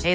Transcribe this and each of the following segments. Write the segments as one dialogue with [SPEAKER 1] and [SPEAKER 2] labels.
[SPEAKER 1] Hey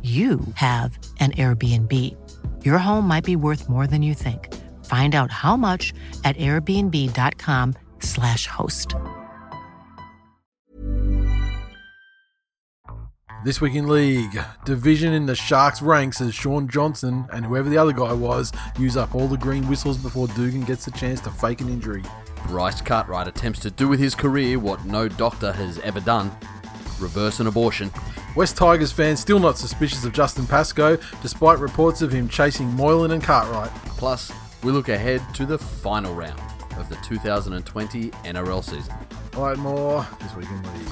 [SPEAKER 1] you have an Airbnb. Your home might be worth more than you think. Find out how much at airbnb.com/slash host.
[SPEAKER 2] This week in league, division in the Sharks ranks as Sean Johnson and whoever the other guy was use up all the green whistles before Dugan gets the chance to fake an injury.
[SPEAKER 3] Bryce Cartwright attempts to do with his career what no doctor has ever done reverse an abortion.
[SPEAKER 2] West Tigers fans still not suspicious of Justin Pascoe, despite reports of him chasing Moylan and Cartwright.
[SPEAKER 3] Plus, we look ahead to the final round of the 2020 NRL season.
[SPEAKER 2] All right, more this week in league.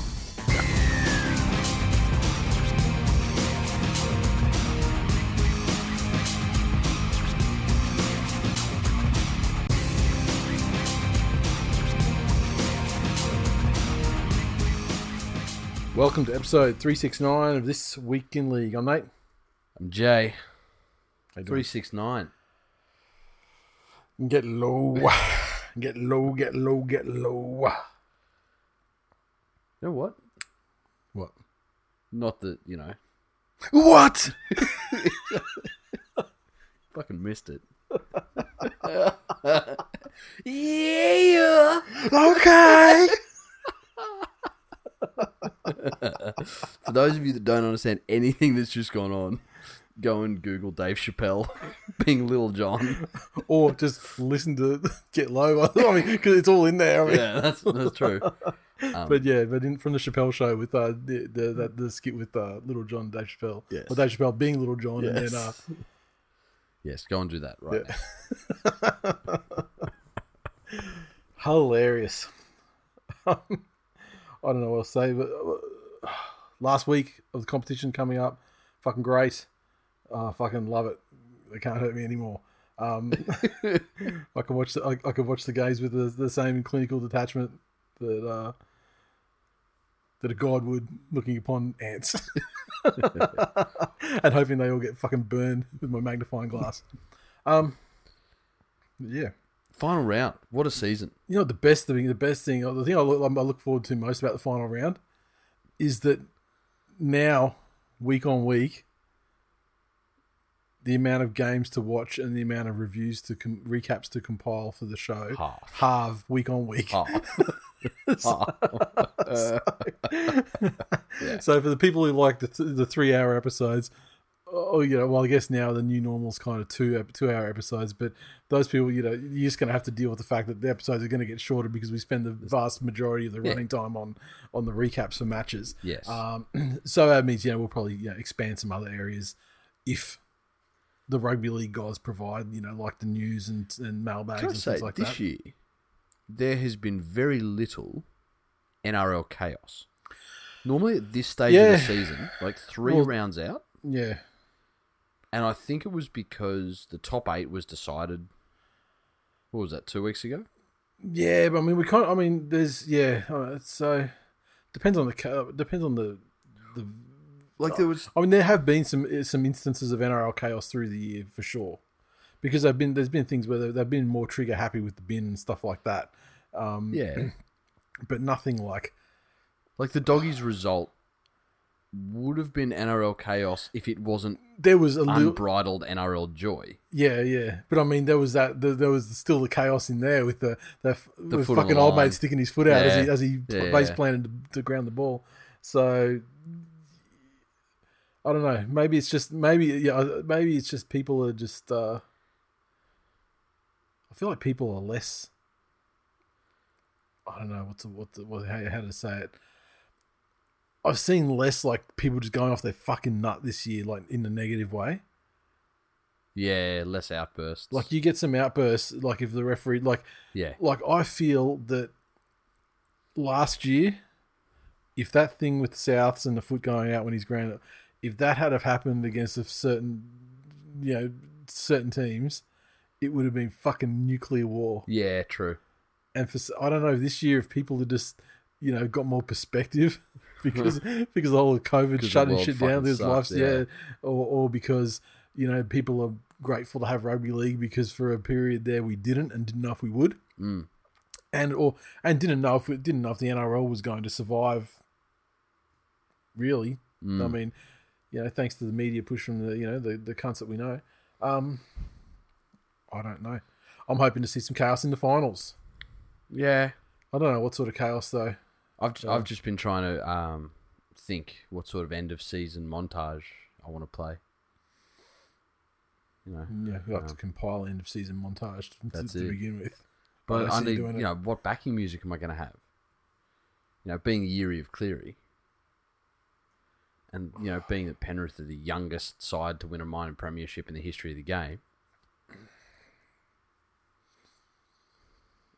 [SPEAKER 2] Welcome to episode 369 of This Week in League. I'm Nate.
[SPEAKER 3] I'm Um, Jay,
[SPEAKER 2] How you doing?
[SPEAKER 3] 369.
[SPEAKER 2] Get low. Get low, get low, get low.
[SPEAKER 3] You know what?
[SPEAKER 2] What?
[SPEAKER 3] Not that, you know,
[SPEAKER 2] What?
[SPEAKER 3] fucking missed it. yeah!
[SPEAKER 2] Okay.
[SPEAKER 3] For those of you that don't understand anything that's just gone on, go and Google Dave Chappelle being Little John.
[SPEAKER 2] or just listen to Get Low. I mean, because it's all in there. I mean.
[SPEAKER 3] Yeah, that's, that's true.
[SPEAKER 2] But yeah, but in, from the Chappelle show with uh, the, the, that the skit with uh, Little John and Dave Chappelle.
[SPEAKER 3] Yes.
[SPEAKER 2] Or Dave Chappelle being Little John. And then, uh,
[SPEAKER 3] Yes. Yes, go and do that right now.
[SPEAKER 2] hilarious. I don't know what to say, but uh, last week of the competition coming up, fucking great. Uh, fucking love it. They can't hurt me anymore. Um, I can watch the, I, I can watch the games with the, the same clinical detachment that uh, that a god would looking upon ants and hoping they all get fucking burned with my magnifying glass. Um, yeah.
[SPEAKER 3] Final round. What a season.
[SPEAKER 2] You know the best thing, the best thing, the thing I look, I look forward to most about the final round is that now, week on week, the amount of games to watch and the amount of reviews to com- recaps to compile for the show
[SPEAKER 3] Half.
[SPEAKER 2] halve week on week.
[SPEAKER 3] Oh.
[SPEAKER 2] So for the people who like the th- the three hour episodes, oh you know, well I guess now the new normal is kind of two ep- two hour episodes, but those people you know you're just going to have to deal with the fact that the episodes are going to get shorter because we spend the vast majority of the running time on on the recaps for matches.
[SPEAKER 3] Yes.
[SPEAKER 2] Um, so that means you know we'll probably you know, expand some other areas if the rugby league guys provide you know like the news and and mailbags
[SPEAKER 3] Can I
[SPEAKER 2] and
[SPEAKER 3] say,
[SPEAKER 2] things like
[SPEAKER 3] this
[SPEAKER 2] that.
[SPEAKER 3] year, there has been very little NRL chaos. Normally at this stage of
[SPEAKER 2] Yeah.
[SPEAKER 3] the season, like three
[SPEAKER 2] Well-
[SPEAKER 3] rounds out,
[SPEAKER 2] yeah.
[SPEAKER 3] and I think it was because the top eight was decided, what was that, two weeks ago?
[SPEAKER 2] Yeah, but I mean, we can't. I mean, there's yeah. all right, So depends on the ca- depends on the.
[SPEAKER 3] Like there was.
[SPEAKER 2] I mean, there have been some some instances of NRL chaos through the year for sure, because they've been there's been things where they've- they've been more trigger happy with the bin and stuff like that,
[SPEAKER 3] Yeah.
[SPEAKER 2] but nothing like
[SPEAKER 3] Um, Like the doggies result would have been NRL chaos if it wasn't
[SPEAKER 2] there was a little
[SPEAKER 3] unbridled NRL joy.
[SPEAKER 2] yeah yeah. But I mean, there was that there, there was still the chaos in there with the the,
[SPEAKER 3] The
[SPEAKER 2] with
[SPEAKER 3] foot on
[SPEAKER 2] fucking
[SPEAKER 3] the
[SPEAKER 2] old
[SPEAKER 3] line.
[SPEAKER 2] mate sticking his foot out
[SPEAKER 3] Yeah,
[SPEAKER 2] as he as he
[SPEAKER 3] yeah,
[SPEAKER 2] base
[SPEAKER 3] yeah.
[SPEAKER 2] planted to, to ground the ball, so. I don't know. Maybe it's just maybe yeah. Maybe it's just people are just. uh I feel like people are less. I don't know what's what the, what how, how to say it. I've seen less like people just going off their fucking nut this year, like in a negative way.
[SPEAKER 3] Yeah, less outbursts.
[SPEAKER 2] Like you get some outbursts, like if the referee, like
[SPEAKER 3] yeah.
[SPEAKER 2] like I feel that last year, if that thing with Souths and the foot going out when he's grounded, if that had have happened against a certain you know certain teams, it would have been fucking nuclear war.
[SPEAKER 3] Yeah, true.
[SPEAKER 2] And for s- I don't know this year if people had just you know got more perspective because because the whole of COVID
[SPEAKER 3] the
[SPEAKER 2] shutting
[SPEAKER 3] world
[SPEAKER 2] shit down,
[SPEAKER 3] fucking
[SPEAKER 2] there's lives
[SPEAKER 3] sucks,
[SPEAKER 2] yeah,
[SPEAKER 3] yeah.
[SPEAKER 2] or or because you know people are grateful to have rugby league because for a period there we didn't and didn't know if we would.
[SPEAKER 3] Mm.
[SPEAKER 2] and or and didn't know if it didn't know if the NRL was going to survive. Really, I
[SPEAKER 3] Mm.
[SPEAKER 2] mean, you know, thanks to the media push from the you know the the cunts that we know. Um, I don't know. I'm hoping to see some chaos in the finals.
[SPEAKER 3] Yeah.
[SPEAKER 2] I don't know what sort of chaos though.
[SPEAKER 3] I've j- I've just been trying to um, think what sort of end of season montage I want to play. You know,
[SPEAKER 2] Yeah, we have to compile end of season montage to,
[SPEAKER 3] That's
[SPEAKER 2] to
[SPEAKER 3] it.
[SPEAKER 2] begin with.
[SPEAKER 3] but
[SPEAKER 2] I see
[SPEAKER 3] I
[SPEAKER 2] you
[SPEAKER 3] need
[SPEAKER 2] doing
[SPEAKER 3] you
[SPEAKER 2] it.
[SPEAKER 3] know what backing music am I going to have? You know, being the Yeary of Cleary, and you know, being that Penrith are the youngest side to win a minor premiership in the history of the game.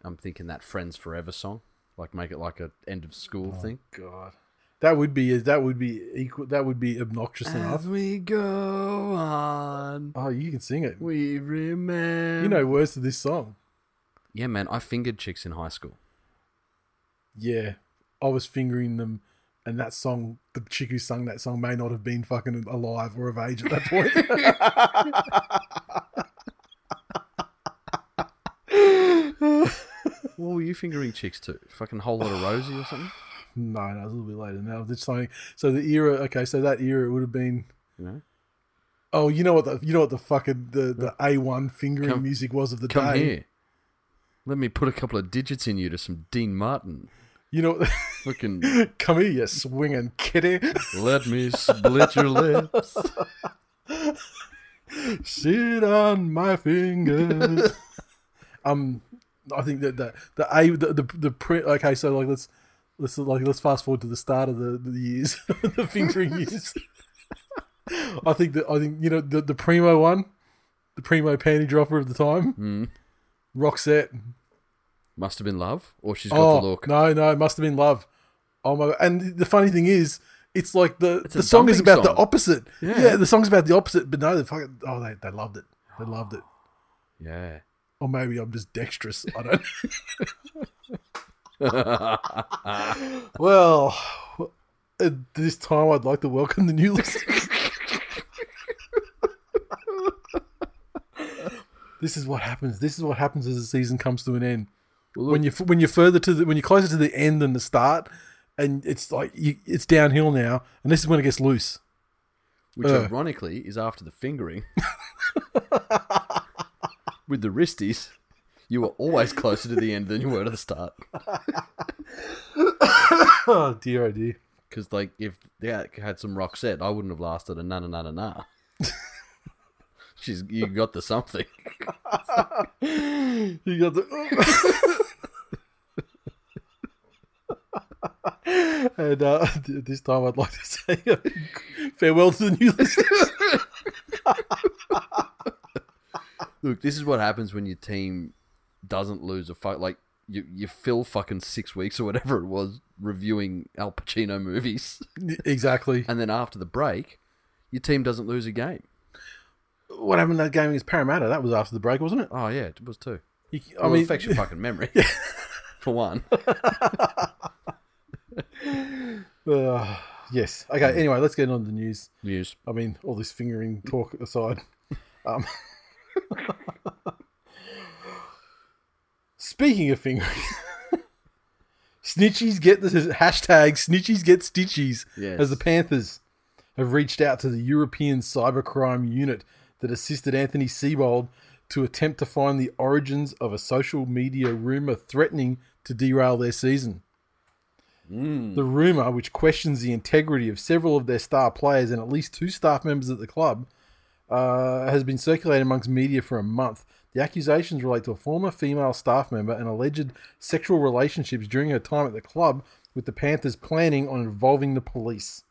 [SPEAKER 3] I'm thinking that Friends Forever song, like make it like a end of school thing.
[SPEAKER 2] God, that would be that would be equal. That would be obnoxious enough.
[SPEAKER 3] we go on.
[SPEAKER 2] Oh, you can sing it.
[SPEAKER 3] We remember.
[SPEAKER 2] You know words to this song.
[SPEAKER 3] Yeah, man, I fingered chicks in high school.
[SPEAKER 2] Yeah, I was fingering them, and that song, the chick who sung that song, may not have been fucking alive or of age at that point.
[SPEAKER 3] What were you fingering chicks to? Fucking whole lot of Rosie or something?
[SPEAKER 2] no, no, it was a little bit later. Now it's something. So the era, okay, so that era would have been.
[SPEAKER 3] You know?
[SPEAKER 2] Oh, you know what the you know what the fucking the the A one fingering
[SPEAKER 3] Come-
[SPEAKER 2] music was of the
[SPEAKER 3] Come
[SPEAKER 2] day.
[SPEAKER 3] here. Let me put a couple of digits in you to some Dean Martin.
[SPEAKER 2] You know,
[SPEAKER 3] Fucking
[SPEAKER 2] come here, you swinging kitty.
[SPEAKER 3] let me split your lips.
[SPEAKER 2] Sit on my fingers. um, I think that the the a the the, the print. Okay, so like let's let's like let's fast forward to the start of the the years, the fingering years. I think that I think you know the the primo one, the primo panty dropper of the time,
[SPEAKER 3] Mm.
[SPEAKER 2] Roxette.
[SPEAKER 3] Must have been love, or she's got the
[SPEAKER 2] Oh
[SPEAKER 3] look.
[SPEAKER 2] no, no, it must have been love. Oh my! And the funny thing is, it's like the
[SPEAKER 3] It's a
[SPEAKER 2] the song is
[SPEAKER 3] dumping
[SPEAKER 2] about the
[SPEAKER 3] song.
[SPEAKER 2] opposite.
[SPEAKER 3] Yeah.
[SPEAKER 2] the song's about the opposite, but no, they fucking oh they they loved it. They loved it.
[SPEAKER 3] Yeah.
[SPEAKER 2] Or maybe I'm just dexterous. I don't. well, at this time, I'd like to welcome the new listeners. this is what happens. This is what happens as the season comes to an end. when you when you're further to the when you're closer to the end than the start, and it's like you, it's downhill now, and this is when it gets loose.
[SPEAKER 3] Which
[SPEAKER 2] Uh.
[SPEAKER 3] ironically is after the fingering. With the wristies, you were always closer to the end than you were to the start.
[SPEAKER 2] Oh dear, oh dear.
[SPEAKER 3] Because like if they had- had some rock set, I wouldn't have lasted a na na na na na. She's you got the something.
[SPEAKER 2] You got the. and uh, at this time, I'd like to say uh, farewell to the new listeners.
[SPEAKER 3] Look, this is what happens when your team doesn't lose a fight. Like you, you fill fucking six weeks or whatever it was reviewing Al Pacino movies,
[SPEAKER 2] exactly.
[SPEAKER 3] and then after the break, your team doesn't lose a game.
[SPEAKER 2] What happened in that game against Parramatta? That was after the break, wasn't it?
[SPEAKER 3] Oh yeah, it was too.
[SPEAKER 2] You-
[SPEAKER 3] I mean, it affects your fucking memory. For one,
[SPEAKER 2] uh, yes. Okay. Anyway, let's get on to the news.
[SPEAKER 3] news.
[SPEAKER 2] I mean, all this fingering talk aside. Um, speaking of fingering, snitchies get the hashtag snitchies get stitchies
[SPEAKER 3] Yes.
[SPEAKER 2] as the Panthers have reached out to the European cybercrime unit that assisted Anthony Seibold to attempt to find the origins of a social media rumor threatening to derail their season. The rumour, which questions the integrity of several of their star players and at least two staff members at the club, uh, has been circulating amongst media for a month. The accusations relate to a former female staff member and alleged sexual relationships during her time at the club, with the Panthers planning on involving the police.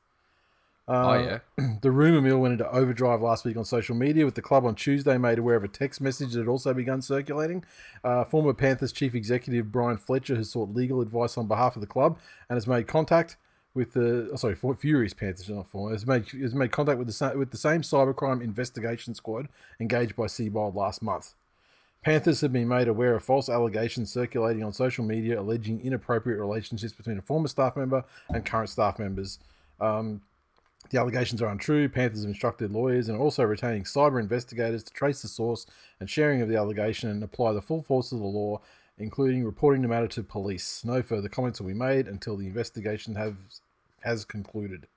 [SPEAKER 3] oh yeah,
[SPEAKER 2] The rumor mill went into overdrive last week on social media, with the club on Tuesday made aware of a text message that had also begun circulating. Uh, former Panthers chief executive Brian Fletcher has sought legal advice on behalf of the club and has made contact with the oh, sorry, Fu- Furious Panthers, not Form, has made has made contact with the sa- with the same cybercrime investigation squad engaged by Seabold last month. Panthers have been made aware of false allegations circulating on social media alleging inappropriate relationships between a former staff member and current staff members. Um, the allegations are untrue. Panthers have instructed lawyers and are also retaining cyber investigators to trace the source and sharing of the allegation and apply the full force of the law, including reporting the matter to police. No further comments will be made until the investigation have, has concluded.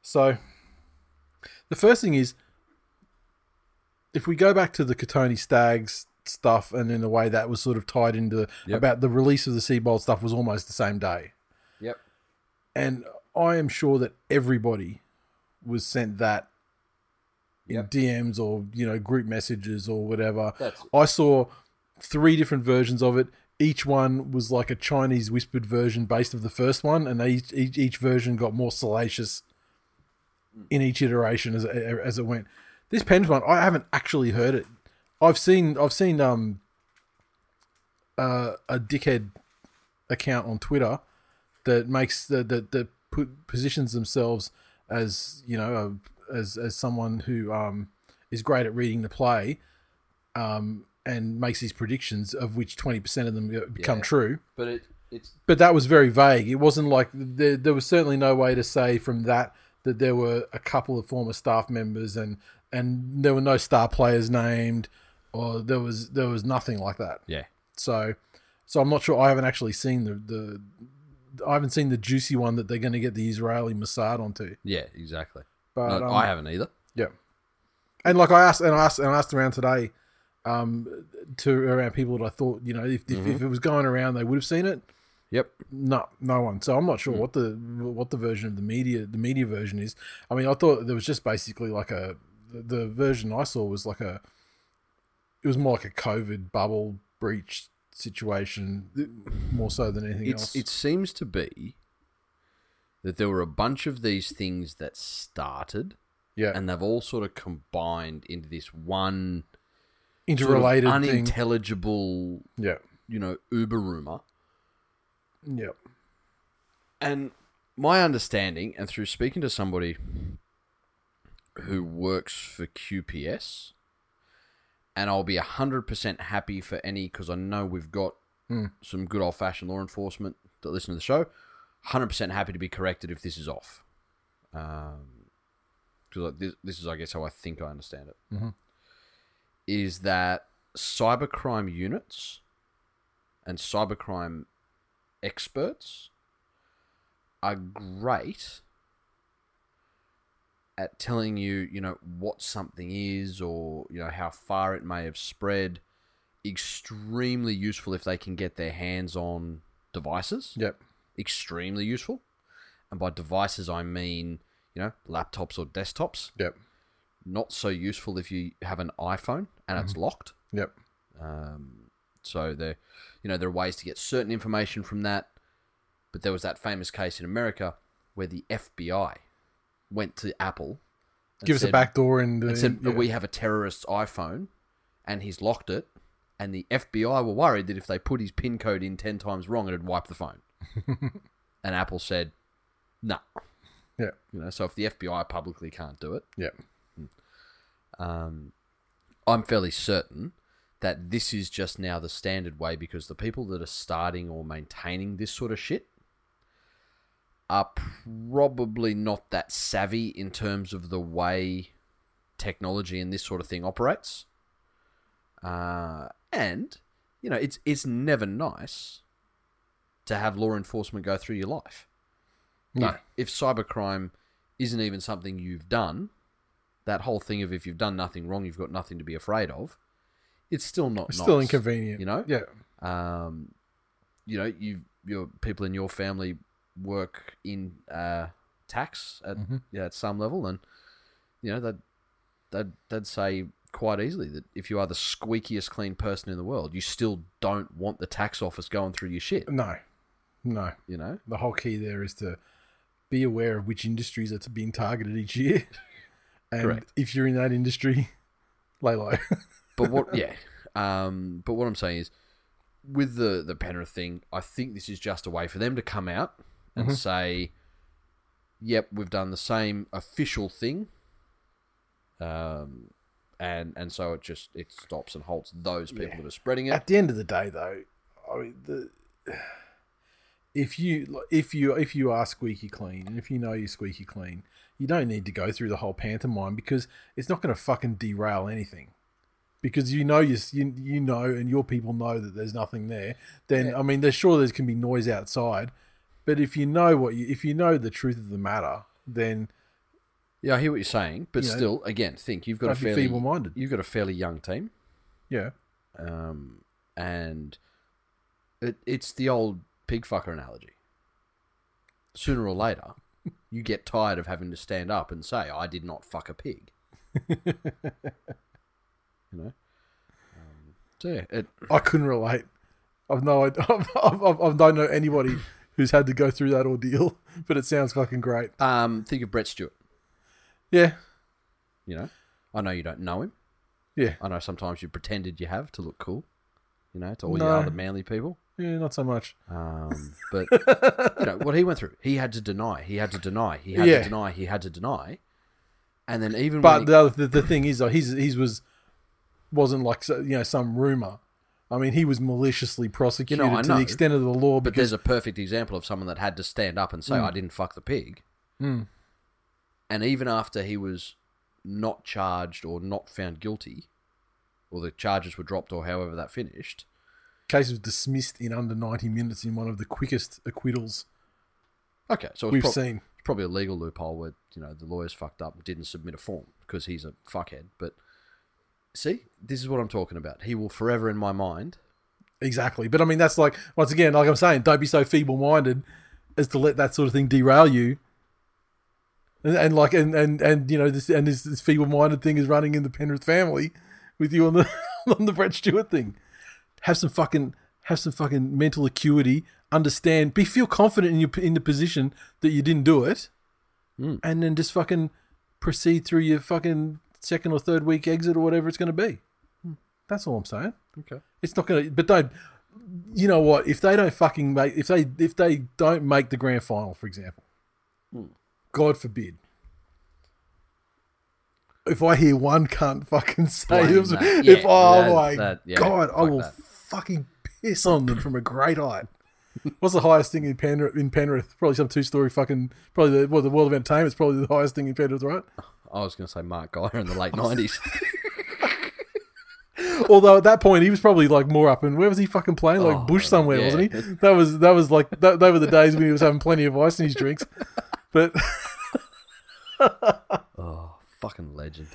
[SPEAKER 2] So, the first thing is if we go back to the Katoni Stags stuff and in the way that was sort of tied into
[SPEAKER 3] Yep.
[SPEAKER 2] about the release of the Seabold stuff was almost the same day.
[SPEAKER 3] Yep.
[SPEAKER 2] And I am sure that everybody was sent that
[SPEAKER 3] Yep.
[SPEAKER 2] in DMs or, you know, group messages or whatever.
[SPEAKER 3] That's
[SPEAKER 2] I saw three different versions of it. Each one was like a Chinese whispered version based of the first one, and they each, each, each version got more salacious
[SPEAKER 3] Hmm.
[SPEAKER 2] in each iteration as as it went. This Pens one, I haven't actually heard it. I've seen I've seen um uh, a dickhead account on Twitter that makes that that, that put, positions themselves as you know a, as as someone who um is great at reading the play um, and makes these predictions, of which twenty percent of them become
[SPEAKER 3] Yeah.
[SPEAKER 2] true.
[SPEAKER 3] but it it's
[SPEAKER 2] But that was very vague. It wasn't like there, there was certainly no way to say from that that there were a couple of former staff members and and there were no star players named, or there was there was nothing like that.
[SPEAKER 3] yeah.
[SPEAKER 2] So, so I'm not sure. I haven't actually seen the the. I haven't seen the juicy one that they're going to get the Israeli Mossad onto,
[SPEAKER 3] Yeah, exactly.
[SPEAKER 2] but
[SPEAKER 3] No,
[SPEAKER 2] um,
[SPEAKER 3] I haven't either.
[SPEAKER 2] yeah. And like I asked and I asked and I asked around today, um, to around people that I thought you know if if,
[SPEAKER 3] Mm-hmm.
[SPEAKER 2] if it was going around they would have seen it.
[SPEAKER 3] Yep.
[SPEAKER 2] No, no one. So I'm not
[SPEAKER 3] Hmm.
[SPEAKER 2] sure what the what the version of the media the media version is. I mean, I thought there was just basically like a the- the version I saw was like a it was more like a COVID bubble breach situation more so than anything
[SPEAKER 3] It's
[SPEAKER 2] else.
[SPEAKER 3] it seems to be that there were a bunch of these things that started
[SPEAKER 2] yeah,
[SPEAKER 3] and they've all sort of combined into this one sort of
[SPEAKER 2] interrelated thing.
[SPEAKER 3] unintelligible,
[SPEAKER 2] Yeah,
[SPEAKER 3] you know, Uber rumor.
[SPEAKER 2] yeah,
[SPEAKER 3] And my understanding, and through speaking to somebody who works for QPS, and I'll be 100% happy for any, because I know we've got
[SPEAKER 2] Hmm.
[SPEAKER 3] some good old fashioned law enforcement that listen to the show, 100% happy to be corrected if this is off. Because this, this is, I guess, how I think I understand it.
[SPEAKER 2] Mhm.
[SPEAKER 3] Is that cybercrime units and cybercrime experts are great at telling you, you know, what something is or, you know, how far it may have spread. Extremely useful if they can get their hands on devices.
[SPEAKER 2] yep,
[SPEAKER 3] Extremely useful. And by devices, I mean, you know, laptops or desktops.
[SPEAKER 2] yep,
[SPEAKER 3] Not so useful if you have an iPhone and it's
[SPEAKER 2] Mm-hmm.
[SPEAKER 3] locked.
[SPEAKER 2] yep,
[SPEAKER 3] Um, so there, you know, there are ways to get certain information from that. But there was that famous case in America where the FBI went to Apple. and
[SPEAKER 2] Give us a
[SPEAKER 3] said-
[SPEAKER 2] back door and,
[SPEAKER 3] And
[SPEAKER 2] uh,
[SPEAKER 3] said
[SPEAKER 2] yeah.
[SPEAKER 3] we have a terrorist's iPhone, and he's locked it. And the FBI were worried that if they put his pin code in ten times wrong, it'd wipe the phone. and Apple said, "No."
[SPEAKER 2] Yeah.
[SPEAKER 3] You know, so if the FBI publicly can't do it,
[SPEAKER 2] yeah,
[SPEAKER 3] um, I'm fairly certain that this is just now the standard way because the people that are starting or maintaining this sort of shit are probably not that savvy in terms of the way technology and this sort of thing operates. Uh, and you know, it's it's never nice to have law enforcement go through your life.
[SPEAKER 2] no,
[SPEAKER 3] If, if cybercrime isn't even something you've done, that whole thing of if you've done nothing wrong, you've got nothing to be afraid of, it's still not
[SPEAKER 2] it's
[SPEAKER 3] nice.
[SPEAKER 2] still inconvenient.
[SPEAKER 3] you know?
[SPEAKER 2] yeah,
[SPEAKER 3] Um, you know, you your people in your family work in uh, tax at
[SPEAKER 2] Mhm.
[SPEAKER 3] yeah, at some level, and you know that that they'd say quite easily that if you are the squeakiest clean person in the world, you still don't want the tax office going through your shit.
[SPEAKER 2] no, no.
[SPEAKER 3] You know,
[SPEAKER 2] the whole key there is to be aware of which industries are to being targeted each year. And
[SPEAKER 3] Correct.
[SPEAKER 2] if you're in that industry, lay low.
[SPEAKER 3] But what? yeah. Um, but what I'm saying is,
[SPEAKER 2] Mm-hmm.
[SPEAKER 3] with the the Penrith thing, I think this is just a way for them to come out and say, yep, we've done the same official thing. Um, and and so it just it stops and halts those people
[SPEAKER 2] Yeah.
[SPEAKER 3] that are spreading it.
[SPEAKER 2] At the end of the day, though, I mean, the if you like, if you if you are squeaky clean and if you know you're squeaky clean, you don't need to go through the whole pantomime because it's not going to fucking derail anything. Because you know you s- you you know and your people know that there's nothing there. Then I mean, there's sure there can be noise outside, but if you know what you if you know the truth of the matter, then
[SPEAKER 3] yeah, I hear what you're saying, but
[SPEAKER 2] You know,
[SPEAKER 3] still, again, think you've got a
[SPEAKER 2] don't be
[SPEAKER 3] fairly
[SPEAKER 2] feeble-minded.
[SPEAKER 3] you've got a fairly young team.
[SPEAKER 2] yeah,
[SPEAKER 3] um, and it, it's the old pig fucker analogy. Sooner or later, you get tired of having to stand up and say, "I did not fuck a pig." you know. Um, so yeah, it,
[SPEAKER 2] I couldn't relate. I've no, I've, I've, I've, I don't know anybody who's had to go through that ordeal, but it sounds fucking great.
[SPEAKER 3] um, think of Brett Stewart.
[SPEAKER 2] Yeah,
[SPEAKER 3] You know, I know you don't know him.
[SPEAKER 2] yeah,
[SPEAKER 3] I know sometimes you pretended you have to look cool. You know, to all your
[SPEAKER 2] No.
[SPEAKER 3] other manly people.
[SPEAKER 2] yeah, not so much.
[SPEAKER 3] Um, but you know what he went through. He had to deny. He had to deny. He had
[SPEAKER 2] Yeah.
[SPEAKER 3] to deny. He had to deny. And then even
[SPEAKER 2] But
[SPEAKER 3] when
[SPEAKER 2] the, other, the the thing is, though, his his was wasn't like so- you know some rumor. I mean, he was maliciously prosecuted
[SPEAKER 3] I
[SPEAKER 2] to
[SPEAKER 3] know.
[SPEAKER 2] the extent of the law.
[SPEAKER 3] but
[SPEAKER 2] Because Hmm.
[SPEAKER 3] there's a perfect example of someone that had to stand up and say, "I didn't fuck the pig,"
[SPEAKER 2] Mm.
[SPEAKER 3] and even after he was not charged or not found guilty, or the charges were dropped, or however that finished,
[SPEAKER 2] case was dismissed in under ninety minutes in one of the quickest acquittals
[SPEAKER 3] okay, so it was
[SPEAKER 2] we've
[SPEAKER 3] prob-
[SPEAKER 2] seen.
[SPEAKER 3] it's probably a legal loophole where you know the lawyers fucked up and didn't submit a form because he's a fuckhead. But see, this is what I'm talking about. He will forever in my mind.
[SPEAKER 2] Exactly. But I mean, that's like, once again, like I'm saying, don't be so feeble minded as to let that sort of thing derail you. And, and like, and, and, and, you know, this, and this, this feeble minded thing is running in the Penrith family with you on the, on the Brett Stewart thing. Have some fucking, have some fucking mental acuity, understand, be, feel confident in your, in the position that you didn't do it. And then just fucking proceed through your fucking second or third week exit or whatever it's going to be. That's all I'm saying.
[SPEAKER 3] Okay.
[SPEAKER 2] It's not going to. But don't. You know what? If they don't fucking make, if they if they don't make the grand final, for example,
[SPEAKER 3] Hmm.
[SPEAKER 2] God forbid. If I hear one cunt fucking say,
[SPEAKER 3] Blame
[SPEAKER 2] it was-
[SPEAKER 3] that.
[SPEAKER 2] if
[SPEAKER 3] Yeah,
[SPEAKER 2] oh
[SPEAKER 3] that-
[SPEAKER 2] my
[SPEAKER 3] that- yeah,
[SPEAKER 2] god, I
[SPEAKER 3] fuck
[SPEAKER 2] will
[SPEAKER 3] that.
[SPEAKER 2] fucking piss on them from a great height. What's the highest thing in Penrith? In Penrith, probably some two-story fucking probably the well, the world of entertainment is probably the highest thing in Penrith, right?
[SPEAKER 3] I was going to say Mark Geyer in the late nineties.
[SPEAKER 2] Although at that point he was probably like more up and where was he fucking playing? Like
[SPEAKER 3] Oh,
[SPEAKER 2] bush somewhere,
[SPEAKER 3] yeah.
[SPEAKER 2] wasn't he? That was that was like that, they were the days when he was having plenty of ice in his drinks. But
[SPEAKER 3] oh, fucking legend.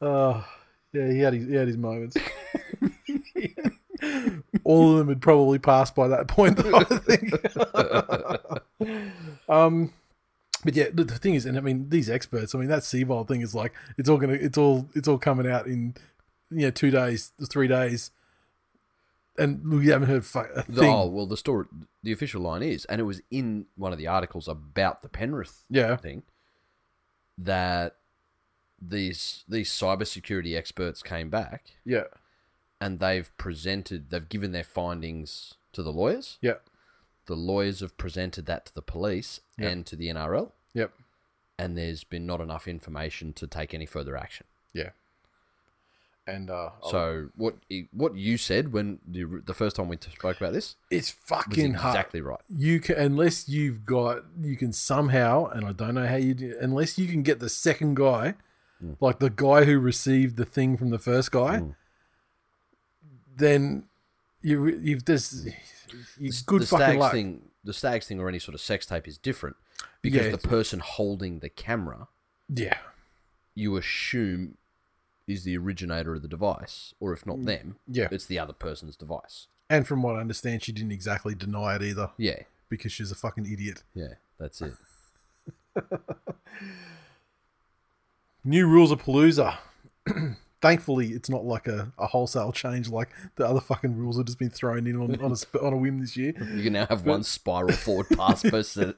[SPEAKER 2] oh, yeah, he had his, he had his moments. All of them had probably passed by that point, though, I think. um, but yeah, the, the thing is, and I mean these experts. I mean that Seabold thing is like it's all gonna, it's all, it's all coming out in you know two days, three days, and we haven't heard fu- a
[SPEAKER 3] The-
[SPEAKER 2] thing.
[SPEAKER 3] oh well, the story, the official line is, and it was in one of the articles about the Penrith
[SPEAKER 2] Yeah.
[SPEAKER 3] thing that these these cybersecurity experts came back
[SPEAKER 2] Yeah.
[SPEAKER 3] and they've presented, they've given their findings to the lawyers.
[SPEAKER 2] Yeah.
[SPEAKER 3] The lawyers have presented that to the police
[SPEAKER 2] Yeah.
[SPEAKER 3] and to the NRL,
[SPEAKER 2] Yep.
[SPEAKER 3] and there's been not enough information to take any further action.
[SPEAKER 2] Yeah. And uh,
[SPEAKER 3] So what what you said when the, the first time we spoke about this
[SPEAKER 2] it's
[SPEAKER 3] was
[SPEAKER 2] fucking hard.
[SPEAKER 3] exactly right.
[SPEAKER 2] You can unless you've got you can somehow, and I don't know how you do. Unless you can get the second guy,
[SPEAKER 3] Mm.
[SPEAKER 2] like the guy who received the thing from the first guy, then you re- you've this you good
[SPEAKER 3] the
[SPEAKER 2] fucking
[SPEAKER 3] stags
[SPEAKER 2] luck.
[SPEAKER 3] thing the stags thing or any sort of sex tape is different because
[SPEAKER 2] Yeah,
[SPEAKER 3] the
[SPEAKER 2] it's-
[SPEAKER 3] person holding the camera
[SPEAKER 2] Yeah,
[SPEAKER 3] you assume is the originator of the device or if not them
[SPEAKER 2] Mm. yeah.
[SPEAKER 3] it's the other person's device
[SPEAKER 2] and from what I understand, she didn't exactly deny it either
[SPEAKER 3] yeah
[SPEAKER 2] because she's a fucking idiot.
[SPEAKER 3] yeah that's it
[SPEAKER 2] New rules of Palooza. Thankfully, it's not like a, a wholesale change like the other fucking rules that just been thrown in on, on, a, sp- on a whim this year.
[SPEAKER 3] you can now have one spiral forward pass per se-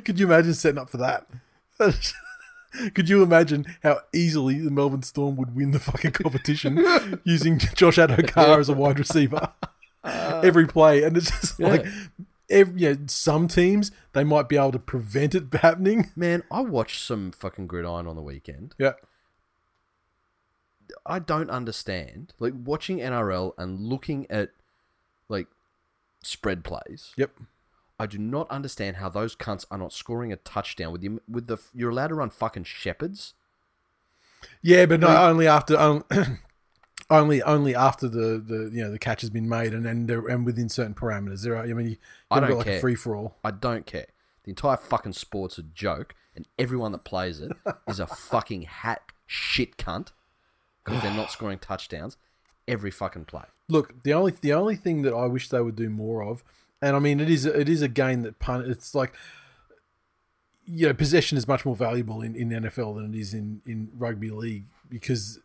[SPEAKER 2] Could you imagine setting up for that? Could you imagine how easily the Melbourne Storm would win the fucking competition using Josh Adokar as a wide receiver every play? And it's just like every, you know, some teams they might be able to prevent it happening.
[SPEAKER 3] Man, I watched some fucking gridiron on the weekend.
[SPEAKER 2] Yeah,
[SPEAKER 3] I don't understand. Like watching NRL and looking at like spread plays.
[SPEAKER 2] yep.
[SPEAKER 3] I do not understand how those cunts are not scoring a touchdown with the with the you're allowed to run fucking shepherds.
[SPEAKER 2] Yeah, but no,
[SPEAKER 3] Like-
[SPEAKER 2] only after on- only only after the, the you know the catch has been made and and, they're- and within certain parameters. There are, I mean, you, you
[SPEAKER 3] I
[SPEAKER 2] haven't got
[SPEAKER 3] don't
[SPEAKER 2] like
[SPEAKER 3] care.
[SPEAKER 2] a free for all.
[SPEAKER 3] I don't care. The entire fucking sport's a joke, and everyone that plays it is a fucking hack shit cunt because they're not scoring touchdowns every fucking play.
[SPEAKER 2] Look, the only the only thing that I wish they would do more of, and I mean, it is it is a game that pun. It's like you know, possession is much more valuable in, in NFL than it is in in rugby league because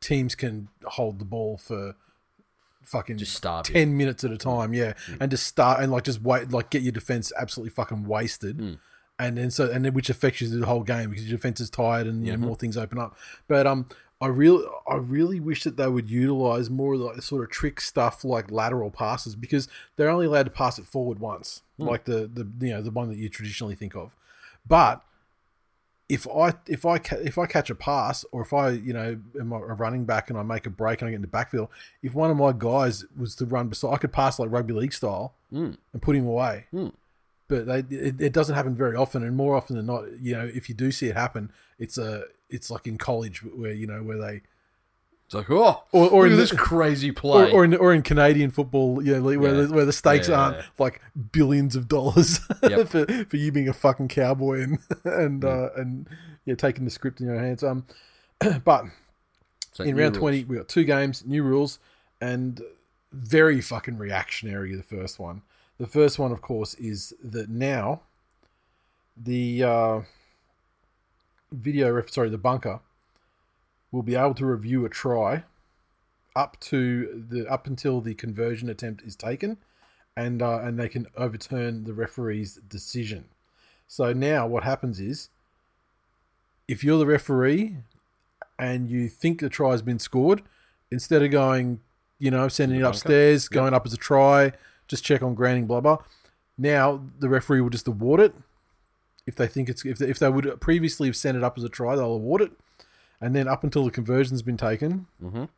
[SPEAKER 2] teams can hold the ball for fucking
[SPEAKER 3] Just starve you. Mm.
[SPEAKER 2] ten minutes at a time, yeah, and just start and like just wait, like get your defense absolutely fucking wasted,
[SPEAKER 3] Mm.
[SPEAKER 2] and then so and then which affects you through the whole game because your defense is tired and you
[SPEAKER 3] Mm-hmm.
[SPEAKER 2] know more things open up. But um, I really I really wish that they would utilize more of like the sort of trick stuff like lateral passes because they're only allowed to pass it forward once,
[SPEAKER 3] Hmm.
[SPEAKER 2] like the the you know the one that you traditionally think of, but if I if I ca- if I catch a pass or if I you know am a a running back and I make a break and I get in the backfield, if one of my guys was to run beside, I could pass like rugby league style and put him away. But they, it, it doesn't happen very often, and more often than not, you know, if you do see it happen, it's a it's like in college where you know where they
[SPEAKER 3] It's like, oh,
[SPEAKER 2] Or- or
[SPEAKER 3] look
[SPEAKER 2] in the-
[SPEAKER 3] at this crazy play.
[SPEAKER 2] or, or in or in Canadian football, you know, like, where
[SPEAKER 3] Yeah.
[SPEAKER 2] the, where the stakes
[SPEAKER 3] Yeah, yeah,
[SPEAKER 2] aren't
[SPEAKER 3] yeah.
[SPEAKER 2] like billions of dollars
[SPEAKER 3] Yep.
[SPEAKER 2] for, for you being a fucking cowboy and and uh, and yeah, taking the script in your hands. Um, but
[SPEAKER 3] It's like
[SPEAKER 2] in
[SPEAKER 3] new
[SPEAKER 2] round
[SPEAKER 3] rules.
[SPEAKER 2] 20 we got two games new rules and very fucking reactionary the first one the first one of course is that now the uh, video ref sorry the bunker will be able to review a try up to the up until the conversion attempt is taken and uh, and they can overturn the referee's decision so now what happens is if you're the referee and you think the try has been scored, instead of going, you know, sending it
[SPEAKER 3] bunker?
[SPEAKER 2] upstairs, going up as a try, just check on granting, blah blah. Now the referee will just award it if they think it's if they, if they would previously have sent it up as a try, they'll award it, and then up until the conversion's been taken,
[SPEAKER 3] Mhm.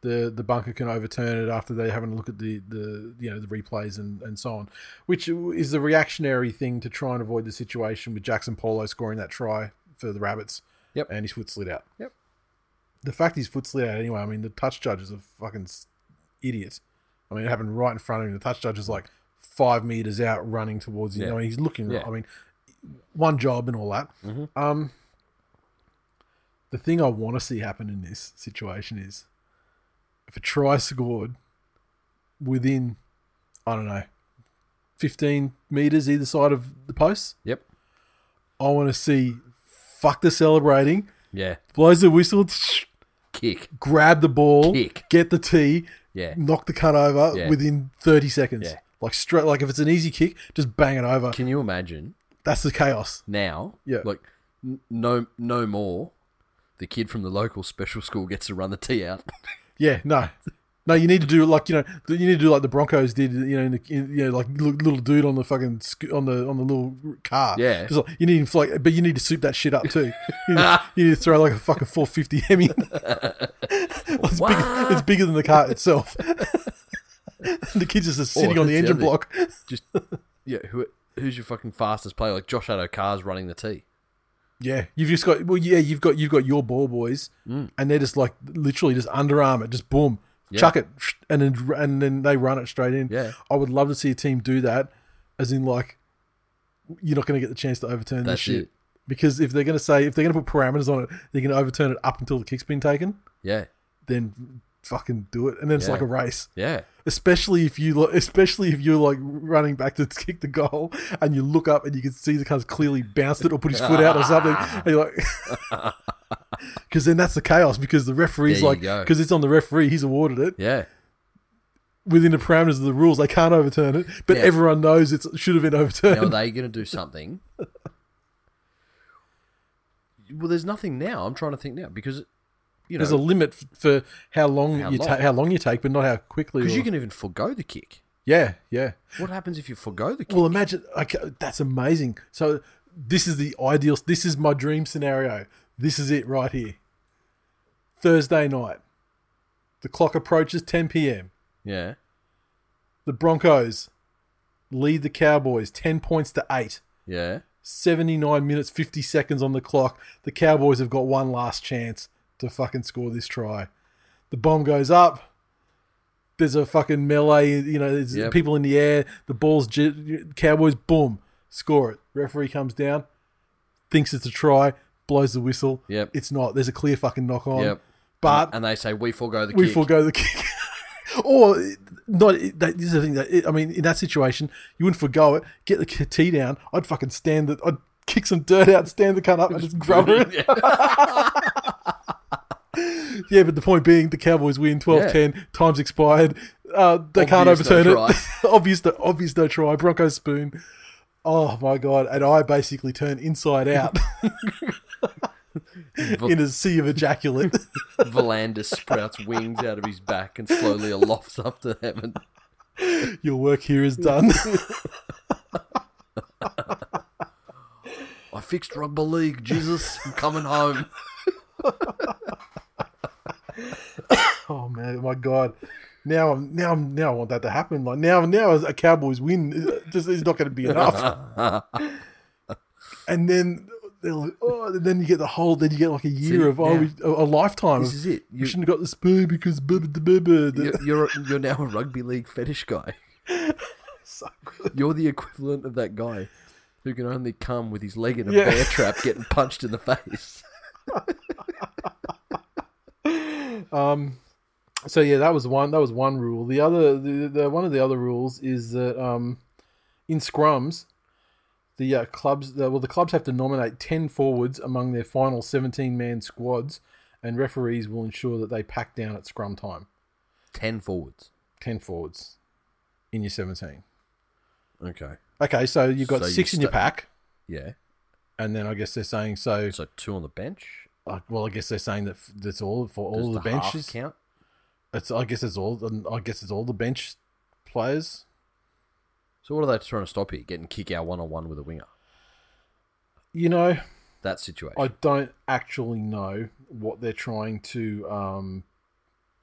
[SPEAKER 2] the the bunker can overturn it after they having a look at the the you know the replays and and so on, which is the reactionary thing to try and avoid the situation with Jackson Polo scoring that try for the Rabbits.
[SPEAKER 3] Yep.
[SPEAKER 2] and his foot slid out.
[SPEAKER 3] Yep.
[SPEAKER 2] The fact his foot slid out anyway. I mean, the touch judge is a fucking s- idiot. I mean, it happened right in front of him. The touch judge is like five meters out, running towards him.
[SPEAKER 3] Yeah.
[SPEAKER 2] I mean, he's looking. right.
[SPEAKER 3] Yeah. Mm-hmm.
[SPEAKER 2] I mean, one job and all that. Um, the thing I want to see happen in this situation is if a try scored within, I don't know, 15 meters either side of the post,
[SPEAKER 3] Yep.
[SPEAKER 2] I want to see fuck the celebrating,
[SPEAKER 3] Yeah.
[SPEAKER 2] blows the whistle,
[SPEAKER 3] Kick.
[SPEAKER 2] grab the ball,
[SPEAKER 3] Kick.
[SPEAKER 2] get the tee,
[SPEAKER 3] Yeah.
[SPEAKER 2] knock the cut over
[SPEAKER 3] Yeah.
[SPEAKER 2] within 30 seconds.
[SPEAKER 3] Yeah.
[SPEAKER 2] Like straight, like if it's an easy kick, just bang it over.
[SPEAKER 3] Can you imagine
[SPEAKER 2] That's the chaos.
[SPEAKER 3] now?
[SPEAKER 2] Yeah.
[SPEAKER 3] Like, n- no, no more. The kid from the local special school gets to run the tee out.
[SPEAKER 2] Yeah, no, no. You need to do like you know, you need to do like the Broncos did. You know, in the, in, you know, like little, little dude on the fucking sc- on the on the little car.
[SPEAKER 3] Yeah.
[SPEAKER 2] Just like, you need to like, but you need to soup that shit up too. You need to, you need to throw like a fucking four fifty Hemi. it's, big,
[SPEAKER 3] Wah!
[SPEAKER 2] it's bigger than the car itself. the kids just are sitting
[SPEAKER 3] Oh,
[SPEAKER 2] on the
[SPEAKER 3] that's
[SPEAKER 2] engine
[SPEAKER 3] the other
[SPEAKER 2] block.
[SPEAKER 3] Just yeah. Who, who's your fucking fastest player? Like Josh Addo Carr's running the tee.
[SPEAKER 2] Yeah, you've just got well, yeah, you've got you've got your ball boys,
[SPEAKER 3] Mm.
[SPEAKER 2] and they're just like literally just underarm it, just boom, chuck it, and then and then they run it straight in.
[SPEAKER 3] Yeah.
[SPEAKER 2] I would love to see a team do that, as in like, you're not going to get the chance to overturn
[SPEAKER 3] That's
[SPEAKER 2] this shit
[SPEAKER 3] it.
[SPEAKER 2] because if they're going to say if they're going to put parameters on it, they're going to overturn it up until the kick's been taken.
[SPEAKER 3] Yeah.
[SPEAKER 2] Then fucking do it, and then it's
[SPEAKER 3] Yeah.
[SPEAKER 2] like a race.
[SPEAKER 3] Yeah.
[SPEAKER 2] Especially if you lo- especially if you're like running back to kick the goal, and you look up and you can see the cunt's clearly bounced it or put his foot out or something, and you're like. Because then that's the chaos. Because the referee's
[SPEAKER 3] There you
[SPEAKER 2] like,
[SPEAKER 3] go.
[SPEAKER 2] because it's on the referee, he's awarded it
[SPEAKER 3] Yeah.
[SPEAKER 2] within the parameters of the rules. They can't overturn it, but
[SPEAKER 3] Yeah.
[SPEAKER 2] everyone knows it should have been overturned.
[SPEAKER 3] Now are they going to do something? well, there's nothing now. I'm trying to think now because you know
[SPEAKER 2] There's a limit f- for how long
[SPEAKER 3] How
[SPEAKER 2] you
[SPEAKER 3] long?
[SPEAKER 2] ta- how long you take, but not how quickly.
[SPEAKER 3] because
[SPEAKER 2] or-
[SPEAKER 3] you can even forego the kick.
[SPEAKER 2] Yeah, yeah.
[SPEAKER 3] What happens if you forgo the kick?
[SPEAKER 2] Well, imagine. Okay, that's amazing. So this is the ideal. This is my dream scenario. This is it right here. Thursday night. The clock approaches 10 p.m.
[SPEAKER 3] yeah.
[SPEAKER 2] The Broncos lead the Cowboys 10 points to 8.
[SPEAKER 3] Yeah.
[SPEAKER 2] 79 minutes 50 seconds on the clock. The Cowboys have got one last chance to fucking score this try. The bomb goes up. There's a fucking melee, you know, there's
[SPEAKER 3] Yep.
[SPEAKER 2] people in the air. The ball's j- Cowboys boom, score it. Referee comes down, thinks it's a try, blows the whistle.
[SPEAKER 3] Yep.
[SPEAKER 2] It's not. There's a clear fucking knock on.
[SPEAKER 3] Yep.
[SPEAKER 2] But
[SPEAKER 3] And they say um, we forego the
[SPEAKER 2] we
[SPEAKER 3] kick.
[SPEAKER 2] forego the kick. or not. That, this is the thing that I mean. In that situation, you wouldn't forego it. Get the tee down. I'd fucking stand the. I'd kick some dirt out, stand the cunt up, and just grub her.
[SPEAKER 3] Yeah.
[SPEAKER 2] Yeah, but the point being, the Cowboys win 12-10. Time's expired. Uh, they can't
[SPEAKER 3] Obvious
[SPEAKER 2] overturn
[SPEAKER 3] no
[SPEAKER 2] it. obvious, no, obvious no try. Broncos spoon. Oh my god! And I basically turn inside out in a sea of ejaculate.
[SPEAKER 3] Volandis sprouts wings out of his back and slowly alofts up to heaven.
[SPEAKER 2] Your work here is done.
[SPEAKER 3] I fixed rugby league, Jesus. I'm coming home.
[SPEAKER 2] Oh man, my god! Now I'm now I'm now I want that to happen. Like now now as a Cowboys win, it just it's not going to be enough. and then they're like, oh, and then you get the whole. Then you get like a year
[SPEAKER 3] See,
[SPEAKER 2] of oh,
[SPEAKER 3] now-
[SPEAKER 2] we, a, a lifetime.
[SPEAKER 3] This
[SPEAKER 2] of,
[SPEAKER 3] is it.
[SPEAKER 2] we
[SPEAKER 3] You,
[SPEAKER 2] shouldn't have got the spoon because blah, blah, blah, blah, blah."
[SPEAKER 3] you're, you're you're now a rugby league fetish guy.
[SPEAKER 2] So good.
[SPEAKER 3] You're the equivalent of that guy who can only come with his leg in a
[SPEAKER 2] Yeah.
[SPEAKER 3] bear trap, getting punched in the face.
[SPEAKER 2] Um, so yeah, that was one. That was one rule. The other, the, the one of the other rules is that um, in scrums, the uh, clubs, the, well, the clubs have to nominate ten forwards among their final seventeen-man squads, and referees will ensure that they pack down at scrum time.
[SPEAKER 3] Ten forwards.
[SPEAKER 2] Ten forwards in your seventeen.
[SPEAKER 3] Okay.
[SPEAKER 2] Okay, so you've got
[SPEAKER 3] So you
[SPEAKER 2] six in your
[SPEAKER 3] sta-
[SPEAKER 2] pack,
[SPEAKER 3] Yeah.
[SPEAKER 2] and then I guess they're saying so.
[SPEAKER 3] So two on the bench.
[SPEAKER 2] uh, well, I guess they're saying that f- that's all for all
[SPEAKER 3] Does
[SPEAKER 2] the,
[SPEAKER 3] half
[SPEAKER 2] benches.
[SPEAKER 3] count.
[SPEAKER 2] It's I guess it's all. I guess it's all the bench players.
[SPEAKER 3] So what are they trying to stop here? Getting kick out one on one with a winger.
[SPEAKER 2] You know,
[SPEAKER 3] That situation.
[SPEAKER 2] I don't actually know what they're trying to. Um,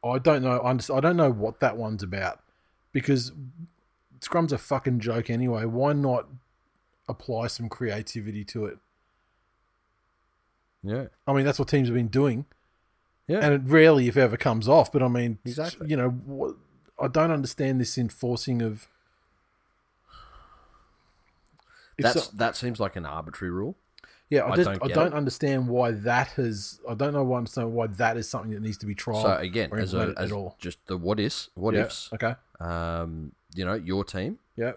[SPEAKER 2] I don't know. I just- I don't know what that one's about because Scrum's a fucking joke anyway. Why not apply some creativity to it?
[SPEAKER 3] yeah.
[SPEAKER 2] I mean, that's what teams have been doing,
[SPEAKER 3] Yeah.
[SPEAKER 2] and it rarely, if ever, comes off. But I mean,
[SPEAKER 3] Exactly.
[SPEAKER 2] You know, what, I don't understand this enforcing of. If
[SPEAKER 3] That's
[SPEAKER 2] so-
[SPEAKER 3] that seems like an arbitrary rule.
[SPEAKER 2] yeah, I,
[SPEAKER 3] I
[SPEAKER 2] just,
[SPEAKER 3] don't
[SPEAKER 2] I
[SPEAKER 3] get
[SPEAKER 2] don't
[SPEAKER 3] it.
[SPEAKER 2] understand why that has. I don't know why I understand why that is something that needs to be tried.
[SPEAKER 3] so again,
[SPEAKER 2] or
[SPEAKER 3] as a
[SPEAKER 2] implemented
[SPEAKER 3] as
[SPEAKER 2] at all.
[SPEAKER 3] just the what is what
[SPEAKER 2] Yeah,
[SPEAKER 3] ifs.
[SPEAKER 2] Okay.
[SPEAKER 3] Um, you know, your team
[SPEAKER 2] Yeah.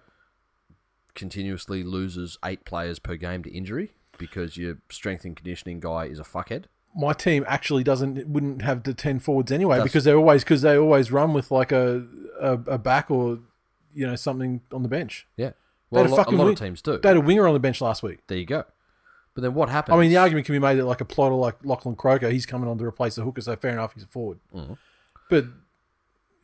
[SPEAKER 3] continuously loses eight players per game to injury because your strength and conditioning guy is a fuckhead.
[SPEAKER 2] my team actually doesn't wouldn't have the ten forwards anyway
[SPEAKER 3] That's-
[SPEAKER 2] because they're always because they always run with like a, a a back or you know something on the bench.
[SPEAKER 3] Yeah.
[SPEAKER 2] They
[SPEAKER 3] Well,
[SPEAKER 2] had a
[SPEAKER 3] a lot, a
[SPEAKER 2] fucking
[SPEAKER 3] lot
[SPEAKER 2] win-
[SPEAKER 3] of teams do.
[SPEAKER 2] They had a winger on the bench last week.
[SPEAKER 3] There you go. But then what happens?
[SPEAKER 2] I mean, the argument can be made that like a plotter like Lachlan Croker, he's coming on to replace the hooker, so fair enough, he's a forward.
[SPEAKER 3] Mm-hmm.
[SPEAKER 2] But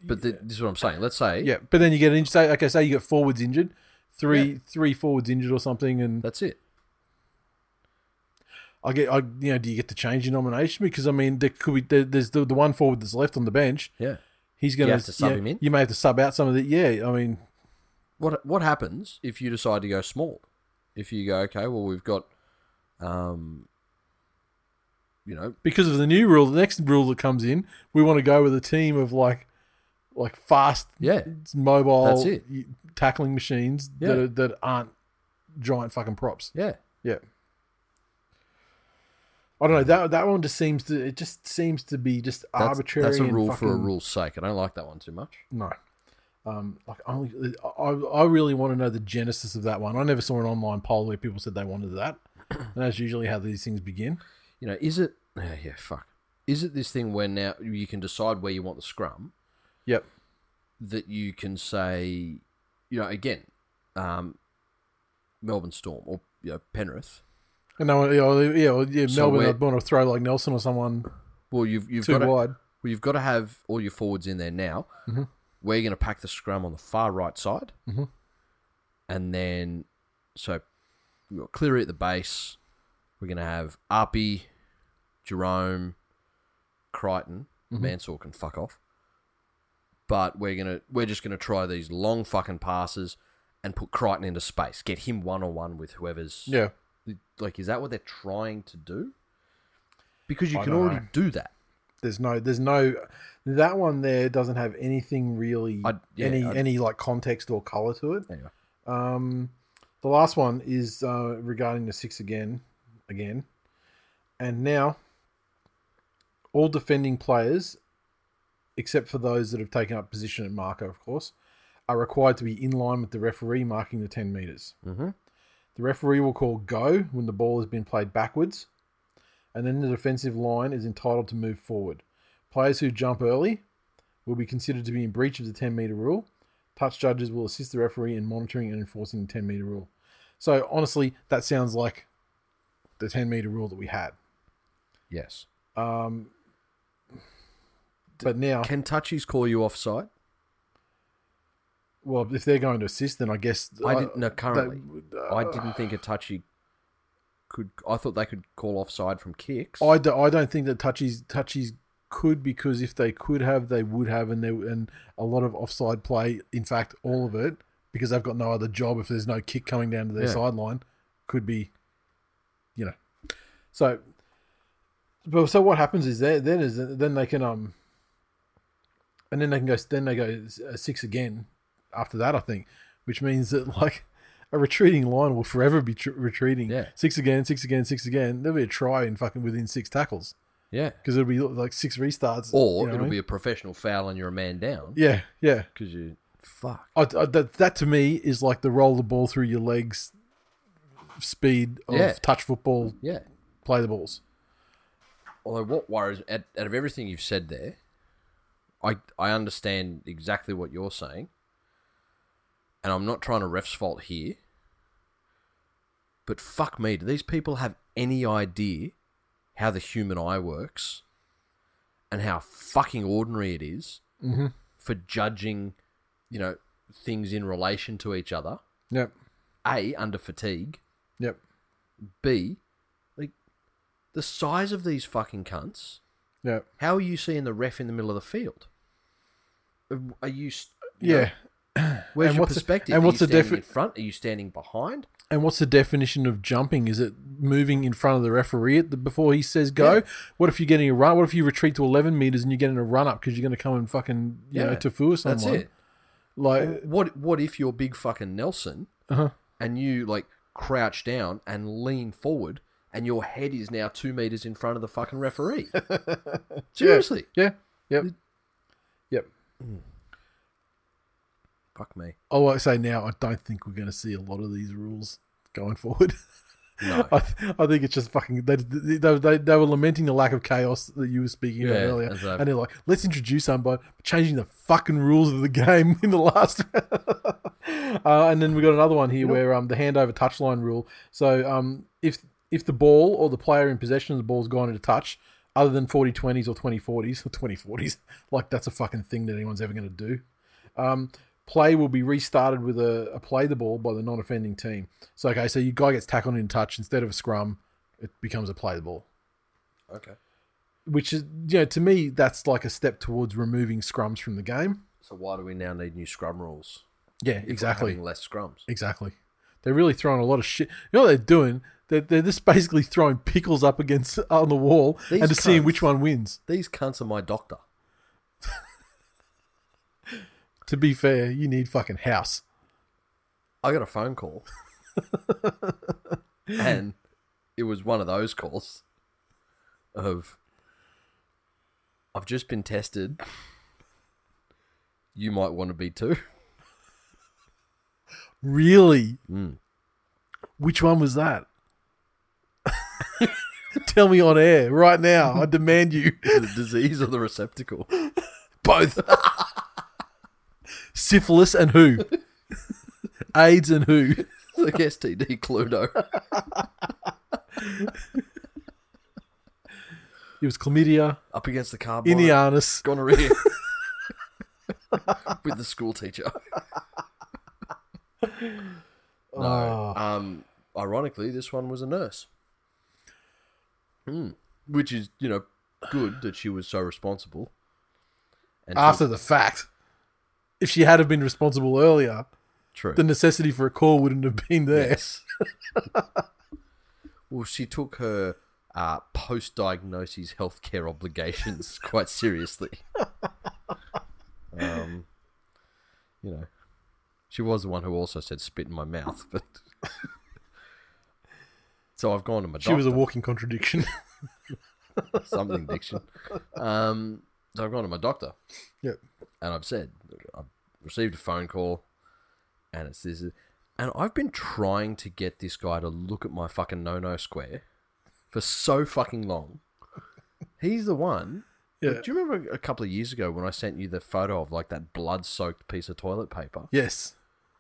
[SPEAKER 3] But th- this is what I'm saying. Let's say
[SPEAKER 2] yeah, but then you get an injury. Say, okay, say you get forwards injured, three three forwards injured or something, and
[SPEAKER 3] that's it.
[SPEAKER 2] I get I you know do you get to change your nomination because I mean there could be there, there's the, the one forward that's left on the bench.
[SPEAKER 3] Yeah.
[SPEAKER 2] He's going
[SPEAKER 3] have to sub him in?
[SPEAKER 2] You may have to sub out some of the. Yeah, I mean,
[SPEAKER 3] What what happens if you decide to go small? If you go, okay, well we've got um you know,
[SPEAKER 2] because of the new rule, the next rule that comes in, we want to go with a team of like like fast,
[SPEAKER 3] yeah.
[SPEAKER 2] mobile
[SPEAKER 3] That's it.
[SPEAKER 2] y- tackling machines
[SPEAKER 3] Yeah.
[SPEAKER 2] that are, that aren't giant fucking props.
[SPEAKER 3] Yeah.
[SPEAKER 2] Yeah. I don't know that that one just seems to it just seems to be just
[SPEAKER 3] That's,
[SPEAKER 2] arbitrary.
[SPEAKER 3] that's a
[SPEAKER 2] and
[SPEAKER 3] rule for a
[SPEAKER 2] fucking-
[SPEAKER 3] rule's sake. I don't like that one too much.
[SPEAKER 2] No. Um, like I, only, I, I really want to know the genesis of that one. I never saw an online poll where people said they wanted that, and that's usually how these things begin.
[SPEAKER 3] You know, is it yeah, yeah, fuck. Is it this thing where now you can decide where you want the scrum
[SPEAKER 2] Yep.
[SPEAKER 3] that you can say, you know, again, um, Melbourne Storm or you know, Penrith.
[SPEAKER 2] And no, one- yeah, well, yeah, well, yeah
[SPEAKER 3] So
[SPEAKER 2] Melbourne.
[SPEAKER 3] we're-
[SPEAKER 2] I'd want to throw like Nelson or someone
[SPEAKER 3] Well, you've you've
[SPEAKER 2] too
[SPEAKER 3] got to,
[SPEAKER 2] wide. Mm-hmm.
[SPEAKER 3] well, you've got to have all your forwards in there now. We're going to pack the scrum on the far right side,
[SPEAKER 2] Mhm.
[SPEAKER 3] and then so we've got Cleary at the base. We're going to have Arpy, Jerome, Crichton,
[SPEAKER 2] Mm-hmm.
[SPEAKER 3] Mansour can fuck off. But we're gonna we're just gonna try these long fucking passes and put Crichton into space. Get him one on one with whoever's
[SPEAKER 2] Yeah.
[SPEAKER 3] like is that what they're trying to do? Because you
[SPEAKER 2] I
[SPEAKER 3] can
[SPEAKER 2] don't
[SPEAKER 3] already
[SPEAKER 2] know.
[SPEAKER 3] do that.
[SPEAKER 2] There's no, there's no, that one there doesn't have anything really,
[SPEAKER 3] I'd- yeah,
[SPEAKER 2] any,
[SPEAKER 3] I'd-
[SPEAKER 2] any like context or color to it.
[SPEAKER 3] Anyway.
[SPEAKER 2] Um, the last one is uh, regarding the six again, again, and now all defending players, except for those that have taken up position at marker, of course, are required to be in line with the referee marking the ten meters.
[SPEAKER 3] Mm-hmm.
[SPEAKER 2] The referee will call go when the ball has been played backwards, and then the defensive line is entitled to move forward. Players who jump early will be considered to be in breach of the 10 meter rule. Touch judges will assist the referee in monitoring and enforcing the 10 meter rule. So, honestly, that sounds like the 10 meter rule that we had.
[SPEAKER 3] Yes.
[SPEAKER 2] Um, but now,
[SPEAKER 3] Can touchies call you offside?
[SPEAKER 2] well, if they're going to assist, then I guess. uh,
[SPEAKER 3] I didn't no currently.
[SPEAKER 2] would, uh,
[SPEAKER 3] I didn't think a touchy could I thought they could call offside from kicks.
[SPEAKER 2] I, do, I don't think that touchies touchies could because if they could have, they would have, and they and a lot of offside play. In fact, all of it because they've got no other job. If there's no kick coming down to their
[SPEAKER 3] Yeah.
[SPEAKER 2] sideline, could be, you know, so. But so what happens is there then is then they can um. And then they can go. Then they go uh, six again. After that, I think, which means that like. A retreating line will forever be tr- retreating.
[SPEAKER 3] Yeah.
[SPEAKER 2] Six again, six again, six again. There'll be a try in fucking within six tackles
[SPEAKER 3] yeah.
[SPEAKER 2] because it'll be like six restarts.
[SPEAKER 3] Or
[SPEAKER 2] you know
[SPEAKER 3] it'll
[SPEAKER 2] what I
[SPEAKER 3] be
[SPEAKER 2] mean?
[SPEAKER 3] a professional foul and you're a man down
[SPEAKER 2] yeah, yeah.
[SPEAKER 3] because you fuck.
[SPEAKER 2] I, I, that that to me is like the roll the ball through your legs speed of
[SPEAKER 3] Yeah.
[SPEAKER 2] touch football.
[SPEAKER 3] Yeah.
[SPEAKER 2] Play the balls.
[SPEAKER 3] Although what worries out, out of everything you've said there, I I understand exactly what you're saying, and I'm not trying to ref's fault here. But fuck me, do these people have any idea how the human eye works, and how fucking ordinary it is
[SPEAKER 2] Mm-hmm.
[SPEAKER 3] for judging, you know, things in relation to each other?
[SPEAKER 2] Yep,
[SPEAKER 3] A under fatigue,
[SPEAKER 2] yep,
[SPEAKER 3] B, like the size of these fucking cunts.
[SPEAKER 2] yep.
[SPEAKER 3] How are you seeing the ref in the middle of the field? Are- Are you? s- you
[SPEAKER 2] Yeah.
[SPEAKER 3] know, where's
[SPEAKER 2] And
[SPEAKER 3] your
[SPEAKER 2] what's the-
[SPEAKER 3] perspective?
[SPEAKER 2] and
[SPEAKER 3] Are
[SPEAKER 2] what's
[SPEAKER 3] you
[SPEAKER 2] the
[SPEAKER 3] standing
[SPEAKER 2] defi-
[SPEAKER 3] in front? Are you standing behind?
[SPEAKER 2] And what's the definition of jumping? Is it moving in front of the referee at the, before he says go?
[SPEAKER 3] Yeah.
[SPEAKER 2] What if you're getting a run? What if you retreat to 11 meters and you're getting a run up because you're going to come and fucking you know
[SPEAKER 3] Yeah,
[SPEAKER 2] to fool someone?
[SPEAKER 3] That's it.
[SPEAKER 2] Like,
[SPEAKER 3] What What if you're big fucking Nelson
[SPEAKER 2] uh-huh.
[SPEAKER 3] and you like crouch down and lean forward and your head is now two meters in front of the fucking referee? Seriously,
[SPEAKER 2] yeah, yep, yep.
[SPEAKER 3] fuck me.
[SPEAKER 2] Oh, I say now, I don't think we're going to see a lot of these rules going forward.
[SPEAKER 3] No.
[SPEAKER 2] I, th- I think it's just fucking. They, they, they, they were lamenting the lack of chaos that you were speaking about
[SPEAKER 3] Yeah,
[SPEAKER 2] earlier,
[SPEAKER 3] as I've-
[SPEAKER 2] and they're like, "Let's introduce somebody changing the fucking rules of the game in the last." uh, and then we got another one here where um the handover touchline rule. So um if if the ball or the player in possession of the ball's gone into touch, other than 40-20s or 20-40s or 20-40s, like that's a fucking thing that anyone's ever going to do. Um, play will be restarted with a, a play the ball by the non-offending team. So okay, so your guy gets tackled in touch instead of a scrum, it becomes a play the ball,
[SPEAKER 3] okay.
[SPEAKER 2] which is you know to me that's like a step towards removing scrums from the game.
[SPEAKER 3] So why do we now need new scrum rules?
[SPEAKER 2] Yeah,
[SPEAKER 3] if we're
[SPEAKER 2] exactly,
[SPEAKER 3] having less scrums.
[SPEAKER 2] exactly. They're really throwing a lot of shit. You know what they're doing? They're, they're just basically throwing pickles up against on the wall
[SPEAKER 3] These
[SPEAKER 2] and just seeing
[SPEAKER 3] cunts.
[SPEAKER 2] which one wins.
[SPEAKER 3] These cunts are my doctor.
[SPEAKER 2] To be fair, you need fucking house.
[SPEAKER 3] I got a phone call, and it was one of those calls of I've just been tested. You might want to be too.
[SPEAKER 2] Really?
[SPEAKER 3] Mm.
[SPEAKER 2] Which one was that? Tell me on air right now. I demand you.
[SPEAKER 3] The disease or the receptacle.
[SPEAKER 2] Both. Syphilis and who? AIDS and who?
[SPEAKER 3] Like STD Cluedo.
[SPEAKER 2] It was chlamydia,
[SPEAKER 3] Up against the carbine.
[SPEAKER 2] Inianus,
[SPEAKER 3] Gonorrhea. with the school teacher. No.
[SPEAKER 2] Oh.
[SPEAKER 3] Um, ironically, this one was a nurse. Hmm. Which is, you know, good that she was so responsible. And took-
[SPEAKER 2] After the fact, if she had have been responsible earlier,
[SPEAKER 3] true.
[SPEAKER 2] the necessity for a call wouldn't have been there.
[SPEAKER 3] Yes. well, she took her uh, post diagnosis healthcare obligations quite seriously. um, you know, she was the one who also said spit in my mouth, but. So I've gone to my doctor.
[SPEAKER 2] She was a walking contradiction.
[SPEAKER 3] something diction. Um, so I've gone to my doctor
[SPEAKER 2] yep.
[SPEAKER 3] and I've said I've received a phone call, and it's this, and I've been trying to get this guy to look at my fucking no no square for so fucking long. He's the one.
[SPEAKER 2] Yeah.
[SPEAKER 3] Do you remember a couple of years ago when I sent you the photo of like that blood soaked piece of toilet paper?
[SPEAKER 2] Yes.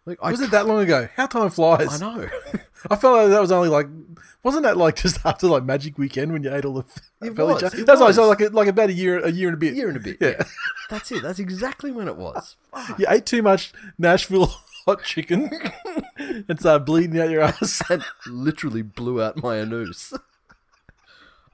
[SPEAKER 3] Like I
[SPEAKER 2] was it that long ago? How time flies.
[SPEAKER 3] I know.
[SPEAKER 2] I felt like that was only like, wasn't that like just after like Magic Weekend when you ate all the
[SPEAKER 3] It
[SPEAKER 2] belly
[SPEAKER 3] was,
[SPEAKER 2] jar-
[SPEAKER 3] it
[SPEAKER 2] That's what I
[SPEAKER 3] was.
[SPEAKER 2] said, like a- like about a year, a year and a bit.
[SPEAKER 3] Year and a bit.
[SPEAKER 2] Yeah.
[SPEAKER 3] yeah. That's it. That's exactly when it was. Fuck.
[SPEAKER 2] You ate too much Nashville hot chicken and started bleeding out your ass.
[SPEAKER 3] and literally blew out my anus.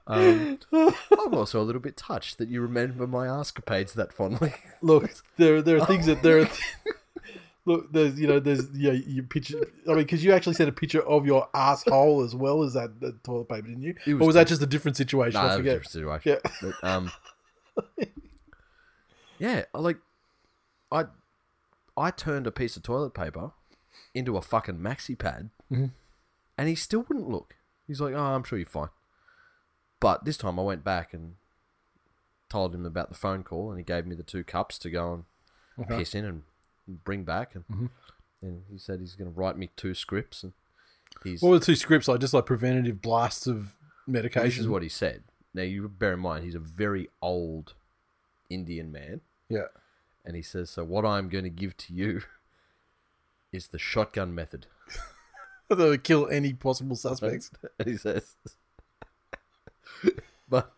[SPEAKER 3] Um, I'm also a little bit touched that you remember my escapades that fondly.
[SPEAKER 2] Look, there there are things that there. Are th- look, there's you know there's yeah you picture. I mean, because you actually sent a picture of your asshole as well as that, that toilet paper, didn't you?
[SPEAKER 3] It was
[SPEAKER 2] or was that
[SPEAKER 3] different.
[SPEAKER 2] just a different situation?
[SPEAKER 3] Nah,
[SPEAKER 2] I
[SPEAKER 3] that was a
[SPEAKER 2] forget.
[SPEAKER 3] different situation.
[SPEAKER 2] Yeah.
[SPEAKER 3] But, um, yeah, I like I, I turned a piece of toilet paper into a fucking maxi pad, and he still wouldn't look. He's like, "Oh, I'm sure you're fine." But this time, I went back and told him about the phone call, and he gave me the two cups to go and
[SPEAKER 2] Okay.
[SPEAKER 3] piss in and bring back, and and he said he's going to write me two scripts, and he's
[SPEAKER 2] What were the two scripts like? Just like preventative blasts of medication.
[SPEAKER 3] this is what he said. Now you bear in mind he's a very old Indian man,
[SPEAKER 2] Yeah.
[SPEAKER 3] and he says, "So what I'm going to give to you is the shotgun method."
[SPEAKER 2] That would kill any possible suspects.
[SPEAKER 3] And he says, "But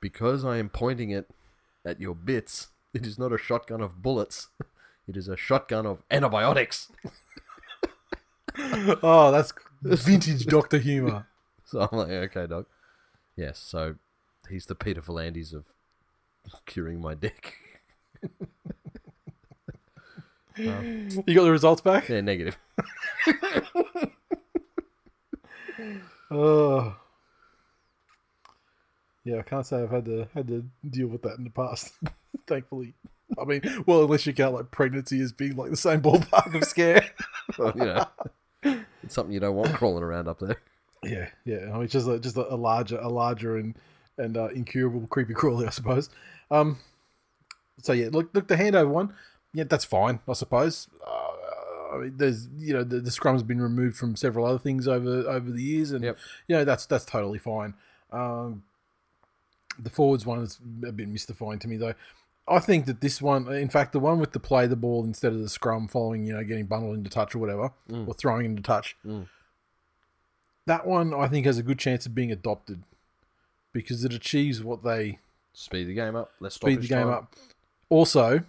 [SPEAKER 3] because I am pointing it at your bits, it is not a shotgun of bullets. It is a shotgun of antibiotics."
[SPEAKER 2] Oh, that's vintage Doctor Humor.
[SPEAKER 3] So I'm like, "Okay, doc." Yes, so he's the Peter Philandis of curing my dick.
[SPEAKER 2] You got the results back?
[SPEAKER 3] They're negative.
[SPEAKER 2] Oh. Yeah, I can't say I've had to had to deal with that in the past. Thankfully. I mean, well, unless you count like pregnancy as being like the same ballpark of scare.
[SPEAKER 3] Well, you know, it's something you don't want crawling around up there.
[SPEAKER 2] yeah, yeah. I mean, it's just a, just a, a larger, a larger and and uh, incurable creepy crawly, I suppose. Um, so yeah, look, look, the handover one, yeah, that's fine, I suppose. Uh, I mean, there's you know the, the scrum's been removed from several other things over over the years, and
[SPEAKER 3] Yep.
[SPEAKER 2] you know that's that's totally fine. Um, the forwards one is a bit mystifying to me though. I think that this one, in fact, the one with the play the ball instead of the scrum following, you know, getting bundled into touch or whatever, or throwing into touch, that one I think has a good chance of being adopted because it achieves what they
[SPEAKER 3] Speed the game up. Let's
[SPEAKER 2] speed the game up. Also,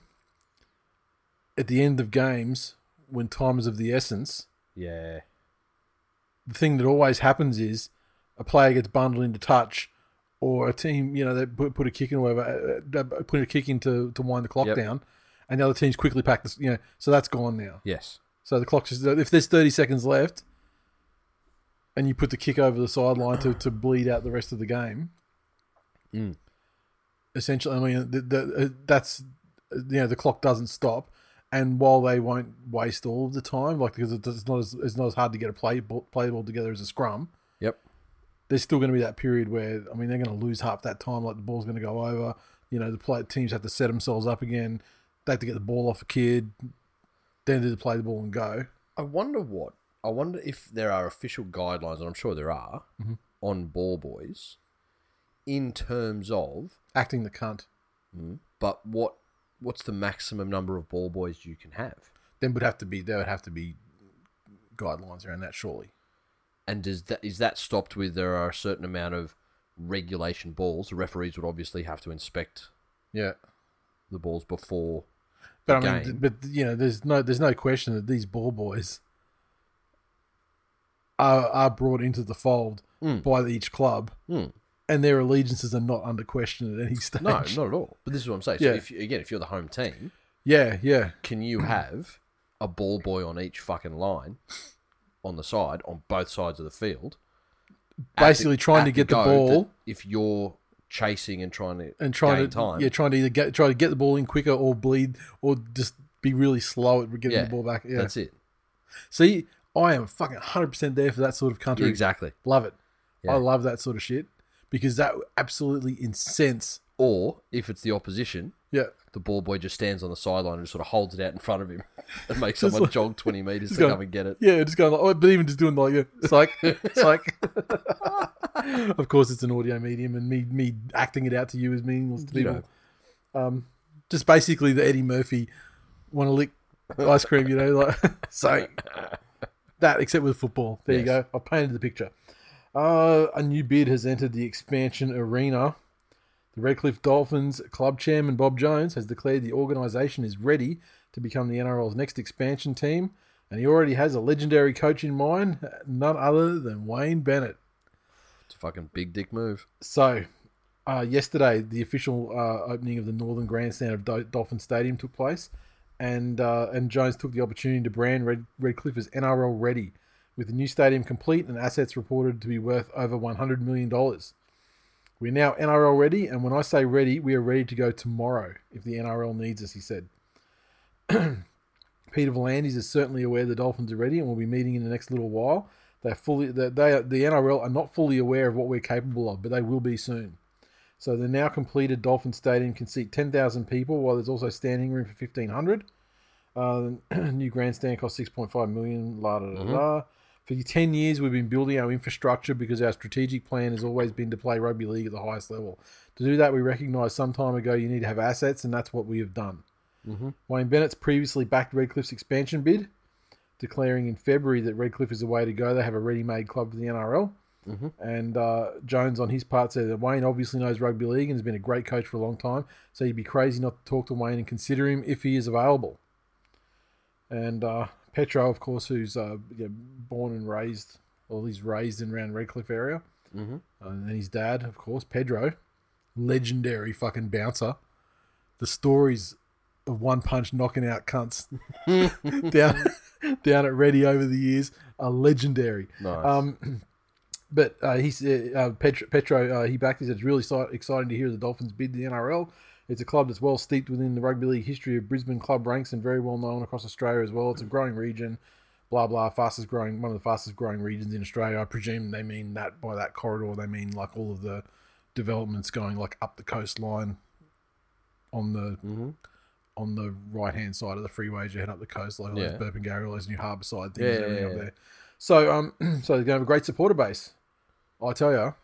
[SPEAKER 2] at the end of games, when time is of the essence,
[SPEAKER 3] Yeah.
[SPEAKER 2] the thing that always happens is a player gets bundled into touch, or a team, you know, they put, put a kick in or whatever, uh, uh, put a kick in to, to wind the clock
[SPEAKER 3] Yep.
[SPEAKER 2] down, and the other teams quickly pack this, you know, so that's gone now.
[SPEAKER 3] Yes.
[SPEAKER 2] So the clock's just, if there's 30 seconds left, and you put the kick over the sideline to, to bleed out the rest of the game,
[SPEAKER 3] Mm.
[SPEAKER 2] essentially, I mean, the, the, uh, that's, uh, you know, the clock doesn't stop. And while they won't waste all of the time, like because it- it's not as it's not as hard to get a play ball, play ball together as a scrum,
[SPEAKER 3] Yep.
[SPEAKER 2] there's still going to be that period where I mean they're going to lose half that time. Like the ball's going to go over. You know the play, teams have to set themselves up again. They have to get the ball off a kid, then to play the ball and go.
[SPEAKER 3] I wonder what. I wonder if there are official guidelines, and I'm sure there are, on ball boys in terms of,
[SPEAKER 2] Acting the cunt.
[SPEAKER 3] but what what's the maximum number of ball boys you can have?
[SPEAKER 2] Then would have to be there would have to be guidelines around that surely.
[SPEAKER 3] And does that is that stopped with there are a certain amount of regulation balls? The referees would obviously have to inspect
[SPEAKER 2] Yeah.
[SPEAKER 3] the balls before.
[SPEAKER 2] But I
[SPEAKER 3] the
[SPEAKER 2] mean,
[SPEAKER 3] game.
[SPEAKER 2] but you know, there's no there's no question that these ball boys are are brought into the fold
[SPEAKER 3] Mm.
[SPEAKER 2] by each club,
[SPEAKER 3] Mm.
[SPEAKER 2] and their allegiances are not under question at any stage.
[SPEAKER 3] No, not at all. But this is what I'm saying.
[SPEAKER 2] Yeah.
[SPEAKER 3] So if you, again, if you're the home team,
[SPEAKER 2] Yeah, yeah,
[SPEAKER 3] can you have a ball boy on each fucking line on the side on both sides of the field? at the-
[SPEAKER 2] Basically trying
[SPEAKER 3] at
[SPEAKER 2] to get the
[SPEAKER 3] go
[SPEAKER 2] ball-
[SPEAKER 3] that if you're chasing and trying to
[SPEAKER 2] and trying
[SPEAKER 3] gain
[SPEAKER 2] to
[SPEAKER 3] time.
[SPEAKER 2] yeah trying to either get try to get the ball in quicker or bleed or just be really slow at getting
[SPEAKER 3] Yeah,
[SPEAKER 2] the ball back. Yeah,
[SPEAKER 3] That's it.
[SPEAKER 2] see, I am fucking hundred percent there for that sort of country.
[SPEAKER 3] Exactly.
[SPEAKER 2] Love it.
[SPEAKER 3] Yeah.
[SPEAKER 2] I love that sort of shit because that absolutely incense.
[SPEAKER 3] Or if it's the opposition,
[SPEAKER 2] Yeah,
[SPEAKER 3] the ball boy just stands on the sideline and just sort of holds it out in front of him and makes
[SPEAKER 2] Just
[SPEAKER 3] someone
[SPEAKER 2] like-
[SPEAKER 3] jog 20 metres to
[SPEAKER 2] just go-
[SPEAKER 3] come and get it.
[SPEAKER 2] yeah, just going like, oh, but even just doing like, yeah, psych, psych. of course, it's an audio medium, and me me acting it out to you is meaningless to
[SPEAKER 3] You
[SPEAKER 2] people. Um, just basically the Eddie Murphy want to lick ice cream, you know, like so that except with football. There you go.
[SPEAKER 3] Yes.
[SPEAKER 2] I painted the picture. Uh, a new bid has entered the expansion arena. The Redcliffe Dolphins club chairman Bob Jones has declared the organisation is ready to become the NRL's next expansion team, and he already has a legendary coach in mind, none other than Wayne Bennett.
[SPEAKER 3] It's a fucking big dick move.
[SPEAKER 2] So, uh, yesterday, the official uh, opening of the Northern Grandstand of Do- Dolphin Stadium took place, and uh, and Jones took the opportunity to brand Red Redcliffe as NRL ready, with the new stadium complete and assets reported to be worth over one hundred million dollars. We're now NRL ready, and when I say ready, we are ready to go tomorrow if the NRL needs us, he said. Peter Volandis is certainly aware the Dolphins are ready and we will be meeting in the next little while. They're fully they, they are- the NRL are not fully aware of what we're capable of, but they will be soon. So the now completed Dolphin Stadium can seat 10,000 people, while there's also standing room for 1,500. Uh, new grandstand cost 6.5 million. La da da da. For 10 years, we've been building our infrastructure because our strategic plan has always been to play rugby league at the highest level. To do that, we recognised some time ago you need to have assets, and that's what we have done. Wayne Bennett's previously backed Redcliffe's expansion bid, declaring in February that Redcliffe is the way to go. They have a ready-made club for the NRL. And uh, Jones, on his part, said that Wayne obviously knows rugby league and has been a great coach for a long time. So you'd be crazy not to talk to Wayne and consider him if he is available. And uh, Petro, of course, who's uh, you know, born and raised, well, he's raised in around Redcliffe area, Uh,
[SPEAKER 3] Mhm.
[SPEAKER 2] and then his dad, of course, Pedro, legendary fucking bouncer. The stories of one punch knocking out cunts down down at Ready over the years are legendary.
[SPEAKER 3] Nice.
[SPEAKER 2] Um, but uh, he said, uh, Petro, Petro uh, he backed. He said it's really si- exciting to hear the Dolphins bid the NRL. It's a club that's well steeped within the rugby league history of Brisbane club ranks and very well known across Australia as well. It's a growing region, blah blah. Fastest growing, one of the fastest growing regions in Australia. I presume they mean that by that corridor. They mean like all of the developments going like up the coastline on the
[SPEAKER 3] Mhm.
[SPEAKER 2] on the right hand side of the freeway as you head up the coast, like all
[SPEAKER 3] Yeah.
[SPEAKER 2] those Burpengary, all those new harbour side
[SPEAKER 3] Yeah,
[SPEAKER 2] things, and
[SPEAKER 3] yeah,
[SPEAKER 2] everything
[SPEAKER 3] yeah.
[SPEAKER 2] up there. So, um, so they're going to have a great supporter base. I tell you,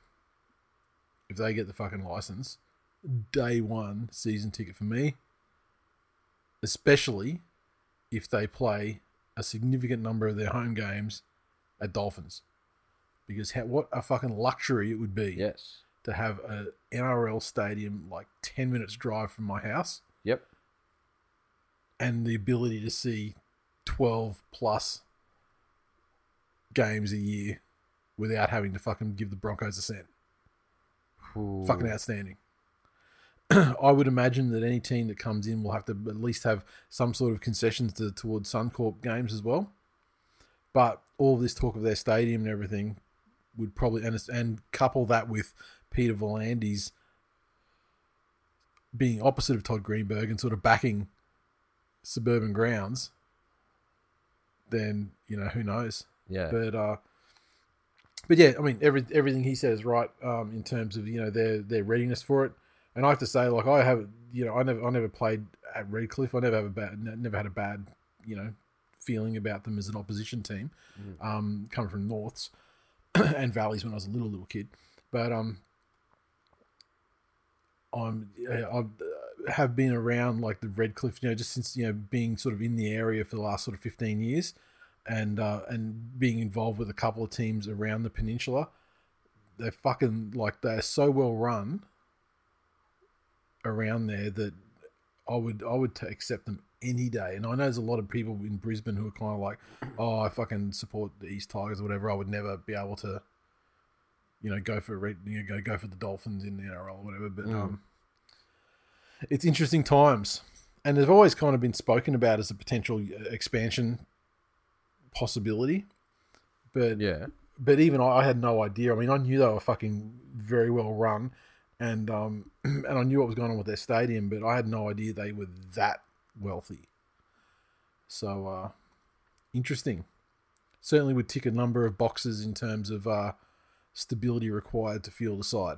[SPEAKER 2] if they get the fucking license, day one season ticket for me, especially if they play a significant number of their home games at Dolphins, because how, what a fucking luxury it would be
[SPEAKER 3] yes.
[SPEAKER 2] to have a NRL stadium like ten minutes drive from my house
[SPEAKER 3] Yep.
[SPEAKER 2] and the ability to see 12 plus games a year without having to fucking give the Broncos a cent. Fucking outstanding. I would imagine that any team that comes in will have to at least have some sort of concessions to, towards Suncorp games as well. But all this talk of their stadium and everything would probably and and couple that with Peter Volandis being opposite of Todd Greenberg and sort of backing suburban grounds, then you know who knows.
[SPEAKER 3] Yeah.
[SPEAKER 2] But uh, but yeah, I mean, every everything he said is right um, in terms of you know their their readiness for it. And I have to say, like I have, you know, I never I never played at Redcliffe. I never have a bad, ne- never had a bad, you know, feeling about them as an opposition team, um, coming from Norths and Valleys when I was a little little kid. But um, I'm I have been around like the Redcliffe, you know, just since you know being sort of in the area for the last sort of fifteen years, and uh, and being involved with a couple of teams around the peninsula. They're fucking like they're so well run around there that I would I would t- accept them any day. And I know there's a lot of people in Brisbane who are kind of like, oh, I fucking support the East Tigers or whatever. I would never be able to, you know, go for re- you know, go go for the Dolphins in the NRL or whatever. But um, it's interesting times, and they've always kind of been spoken about as a potential uh, expansion possibility. But
[SPEAKER 3] Yeah.
[SPEAKER 2] but even I, I had no idea. I mean, I knew they were fucking very well run, and um, and I knew what was going on with their stadium, but I had no idea they were that wealthy. So uh, interesting. Certainly would tick a number of boxes in terms of uh, stability required to field the side.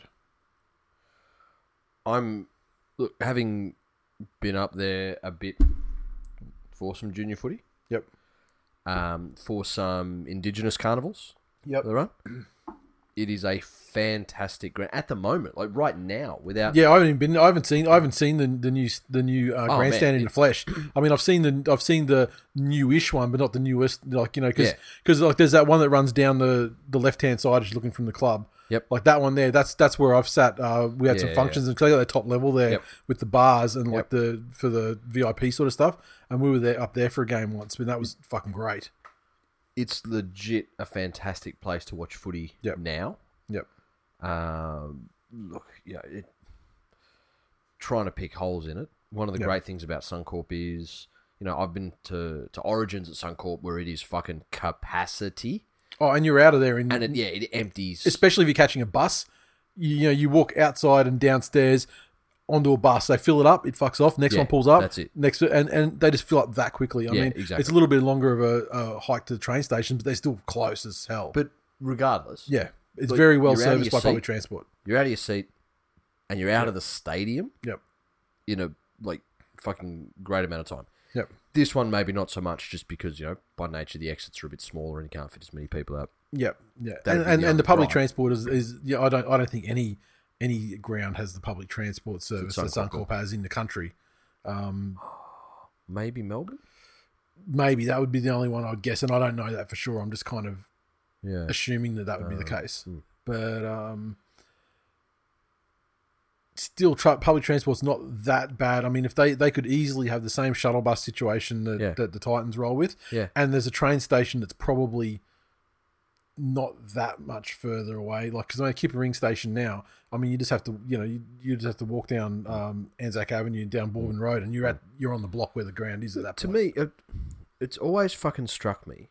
[SPEAKER 3] I'm look having been up there a bit for some junior footy,
[SPEAKER 2] Yep.
[SPEAKER 3] um, for some Indigenous carnivals.
[SPEAKER 2] Yep.
[SPEAKER 3] that right? It is a fantastic ground at the moment, like right now, without
[SPEAKER 2] Yeah, I haven't even been. I haven't seen. I haven't seen the the new the new uh,
[SPEAKER 3] Oh, man,
[SPEAKER 2] grandstand in the flesh. I mean, I've seen the I've seen the newish one, but not the newest. Like you know, because
[SPEAKER 3] Yeah.
[SPEAKER 2] like there's that one that runs down the the left hand side as you're looking from the club.
[SPEAKER 3] Yep.
[SPEAKER 2] Like that one there. That's that's where I've sat. Uh, we had
[SPEAKER 3] Yeah,
[SPEAKER 2] some
[SPEAKER 3] yeah.
[SPEAKER 2] functions and clearly the top level there
[SPEAKER 3] Yep.
[SPEAKER 2] with the bars and like the for the VIP sort of stuff. And we were there up there for a game once, but that was fucking great.
[SPEAKER 3] it's legit a fantastic place to watch footy
[SPEAKER 2] Yep.
[SPEAKER 3] now.
[SPEAKER 2] Yep.
[SPEAKER 3] Um, look, yeah, it, trying to pick holes in it. One of the
[SPEAKER 2] Yep.
[SPEAKER 3] great things about Suncorp is, you know, I've been to to Origins at Suncorp where it is fucking capacity,
[SPEAKER 2] Oh, and you're out of there in
[SPEAKER 3] and it, yeah, it empties.
[SPEAKER 2] especially if you're catching a bus. You, you know, you walk outside and downstairs onto a bus. They fill it up. It fucks off. Next
[SPEAKER 3] Yeah,
[SPEAKER 2] one pulls up.
[SPEAKER 3] that's it.
[SPEAKER 2] Next and and they just fill up that quickly. I
[SPEAKER 3] Yeah,
[SPEAKER 2] mean,
[SPEAKER 3] exactly.
[SPEAKER 2] it's a little bit longer of a, a hike to the train station, but they're still close as hell.
[SPEAKER 3] but regardless,
[SPEAKER 2] yeah, it's
[SPEAKER 3] but
[SPEAKER 2] very well
[SPEAKER 3] you're out of
[SPEAKER 2] serviced
[SPEAKER 3] your
[SPEAKER 2] by public
[SPEAKER 3] seat.
[SPEAKER 2] transport.
[SPEAKER 3] you're out of your seat, and you're out of the stadium
[SPEAKER 2] Yep,
[SPEAKER 3] in a like fucking great amount of time.
[SPEAKER 2] yep,
[SPEAKER 3] This one maybe not so much, just because you know by nature the exits are a bit smaller and you can't fit as many people out.
[SPEAKER 2] yep, yeah. and
[SPEAKER 3] That'd be
[SPEAKER 2] and,
[SPEAKER 3] the
[SPEAKER 2] and the public
[SPEAKER 3] override.
[SPEAKER 2] transport is, is yeah. I don't I don't think any any ground has the public transport service that
[SPEAKER 3] Suncorp.
[SPEAKER 2] Suncorp has in the country. Um,
[SPEAKER 3] Maybe Melbourne.
[SPEAKER 2] maybe that would be the only one I'd guess, and I don't know that for sure. I'm just kind of
[SPEAKER 3] Yeah.
[SPEAKER 2] assuming that that would be the case.
[SPEAKER 3] mm.
[SPEAKER 2] But um, still, tra- public transport's not that bad. I mean, if they, they could easily have the same shuttle bus situation that,
[SPEAKER 3] Yeah.
[SPEAKER 2] that the Titans roll with,
[SPEAKER 3] Yeah.
[SPEAKER 2] and there's a train station that's probably not that much further away. Like, because I keep a ring station now. I mean, you just have to, you know, you, you just have to walk down um, Anzac Avenue down Bourbon Road, and you're at you're on the block where the ground is at that
[SPEAKER 3] Hmm. to
[SPEAKER 2] point.
[SPEAKER 3] me, it, it's always fucking struck me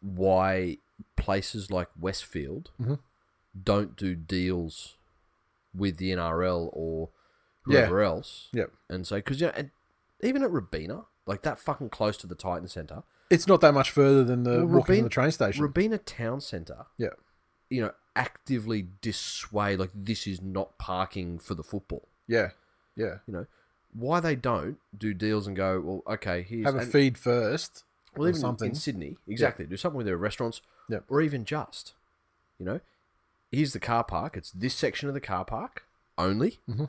[SPEAKER 3] why places like Westfield
[SPEAKER 2] Mhm.
[SPEAKER 3] don't do deals with the NRL or
[SPEAKER 2] Yeah.
[SPEAKER 3] whoever else,
[SPEAKER 2] Yep.
[SPEAKER 3] and so because you know, and even at Rabina, like that fucking close to the Titan Centre,
[SPEAKER 2] It's not that much further than the
[SPEAKER 3] Well,
[SPEAKER 2] walking
[SPEAKER 3] Rabin-
[SPEAKER 2] to the train station.
[SPEAKER 3] Rabina Town Centre,
[SPEAKER 2] yeah.
[SPEAKER 3] you know, actively dissuade like this is not parking for the football.
[SPEAKER 2] Yeah. Yeah.
[SPEAKER 3] You know, why they don't do deals and go well? Okay, here's
[SPEAKER 2] have a
[SPEAKER 3] and-
[SPEAKER 2] feed first
[SPEAKER 3] well,
[SPEAKER 2] or
[SPEAKER 3] even
[SPEAKER 2] something.
[SPEAKER 3] in Sydney, exactly. Do something with their restaurants,
[SPEAKER 2] Yep.
[SPEAKER 3] or even just, you know, here's the car park. It's this section of the car park only.
[SPEAKER 2] Mhm.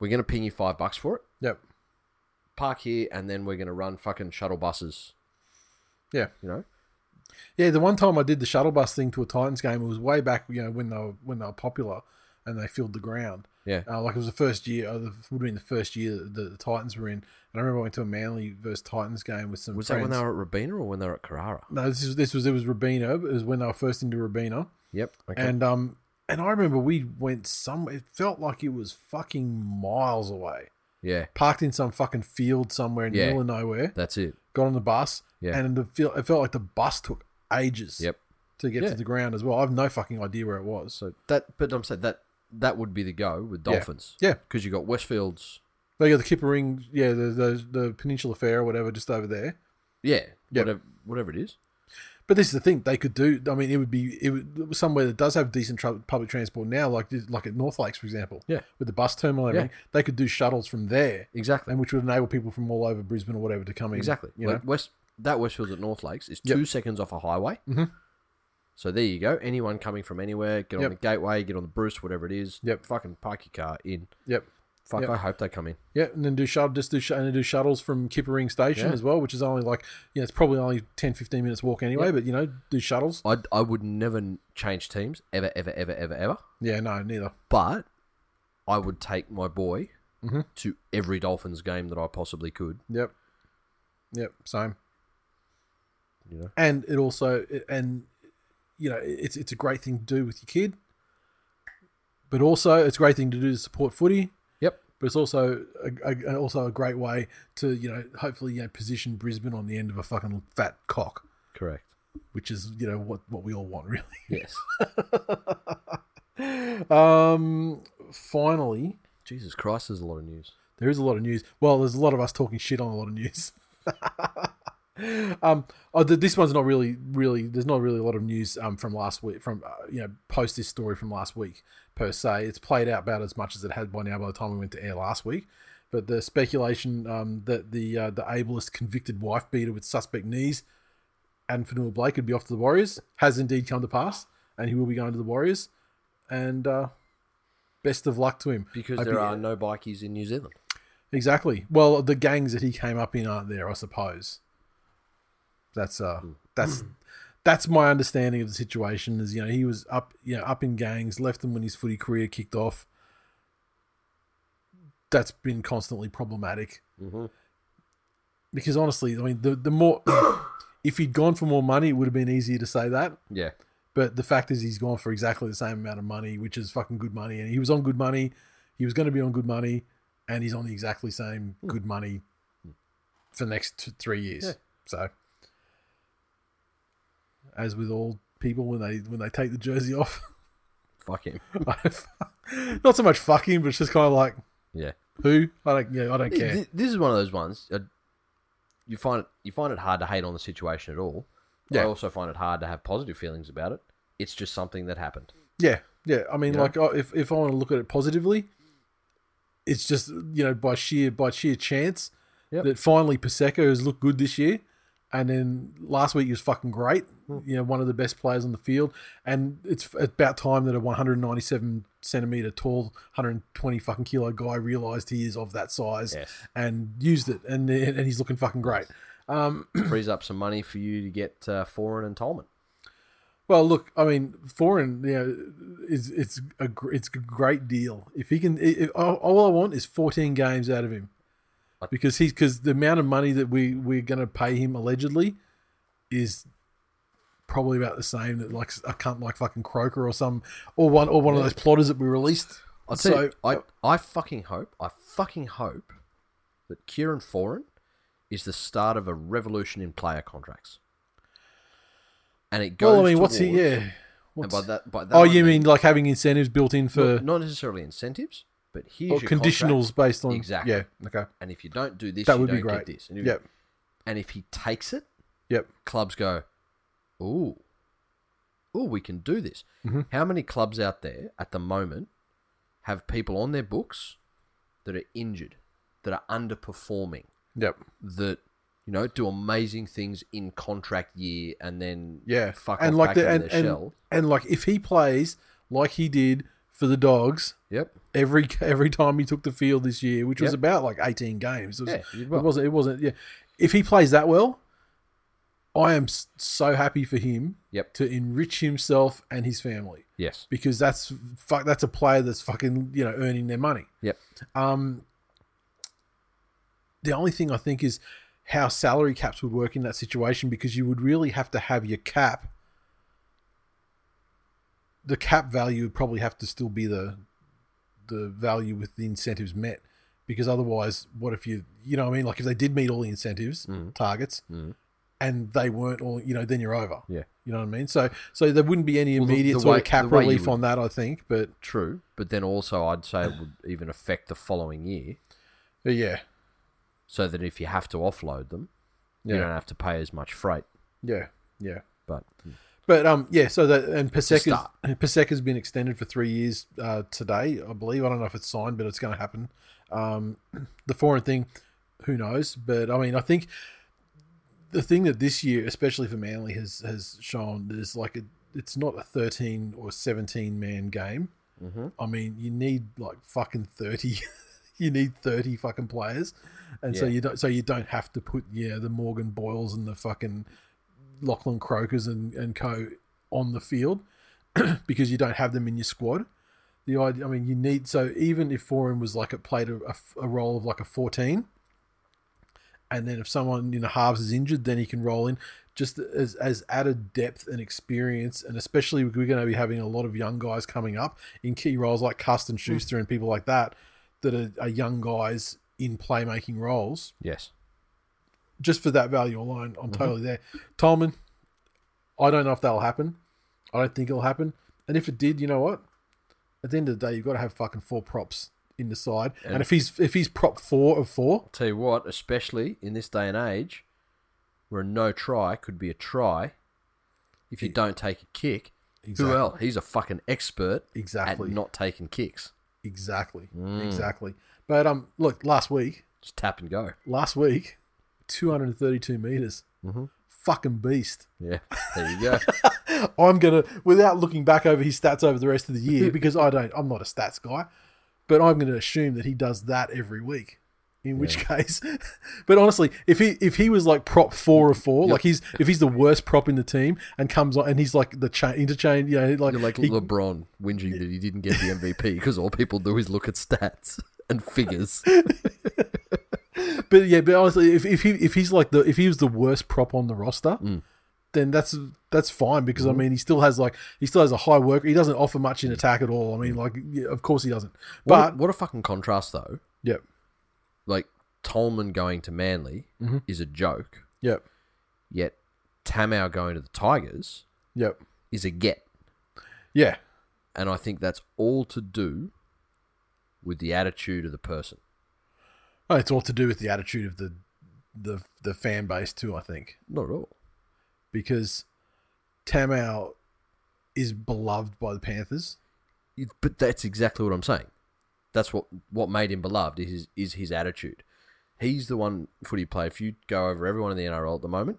[SPEAKER 3] We're gonna ping you five bucks for it.
[SPEAKER 2] Yep.
[SPEAKER 3] Park here, and then we're gonna run fucking shuttle buses.
[SPEAKER 2] Yeah.
[SPEAKER 3] You know,
[SPEAKER 2] Yeah, the one time I did the shuttle bus thing to a Titans game, it was way back, you know, when they were when they were popular and they filled the ground.
[SPEAKER 3] yeah,
[SPEAKER 2] Uh, like it was the first year, uh, the, would have been the first year that the, the Titans were in. And I remember I went to a Manly versus Titans game with some
[SPEAKER 3] was that
[SPEAKER 2] friends.
[SPEAKER 3] when they were at Rabina or when they were at Carrara?
[SPEAKER 2] No, this was this was it was Rabina. It was when they were first into Rabina,
[SPEAKER 3] Yep. Okay.
[SPEAKER 2] and um, and I remember we went some. It felt like it was fucking miles away,
[SPEAKER 3] yeah,
[SPEAKER 2] parked in some fucking field somewhere in the
[SPEAKER 3] Yeah.
[SPEAKER 2] middle of nowhere.
[SPEAKER 3] that's it.
[SPEAKER 2] got on the bus,
[SPEAKER 3] Yeah.
[SPEAKER 2] and the feel it felt like the bus took ages
[SPEAKER 3] Yep.
[SPEAKER 2] to get
[SPEAKER 3] Yeah.
[SPEAKER 2] to the ground as well. I have no fucking idea where it was.
[SPEAKER 3] So that, but I'm saying that that would be the go with
[SPEAKER 2] Yeah.
[SPEAKER 3] Dolphins.
[SPEAKER 2] Yeah.
[SPEAKER 3] Because you got Westfields.
[SPEAKER 2] They got the Kippering, yeah, the the, the Peninsula Fair or whatever, just over there.
[SPEAKER 3] Yeah.
[SPEAKER 2] Yep.
[SPEAKER 3] Whatever, whatever it is.
[SPEAKER 2] But this is the thing they could do. I mean, it would be it would somewhere that does have decent tra- public transport now, like like at North Lakes, for example.
[SPEAKER 3] Yeah.
[SPEAKER 2] with the bus terminal, and
[SPEAKER 3] Yeah.
[SPEAKER 2] everything, they could do shuttles from there,
[SPEAKER 3] Exactly.
[SPEAKER 2] and which would enable people from all over Brisbane or whatever to come in.
[SPEAKER 3] Exactly.
[SPEAKER 2] You
[SPEAKER 3] like
[SPEAKER 2] know,
[SPEAKER 3] West that Westfields at North Lakes is
[SPEAKER 2] Yep.
[SPEAKER 3] two seconds off a highway.
[SPEAKER 2] Mhm.
[SPEAKER 3] So there you go. Anyone coming from anywhere, get
[SPEAKER 2] Yep.
[SPEAKER 3] on the gateway, get on the Bruce, whatever it is.
[SPEAKER 2] Yep.
[SPEAKER 3] Fucking park your car in.
[SPEAKER 2] yep.
[SPEAKER 3] Fuck,
[SPEAKER 2] Yep.
[SPEAKER 3] I hope they come in.
[SPEAKER 2] Yeah, and then do shuttle, just do sh- and then do shuttles from Kippering Station
[SPEAKER 3] Yeah.
[SPEAKER 2] as well, which is only like you know it's probably only 10, 15 minutes walk anyway.
[SPEAKER 3] Yeah.
[SPEAKER 2] But you know, do shuttles.
[SPEAKER 3] I I would never n- change teams ever ever ever ever ever.
[SPEAKER 2] Yeah, no, neither.
[SPEAKER 3] But I would take my boy
[SPEAKER 2] Mhm.
[SPEAKER 3] to every Dolphins game that I possibly could.
[SPEAKER 2] Yep. Yep. Same.
[SPEAKER 3] You know,
[SPEAKER 2] And it also and you know it's it's a great thing to do with your kid, but also it's a great thing to do to support footy.
[SPEAKER 3] Yep.
[SPEAKER 2] But it's also a, a, also a great way to you know hopefully you know position Brisbane on the end of a fucking fat cock,
[SPEAKER 3] correct.
[SPEAKER 2] which is you know what what we all want really.
[SPEAKER 3] Yes.
[SPEAKER 2] um, finally,
[SPEAKER 3] Jesus Christ, there's a lot of news.
[SPEAKER 2] there is a lot of news. Well, there's a lot of us talking shit on a lot of news. um, oh, th- this one's not really, really. There's not really a lot of news um, from last week. From uh, you know, post this story from last week per se. It's played out about as much as it had by now by the time we went to air last week. But the speculation um, that the uh, the ableist convicted wife beater with suspect knees, and Fanua Blake would be off to the Warriors has indeed come to pass, and he will be going to the Warriors. And uh, best of luck to him
[SPEAKER 3] Because
[SPEAKER 2] Hope
[SPEAKER 3] there
[SPEAKER 2] he-
[SPEAKER 3] are no bikies in New Zealand.
[SPEAKER 2] Exactly. Well, the gangs that he came up in aren't there, I suppose. That's uh, that's that's my understanding of the situation. Is you know he was up, you know, up in gangs, left them when his footy career kicked off. That's been constantly problematic
[SPEAKER 3] Mm-hmm.
[SPEAKER 2] because honestly, I mean, the the more if he'd gone for more money, it would have been easier to say that.
[SPEAKER 3] Yeah.
[SPEAKER 2] But the fact is, he's gone for exactly the same amount of money, which is fucking good money. And he was on good money. He was going to be on good money, and he's on the exactly same good money for the next t- three years.
[SPEAKER 3] Yeah.
[SPEAKER 2] So, as with all people, when they when they take the jersey off,
[SPEAKER 3] Fuck him.
[SPEAKER 2] I- not so much fucking, but it's just kind of like
[SPEAKER 3] Yeah.
[SPEAKER 2] who I don't yeah I don't
[SPEAKER 3] Th-
[SPEAKER 2] care.
[SPEAKER 3] th- This is one of those ones. uh, You find it, you find it hard to hate on the situation at all.
[SPEAKER 2] Yeah.
[SPEAKER 3] I also find it hard to have positive feelings about it. It's just something that happened.
[SPEAKER 2] Yeah, yeah. I mean,
[SPEAKER 3] You know?
[SPEAKER 2] like like I- if if I want to look at it positively, it's just you know by sheer by sheer chance
[SPEAKER 3] Yep.
[SPEAKER 2] that finally Paseka has looked good this year, and then last week he was fucking great. You know, one of the best players on the field, and it's f- about time that a 197 centimeter tall, 120 fucking kilo guy realised he is of that size
[SPEAKER 3] Yes.
[SPEAKER 2] and used it, and and he's looking fucking great. Um,
[SPEAKER 3] Frees up some money for you to get uh, foreign and Tolman.
[SPEAKER 2] Well, look, I mean, foreign, you know, is it's a gr- it's a great deal. If he can, i i all all I want is fourteen games out of him,
[SPEAKER 3] I-
[SPEAKER 2] because he's because the amount of money that we we're going to pay him allegedly is probably about the same that like a cunt like fucking Croker or some or one or one of those plotters that we released.
[SPEAKER 3] I'll tell you,
[SPEAKER 2] So-
[SPEAKER 3] Uh,
[SPEAKER 2] uh,
[SPEAKER 3] I, I fucking hope, I fucking hope that Kieran Foran is the start of a revolution in player contracts. And it goes.
[SPEAKER 2] Well, I mean, what's he?
[SPEAKER 3] towards-
[SPEAKER 2] Yeah.
[SPEAKER 3] And
[SPEAKER 2] What's,
[SPEAKER 3] by that, by that
[SPEAKER 2] oh,
[SPEAKER 3] I
[SPEAKER 2] you mean like having incentives built in for
[SPEAKER 3] not, not necessarily incentives, but here's
[SPEAKER 2] or
[SPEAKER 3] your contract,
[SPEAKER 2] conditionals based on
[SPEAKER 3] Exactly.
[SPEAKER 2] Yeah. Okay.
[SPEAKER 3] and if you don't do this,
[SPEAKER 2] That
[SPEAKER 3] you
[SPEAKER 2] would be
[SPEAKER 3] don't
[SPEAKER 2] great.
[SPEAKER 3] get this. And if,
[SPEAKER 2] Yep.
[SPEAKER 3] and if he takes it,
[SPEAKER 2] Yep.
[SPEAKER 3] clubs go, ooh, ooh, we can do this.
[SPEAKER 2] Mhm.
[SPEAKER 3] How many clubs out there at the moment have people on their books that are injured, that are underperforming,
[SPEAKER 2] Yep.
[SPEAKER 3] that you know do amazing things in contract year and then
[SPEAKER 2] Yeah,
[SPEAKER 3] fuck
[SPEAKER 2] and
[SPEAKER 3] off
[SPEAKER 2] like
[SPEAKER 3] back
[SPEAKER 2] the
[SPEAKER 3] in
[SPEAKER 2] and,
[SPEAKER 3] their
[SPEAKER 2] and,
[SPEAKER 3] shell?
[SPEAKER 2] and like if he plays like he did for the Dogs
[SPEAKER 3] Yep,
[SPEAKER 2] every every time he took the field this year, which was
[SPEAKER 3] Yep.
[SPEAKER 2] about like eighteen games, it, was,
[SPEAKER 3] Yeah, you will.
[SPEAKER 2] it wasn't it wasn't yeah. If he plays that well, I am s- so happy for him
[SPEAKER 3] yep,
[SPEAKER 2] to enrich himself and his family
[SPEAKER 3] yes,
[SPEAKER 2] because that's fuck that's a player that's fucking you know earning their money.
[SPEAKER 3] yep,
[SPEAKER 2] Um, the only thing I think is how salary caps would work in that situation because you would really have to have your cap. The cap value would probably have to still be the the value with the incentives met because otherwise, what if you you know what I mean like if they did meet all the incentives
[SPEAKER 3] Mhm.
[SPEAKER 2] targets
[SPEAKER 3] Mhm.
[SPEAKER 2] and they weren't all you know then you're over
[SPEAKER 3] Yeah.
[SPEAKER 2] you know what I mean so so there wouldn't be any
[SPEAKER 3] Well, the-
[SPEAKER 2] immediate
[SPEAKER 3] the
[SPEAKER 2] sort
[SPEAKER 3] way-
[SPEAKER 2] of cap
[SPEAKER 3] the way you
[SPEAKER 2] relief
[SPEAKER 3] would-
[SPEAKER 2] on that I think but
[SPEAKER 3] true. But then also, I'd say it would even affect the following year,
[SPEAKER 2] but yeah
[SPEAKER 3] so that if you have to offload them,
[SPEAKER 2] Yeah.
[SPEAKER 3] you don't have to pay as much freight.
[SPEAKER 2] yeah yeah
[SPEAKER 3] But
[SPEAKER 2] But um, yeah. So that and Paseka
[SPEAKER 3] start.
[SPEAKER 2] Paseka's been extended for three years uh, today, I believe. I don't know if it's signed, but it's going to happen. Um, the foreign thing, who knows? But I mean, I think the thing that this year, especially for Manly, has has shown is like it, it's not a thirteen or seventeen man game.
[SPEAKER 3] Mhm.
[SPEAKER 2] I mean, you need like fucking thirty. you need thirty fucking players, and so
[SPEAKER 3] Yeah.
[SPEAKER 2] you don't. So you don't have to put yeah the Morgan Boyles and the fucking Lachlan Crokers and and co on the field because you don't have them in your squad. the idea. I mean, you need so even if foreign was like it played a, a f- a role of like a fourteen, and then if someone you know halves is injured, then he can roll in. Just as as added depth and experience, and especially we're going to be having a lot of young guys coming up in key roles like Custon Schuster and people like that, that are, are young guys in playmaking roles
[SPEAKER 3] Yes.
[SPEAKER 2] just for that value alone, I'm
[SPEAKER 3] Mm-hmm.
[SPEAKER 2] totally there. Tolman, I don't know if that'll happen. I don't think it'll happen. And if it did, you know what? At the end of the day, you've got to have fucking four props in the side. And,
[SPEAKER 3] And-
[SPEAKER 2] if he's if he's prop four of four,
[SPEAKER 3] Tell you what, especially in this day and age, where a no try could be a try, if you don't take a kick,
[SPEAKER 2] E- Exactly.
[SPEAKER 3] who else? He's a fucking expert
[SPEAKER 2] Exactly.
[SPEAKER 3] at not Mm. taking kicks.
[SPEAKER 2] exactly, exactly. But um, look, last week,
[SPEAKER 3] Just tap and go.
[SPEAKER 2] last week, 232 meters,
[SPEAKER 3] Mhm.
[SPEAKER 2] fucking beast.
[SPEAKER 3] Yeah, there you go.
[SPEAKER 2] I'm gonna, without looking back over his stats over the rest of the year, because I don't, I'm not a stats guy, but I'm gonna assume that he does that every week. In which case, but honestly, if he if he was like prop four of four, like he's if he's the worst prop in the team and comes on and he's like the cha- interchange, you know, like,
[SPEAKER 3] You're like
[SPEAKER 2] he-
[SPEAKER 3] LeBron whinging that he didn't get the MVP because all people do is look at stats and figures.
[SPEAKER 2] but yeah, but honestly, if, if he if he's like the if he was the worst prop on the roster,
[SPEAKER 3] Mm.
[SPEAKER 2] then that's that's fine because I mean he still has like he still has a high work. He doesn't offer much in attack at all. I
[SPEAKER 3] Mm.
[SPEAKER 2] mean, like yeah, of course he doesn't.
[SPEAKER 3] What
[SPEAKER 2] But
[SPEAKER 3] a, what a fucking contrast, though.
[SPEAKER 2] yep,
[SPEAKER 3] Like Tolman going to Manly
[SPEAKER 2] Mm-hmm.
[SPEAKER 3] is a joke,
[SPEAKER 2] yep,
[SPEAKER 3] yet Tamau going to the Tigers
[SPEAKER 2] yep,
[SPEAKER 3] is a get.
[SPEAKER 2] yeah.
[SPEAKER 3] And I think that's all to do with the attitude of the person.
[SPEAKER 2] Oh, it's all to do with the attitude of the the the fan base too, I think,
[SPEAKER 3] Not at all.
[SPEAKER 2] because Tamau is beloved by the Panthers.
[SPEAKER 3] It- But that's exactly what I'm saying. That's what what made him beloved is his, is his attitude. He's the one footy player. If you go over everyone in the NRL at the moment,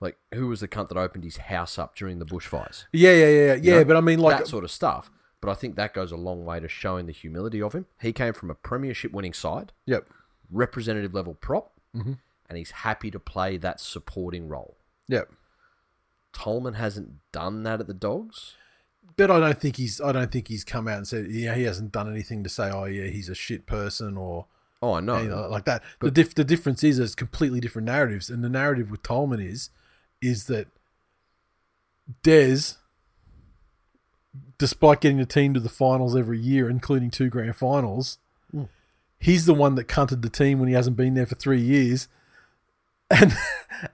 [SPEAKER 3] like who was the cunt that opened his house up during the bushfires?
[SPEAKER 2] Yeah, yeah, yeah, yeah.
[SPEAKER 3] you know?
[SPEAKER 2] but I mean, like,
[SPEAKER 3] that sort of stuff. But I think that goes a long way to showing the humility of him. He came from a premiership winning side,
[SPEAKER 2] yep,
[SPEAKER 3] representative level prop,
[SPEAKER 2] Mm-hmm.
[SPEAKER 3] and he's happy to play that supporting role.
[SPEAKER 2] yep.
[SPEAKER 3] Tolman hasn't done that at the Dogs.
[SPEAKER 2] But I don't think he's I don't think he's come out and said yeah he hasn't done anything to say oh yeah he's a shit person or
[SPEAKER 3] Oh, I know.
[SPEAKER 2] anything like that. the diff, the difference is there's completely different narratives, and the narrative with Tolman is is that Des, despite getting the team to the finals every year, including two grand finals, he's the one that cunted the team when he hasn't been there for three years. And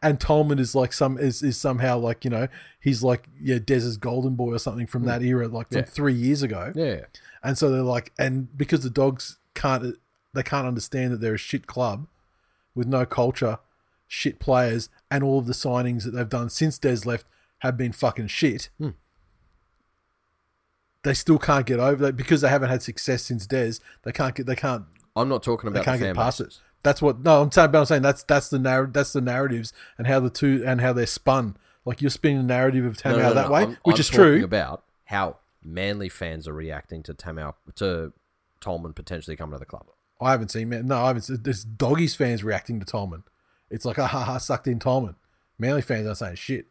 [SPEAKER 2] and Tolman is like some is, is somehow like, you know, he's like yeah, Dez's golden boy or something from that era, like from
[SPEAKER 3] Yeah.
[SPEAKER 2] three years ago.
[SPEAKER 3] Yeah.
[SPEAKER 2] And so they're like, and because the dogs can't, they can't understand that they're a shit club with no culture, shit players, and all of the signings that they've done since Des left have been fucking shit.
[SPEAKER 3] Hmm.
[SPEAKER 2] They still can't get over that because they haven't had success since Des. They can't get, they can't,
[SPEAKER 3] I'm not talking
[SPEAKER 2] they
[SPEAKER 3] about
[SPEAKER 2] can't
[SPEAKER 3] the
[SPEAKER 2] get
[SPEAKER 3] fan
[SPEAKER 2] past it.
[SPEAKER 3] bases.
[SPEAKER 2] That's what. No, I'm saying, but I'm saying that's that's the narrative. That's the narratives and how the two and how they're spun. Like you're spinning the narrative of Tamau that way,
[SPEAKER 3] I'm-
[SPEAKER 2] which
[SPEAKER 3] I'm
[SPEAKER 2] is
[SPEAKER 3] talking
[SPEAKER 2] true.
[SPEAKER 3] About how Manly fans are reacting to Tamau to Tolman potentially coming to the club.
[SPEAKER 2] I haven't seen man. No, I haven't. Seen, there's doggies fans reacting to Tolman. It's like, ah, ha, ha, sucked in Tolman. Manly fans aren't saying shit.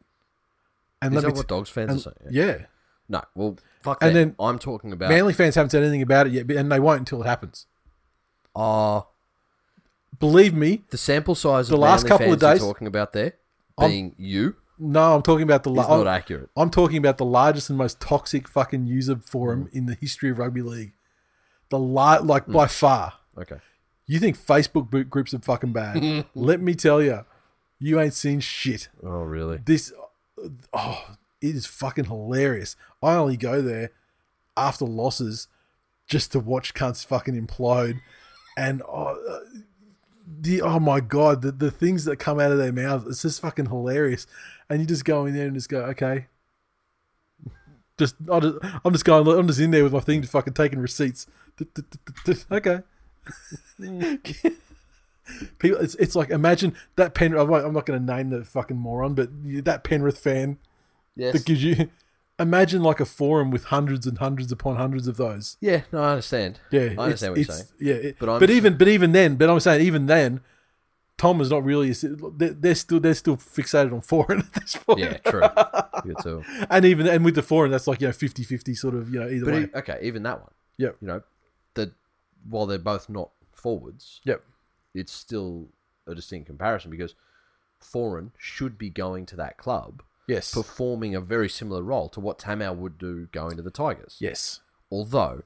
[SPEAKER 2] And
[SPEAKER 3] Is that
[SPEAKER 2] t-
[SPEAKER 3] what Dogs fans
[SPEAKER 2] and-
[SPEAKER 3] are saying?
[SPEAKER 2] Yeah,
[SPEAKER 3] No. Well, fuck
[SPEAKER 2] And
[SPEAKER 3] and
[SPEAKER 2] then-
[SPEAKER 3] Then, I'm talking about
[SPEAKER 2] Manly fans haven't said anything about it yet, but- and they won't until it happens.
[SPEAKER 3] uh,
[SPEAKER 2] Believe me.
[SPEAKER 3] the sample size
[SPEAKER 2] The
[SPEAKER 3] of
[SPEAKER 2] last
[SPEAKER 3] Manly
[SPEAKER 2] couple
[SPEAKER 3] fans
[SPEAKER 2] of days-
[SPEAKER 3] you're talking about there
[SPEAKER 2] I'm-
[SPEAKER 3] being you
[SPEAKER 2] No, I'm talking about the.
[SPEAKER 3] is
[SPEAKER 2] La-
[SPEAKER 3] not
[SPEAKER 2] I'm,
[SPEAKER 3] accurate.
[SPEAKER 2] I'm talking about the largest and most toxic fucking user
[SPEAKER 3] Mm.
[SPEAKER 2] forum in the history of rugby league. The li- like by far.
[SPEAKER 3] Okay.
[SPEAKER 2] You think Facebook boot groups are fucking bad? Let me tell you, you ain't seen shit.
[SPEAKER 3] Oh, really?
[SPEAKER 2] this oh it is fucking hilarious i only go there after losses just to watch cunts fucking implode and oh, uh, the oh my god the, the things that come out of their mouths it's just fucking hilarious and you just go in there and just go okay just, I just i'm just going i'm just in there with my thing to fucking taking receipts okay People, it's, it's like imagine that Penrith. I won't- I'm not going to name the fucking moron, but you- that Penrith fan
[SPEAKER 3] Yes.
[SPEAKER 2] that gives you. Imagine like a forum with hundreds and hundreds upon hundreds of those.
[SPEAKER 3] yeah. No, I understand.
[SPEAKER 2] Yeah,
[SPEAKER 3] I
[SPEAKER 2] it's-
[SPEAKER 3] understand what you're
[SPEAKER 2] it's-
[SPEAKER 3] saying.
[SPEAKER 2] Yeah, it-
[SPEAKER 3] But
[SPEAKER 2] but,
[SPEAKER 3] I'm-
[SPEAKER 2] even but even then, but I'm saying even then, Tom is not really. They're they're still they're still fixated on foreign at this point.
[SPEAKER 3] Yeah, true. Good too.
[SPEAKER 2] and even and with the foreign, that's like you know 50-50 sort of you know either
[SPEAKER 3] But
[SPEAKER 2] way.
[SPEAKER 3] e- okay, even that one.
[SPEAKER 2] Yep.
[SPEAKER 3] You know, the while they're both not forwards,
[SPEAKER 2] Yep.
[SPEAKER 3] it's still a distinct comparison because foreign should be going to that club
[SPEAKER 2] Yes.
[SPEAKER 3] performing a very similar role to what Tamau would do going to the Tigers.
[SPEAKER 2] yes.
[SPEAKER 3] Although,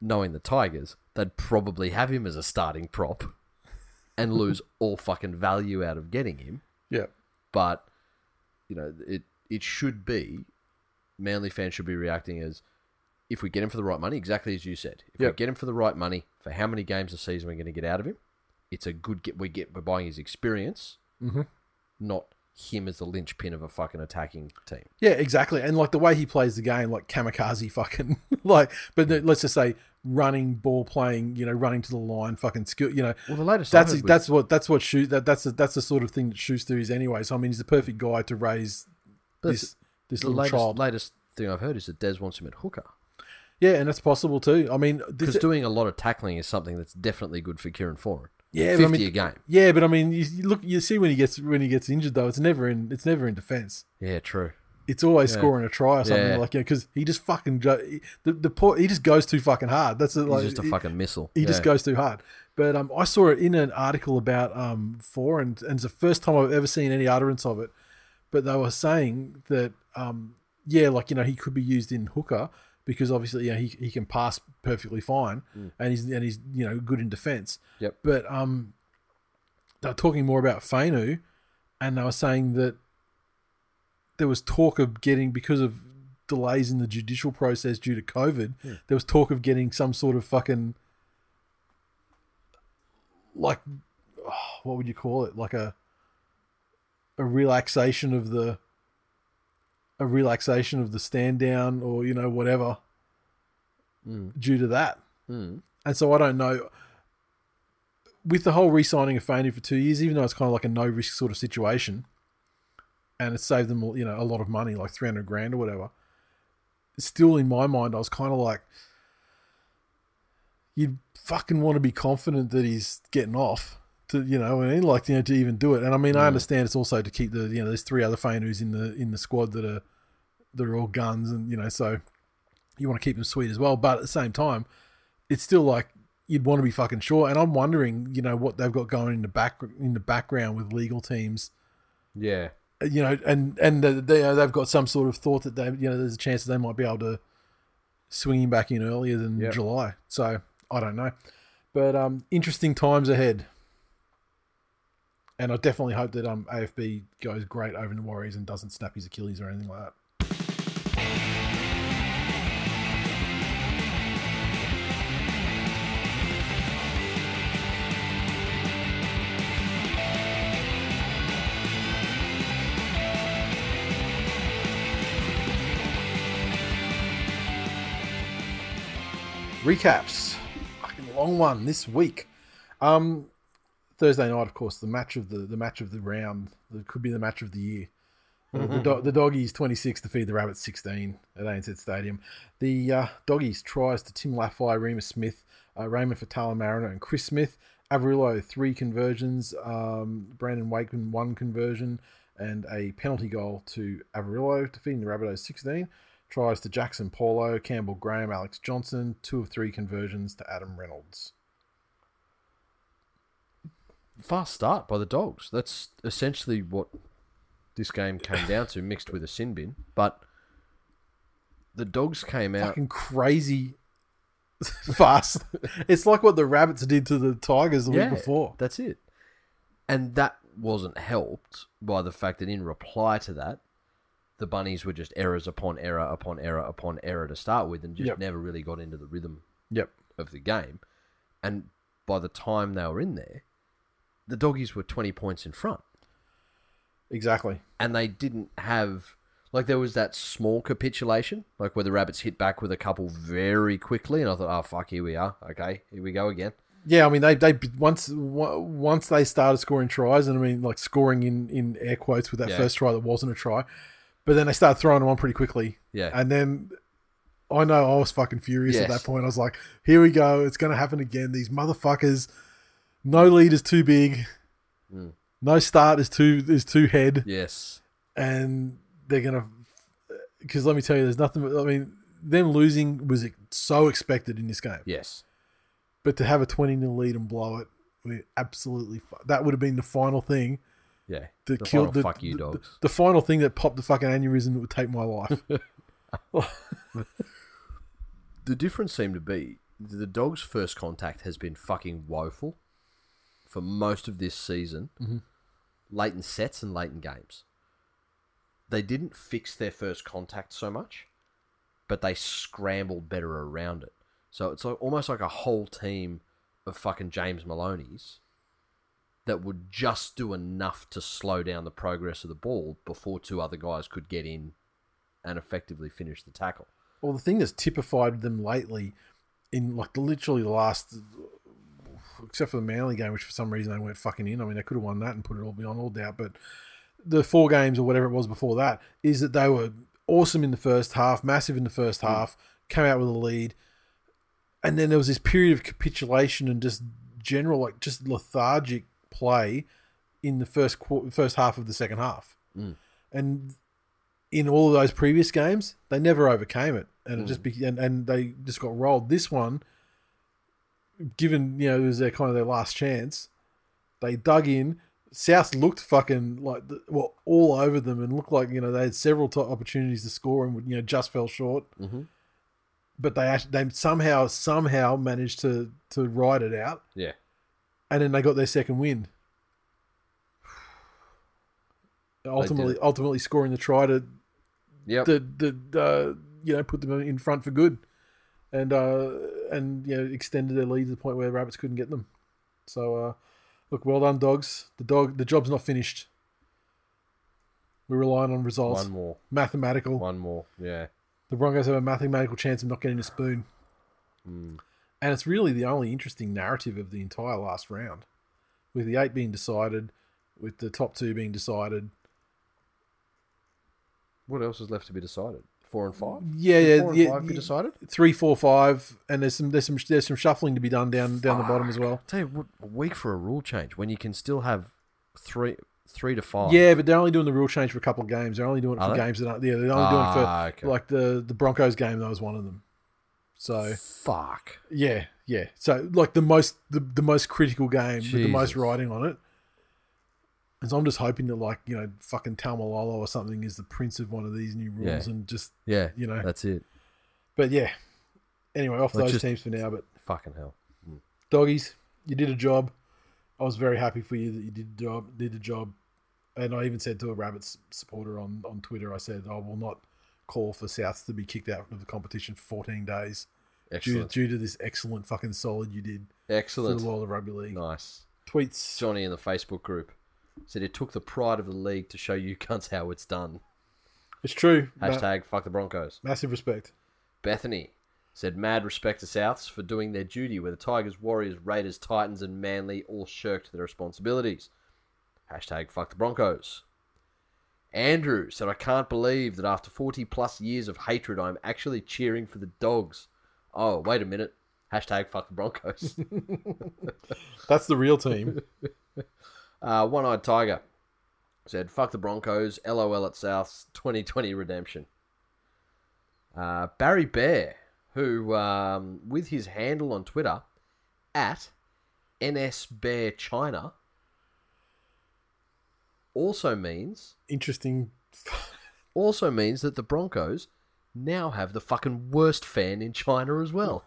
[SPEAKER 3] knowing the Tigers, they'd probably have him as a starting prop and lose all fucking value out of getting him.
[SPEAKER 2] Yeah.
[SPEAKER 3] But, you know, it it should be Manly fans should be reacting as if we get him for the right money, exactly as you said. If
[SPEAKER 2] Yep.
[SPEAKER 3] we get him for the right money, for how many games a season we're going to get out of him, it's a good get. We get we're buying his experience,
[SPEAKER 2] Mhm.
[SPEAKER 3] not him as the linchpin of a fucking attacking team.
[SPEAKER 2] Yeah, exactly. And like the way he plays the game, like kamikaze fucking like. But th- let's just say running ball playing, you know, running to the line, fucking skill, you know.
[SPEAKER 3] Well, the latest I
[SPEAKER 2] That's
[SPEAKER 3] heard was-
[SPEAKER 2] that's what that's what shoot that that's the, that's the sort of thing that Schuster is anyway. So I mean, he's the perfect guy to raise
[SPEAKER 3] But
[SPEAKER 2] this this
[SPEAKER 3] the
[SPEAKER 2] little
[SPEAKER 3] latest,
[SPEAKER 2] child.
[SPEAKER 3] latest thing I've heard is that Des wants him at hooker
[SPEAKER 2] yeah, and that's possible too. I mean,
[SPEAKER 3] because
[SPEAKER 2] this,
[SPEAKER 3] doing a lot of tackling is something that's definitely good for Kieran Foran.
[SPEAKER 2] yeah,
[SPEAKER 3] fifty
[SPEAKER 2] but I mean,
[SPEAKER 3] a game.
[SPEAKER 2] yeah, but I mean, you, you look, you see when he gets when he gets injured though, it's never in it's never in defense.
[SPEAKER 3] Yeah, true.
[SPEAKER 2] It's always
[SPEAKER 3] Yeah.
[SPEAKER 2] scoring a try or something
[SPEAKER 3] Yeah.
[SPEAKER 2] like yeah, because he just fucking jo- he- the the poor, he just goes too fucking hard. That's it,
[SPEAKER 3] He's
[SPEAKER 2] like
[SPEAKER 3] just a
[SPEAKER 2] he-
[SPEAKER 3] fucking missile.
[SPEAKER 2] he just
[SPEAKER 3] Yeah.
[SPEAKER 2] goes too hard. But um, I saw it in an article about um, foreign, and, it's the first time I've ever seen any utterance of it. But they were saying that um, yeah, like you know, he could be used in hooker because obviously you know, he he can pass perfectly fine, and he's and he's you know good in defence.
[SPEAKER 3] Yep.
[SPEAKER 2] But um, they were talking more about Fainu, and they were saying that there was talk of getting because of delays in the judicial process due to COVID. There was talk of getting some sort of fucking like oh, what would you call it? Like a a relaxation of the a relaxation of the stand down or you know whatever
[SPEAKER 3] Mm.
[SPEAKER 2] due to that.
[SPEAKER 3] Mm.
[SPEAKER 2] And so I don't know. With the whole re-signing of Fanny for two years, even though it's kind of like a no-risk sort of situation, and it saved them, you know, a lot of money, like three hundred grand or whatever. Still, in my mind, I was kind of like, you'd fucking want to be confident that he's getting off. To, you know, what I mean, like you know, to even do it, and I mean, I understand it's also to keep the you know, there's three other Fanu's in the in the squad that are that are all guns, and you know, so you want to keep them sweet as well. But at the same time, it's still like you'd want to be fucking sure. And I'm wondering, you know, what they've got going in the back in the background with legal teams,
[SPEAKER 3] Yeah.
[SPEAKER 2] Uh, you know, and and the, they uh, they've got some sort of thought that they, you know, there's a chance that they might be able to swing him back in earlier than
[SPEAKER 3] Yep.
[SPEAKER 2] July. So I don't know, but um, interesting times ahead. And I definitely hope that um AFB goes great over the Warriors and doesn't snap his Achilles or anything like that. recaps. Fucking long one this week. Um, Thursday night, of course, the match of the the match of the round that could be the match of the year. The, the, do- the doggies twenty six to feed the rabbits sixteen at ANZ Stadium. The uh, doggies tries to Tim Laffey, Remus Smith, uh, Raymond Fatala Mariner, and Chris Smith. Averillo three conversions, um, Brandon Wakeman one conversion, and a penalty goal to Averillo defeating the Rabbitohs sixteen tries to Jackson Paulo, Campbell Graham, Alex Johnson, two of three conversions to Adam Reynolds.
[SPEAKER 3] Fast start by the Dogs. That's essentially what this game came down to, mixed with a sin bin. But the Dogs came out.
[SPEAKER 2] Fucking crazy fast. it's like what the Rabbits did to the Tigers the
[SPEAKER 3] yeah,
[SPEAKER 2] week before.
[SPEAKER 3] That's it. And that wasn't helped by the fact that in reply to that, the Bunnies were just errors upon error upon error upon error to start with and just
[SPEAKER 2] Yep.
[SPEAKER 3] never really got into the rhythm
[SPEAKER 2] Yep.
[SPEAKER 3] of the game. And by the time they were in there, the doggies were 20 points in front.
[SPEAKER 2] Exactly.
[SPEAKER 3] And they didn't have, like, there was that small capitulation, like where the Rabbits hit back with a couple very quickly. And I thought, oh, fuck, here we are. Okay, here we go again.
[SPEAKER 2] Yeah, I mean they they once wa- once they started scoring tries, and I mean like scoring in in air quotes with that
[SPEAKER 3] Yeah.
[SPEAKER 2] first try that wasn't a try, but then they started throwing them on pretty quickly.
[SPEAKER 3] Yeah.
[SPEAKER 2] and then I know I was fucking furious at
[SPEAKER 3] Yes.
[SPEAKER 2] that point. I was like, "Here we go, it's going to happen again." These motherfuckers, no lead is too big.
[SPEAKER 3] Mm.
[SPEAKER 2] No start is too is too head,
[SPEAKER 3] Yes.
[SPEAKER 2] and they're gonna. Because let me tell you, there's nothing. I mean, them losing was ex- so expected in this game,
[SPEAKER 3] Yes.
[SPEAKER 2] but to have a 20 0 lead and blow it, we absolutely fu- that would have been the final thing
[SPEAKER 3] Yeah.
[SPEAKER 2] that
[SPEAKER 3] The
[SPEAKER 2] killed
[SPEAKER 3] final
[SPEAKER 2] the,
[SPEAKER 3] fuck you,
[SPEAKER 2] the- the-
[SPEAKER 3] dogs.
[SPEAKER 2] The, final thing that popped the fucking aneurysm that would take my life.
[SPEAKER 3] The difference seemed to be the dog's first contact has been fucking woeful for most of this season. Late in sets and late in games. They didn't fix their first contact so much, but they scrambled better around it. So it's like, almost like a whole team of fucking James Maloney's that would just do enough to slow down the progress of the ball before two other guys could get in and effectively finish the tackle.
[SPEAKER 2] well, the thing that's typified them lately, in like literally the last, except for the Manly game, which for some reason they weren't fucking in. I mean, they could have won that and put it all beyond all doubt, but the four games or whatever it was before that is that they were awesome in the first half, massive in the first half, came out with a lead, and then there was this period of capitulation and just general like just lethargic play in the first quarter, first half of the second half,
[SPEAKER 3] Mm.
[SPEAKER 2] and in all of those previous games they never overcame it, and it just be- and, and they just got rolled. This one, given you know it was their kind of their last chance, they dug in. South looked fucking like the, well all over them and looked like you know they had several top opportunities to score and you know just fell short.
[SPEAKER 3] Mhm.
[SPEAKER 2] But they actually, they somehow somehow managed to to ride it out
[SPEAKER 3] Yeah.
[SPEAKER 2] and then they got their second win. Ultimately,
[SPEAKER 3] did.
[SPEAKER 2] ultimately scoring the try to
[SPEAKER 3] Yep.
[SPEAKER 2] the the uh, you know put them in front for good, and uh, and you know extended their lead to the point where the rabbits couldn't get them. So uh, look, well done, dogs. The dog, the job's not finished. We're relying on results.
[SPEAKER 3] One more.
[SPEAKER 2] Mathematical.
[SPEAKER 3] One more. Yeah.
[SPEAKER 2] The Broncos have a mathematical chance of not getting a spoon.
[SPEAKER 3] Hmm.
[SPEAKER 2] And it's really the only interesting narrative of the entire last round, with the eight being decided, with the top two being decided.
[SPEAKER 3] What else is left to be decided? Four and five?
[SPEAKER 2] Yeah,
[SPEAKER 3] Did
[SPEAKER 2] yeah,
[SPEAKER 3] four and
[SPEAKER 2] yeah,
[SPEAKER 3] five be
[SPEAKER 2] yeah.
[SPEAKER 3] decided?
[SPEAKER 2] Three, four, five, and there's some there's some there's some shuffling to be done down down the bottom as well.
[SPEAKER 3] tell you what, a week for a rule change when you can still have three three to five.
[SPEAKER 2] Yeah, but they're only doing the rule change for a couple of games. They're only doing it
[SPEAKER 3] Are
[SPEAKER 2] for
[SPEAKER 3] they?
[SPEAKER 2] games that aren't. Yeah, they're only doing
[SPEAKER 3] Ah,
[SPEAKER 2] it for
[SPEAKER 3] okay.
[SPEAKER 2] like the the Broncos game. That was one of them. So
[SPEAKER 3] Fuck.
[SPEAKER 2] Yeah, yeah. So like the most the, the most critical game with the most
[SPEAKER 3] Jesus.
[SPEAKER 2] riding on it. And so I'm just hoping that like, you know, fucking Talmalolo or something is the prince of one of these new rules
[SPEAKER 3] Yeah.
[SPEAKER 2] and just
[SPEAKER 3] Yeah.
[SPEAKER 2] You know.
[SPEAKER 3] That's it.
[SPEAKER 2] but yeah. Anyway, off
[SPEAKER 3] Let's
[SPEAKER 2] those
[SPEAKER 3] just-
[SPEAKER 2] teams for now, but
[SPEAKER 3] Fucking hell.
[SPEAKER 2] doggies, you did a job. I was very happy for you that you did the job did the job. And I even said to a rabbits supporter on, on Twitter, I said, I will not call for Souths to be kicked out of the competition for fourteen days due,
[SPEAKER 3] Excellent.
[SPEAKER 2] due to this excellent fucking solid you did for the
[SPEAKER 3] Excellent.
[SPEAKER 2] world of rugby league.
[SPEAKER 3] Nice.
[SPEAKER 2] Tweets
[SPEAKER 3] Johnny in the Facebook group said it took the pride of the league to show you cunts how it's done.
[SPEAKER 2] It's true. Ma-
[SPEAKER 3] Hashtag fuck the Broncos.
[SPEAKER 2] massive respect.
[SPEAKER 3] Bethany said, "Mad respect to Souths for doing their duty, where the Tigers, Warriors, Raiders, Titans, and Manly all shirked their responsibilities." Hashtag fuck the Broncos. Andrew said, "I can't believe that after 40 plus years of hatred, I'm actually cheering for the Dogs." Oh, wait a minute. Hashtag fuck the Broncos.
[SPEAKER 2] That's the real team.
[SPEAKER 3] uh, One Eyed Tiger said, "Fuck the Broncos." LOL at Souths 2020 redemption. uh, Barry Bear, who, um, with his handle on Twitter, at NSBearChina, also means
[SPEAKER 2] Interesting.
[SPEAKER 3] also means that the Broncos now have the fucking worst fan in China as well.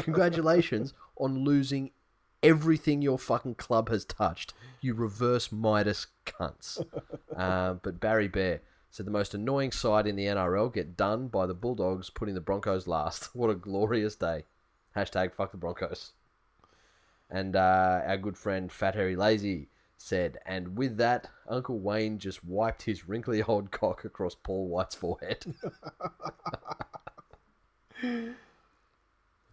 [SPEAKER 3] Congratulations on losing everything your fucking club has touched. You reverse Midas cunts. Uh, but Barry Bear said the most annoying side in the NRL get done by the Bulldogs putting the Broncos last. What a glorious day. Hashtag fuck the Broncos. And uh, our good friend Fat Harry Lazy said, and with that, Uncle Wayne just wiped his wrinkly old cock across Paul White's forehead.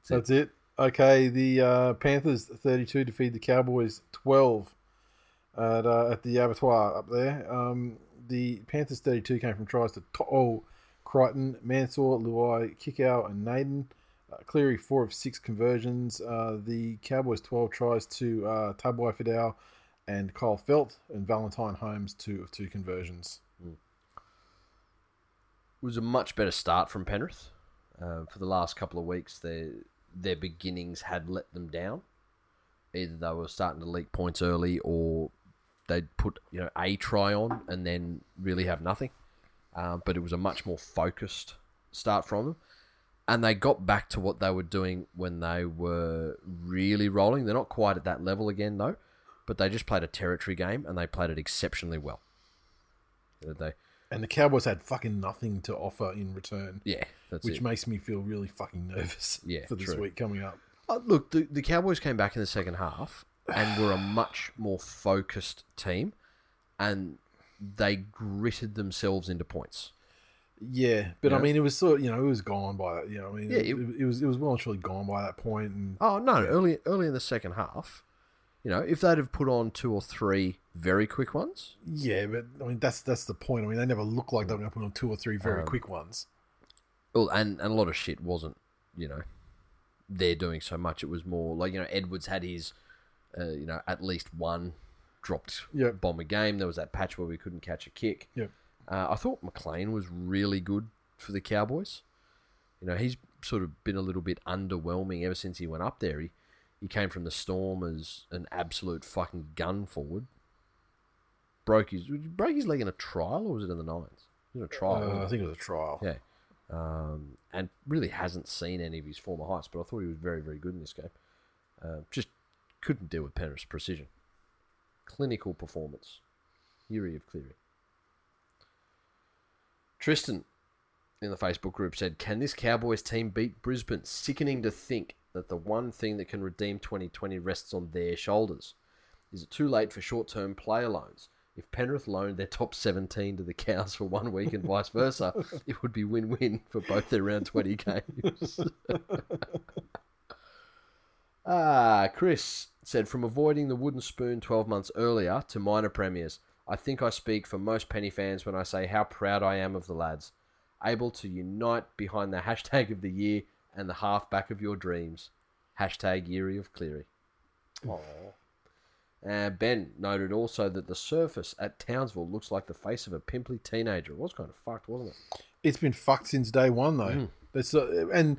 [SPEAKER 2] That's it. Okay, the uh, Panthers 32 defeat the Cowboys 12 at, uh, at the abattoir up there. Um, the Panthers 32 came from tries to To'o, Crichton, Mansour, Luai, Kickow, and Naden. Uh, Cleary, four of six conversions. Uh, the Cowboys 12 tries to uh, Tabuai Fidel, and Kyle Felt and Valentine Holmes two of two conversions.
[SPEAKER 3] It was a much better start from Penrith. Uh, for the last couple of weeks, their their beginnings had let them down. Either they were starting to leak points early, or they'd put you know a try on and then really have nothing. Uh, but it was a much more focused start from them, and they got back to what they were doing when they were really rolling. They're not quite at that level again though, but they just played a territory game and they played it exceptionally well. They
[SPEAKER 2] And the Cowboys had fucking nothing to offer in return,
[SPEAKER 3] yeah, that's
[SPEAKER 2] which
[SPEAKER 3] it.
[SPEAKER 2] makes me feel really fucking nervous
[SPEAKER 3] Yeah,
[SPEAKER 2] for this
[SPEAKER 3] true.
[SPEAKER 2] week coming up.
[SPEAKER 3] Uh, look, the, the Cowboys came back in the second half and were a much more focused team, and they gritted themselves into points.
[SPEAKER 2] Yeah, but I
[SPEAKER 3] Yeah.
[SPEAKER 2] mean, it was sort of, you know, it was gone by, you know, I mean,
[SPEAKER 3] Yeah,
[SPEAKER 2] it,
[SPEAKER 3] it-
[SPEAKER 2] it, was it was well and truly gone by that point, and
[SPEAKER 3] Oh no, early early in the second half, you know, if they'd have put on two or three very quick ones,
[SPEAKER 2] yeah, but I mean, that's that's the point. I mean, they never look like they're going to put on two or three very
[SPEAKER 3] Um,
[SPEAKER 2] quick ones.
[SPEAKER 3] well, and and a lot of shit wasn't, you know, they're doing so much. It was more like you know, Edwards had his, uh, you know, at least one dropped
[SPEAKER 2] Yep.
[SPEAKER 3] bomb a game. There was that patch where we couldn't catch a kick.
[SPEAKER 2] Yep.
[SPEAKER 3] Uh, I thought McLean was really good for the Cowboys. You know, he's sort of been a little bit underwhelming ever since he went up there. He he came from the Storm as an absolute fucking gun forward. Broke his broke his leg in a trial or was it in the nines? It was in a trial. wasn't
[SPEAKER 2] Uh,
[SPEAKER 3] it?
[SPEAKER 2] I think it was a trial.
[SPEAKER 3] oh, Yeah. Um, and really hasn't seen any of his former heights, but I thought he was very, very good in this game. Uh, just couldn't deal with Penrith's precision. Clinical performance. Yuri of Cleary. Tristan in the Facebook group said, Can this Cowboys team beat Brisbane? Sickening to think that the one thing that can redeem 2020 rests on their shoulders. Is it too late for short term player loans? If Penrith loaned their top 17 to the Cows for one week and vice versa, it would be win win for both their round 20 games. ah, Chris said from avoiding the wooden spoon 12 months earlier to minor premiers, I think I speak for most Penny fans when I say how proud I am of the lads. Able to unite behind the hashtag of the year and the halfback of your dreams. Hashtag Yeary of Cleary. Uh, ben noted also that the surface at Townsville looks like the face of a pimply teenager. It was kind of fucked, wasn't it?
[SPEAKER 2] It's been fucked since day one, though.
[SPEAKER 3] Mm.
[SPEAKER 2] That's uh, and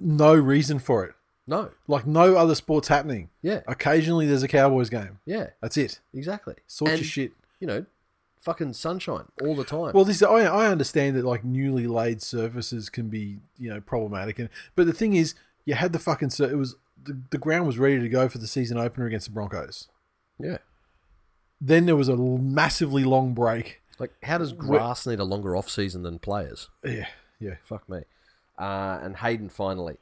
[SPEAKER 2] no reason for it.
[SPEAKER 3] No.
[SPEAKER 2] Like no other sports happening.
[SPEAKER 3] Yeah.
[SPEAKER 2] Occasionally, there's a Cowboys game.
[SPEAKER 3] Yeah.
[SPEAKER 2] That's it.
[SPEAKER 3] Exactly.
[SPEAKER 2] Sort
[SPEAKER 3] And,
[SPEAKER 2] your shit.
[SPEAKER 3] You know, fucking sunshine all the time.
[SPEAKER 2] Well, this I, I understand that like newly laid surfaces can be you know problematic, and but the thing is, you had the fucking sur- it was the, the ground was ready to go for the season opener against the Broncos.
[SPEAKER 3] yeah.
[SPEAKER 2] Then there was a l- massively long break.
[SPEAKER 3] Like, how does grass need a longer off season than players?
[SPEAKER 2] Yeah, yeah.
[SPEAKER 3] Fuck me. Uh, and Hayden finally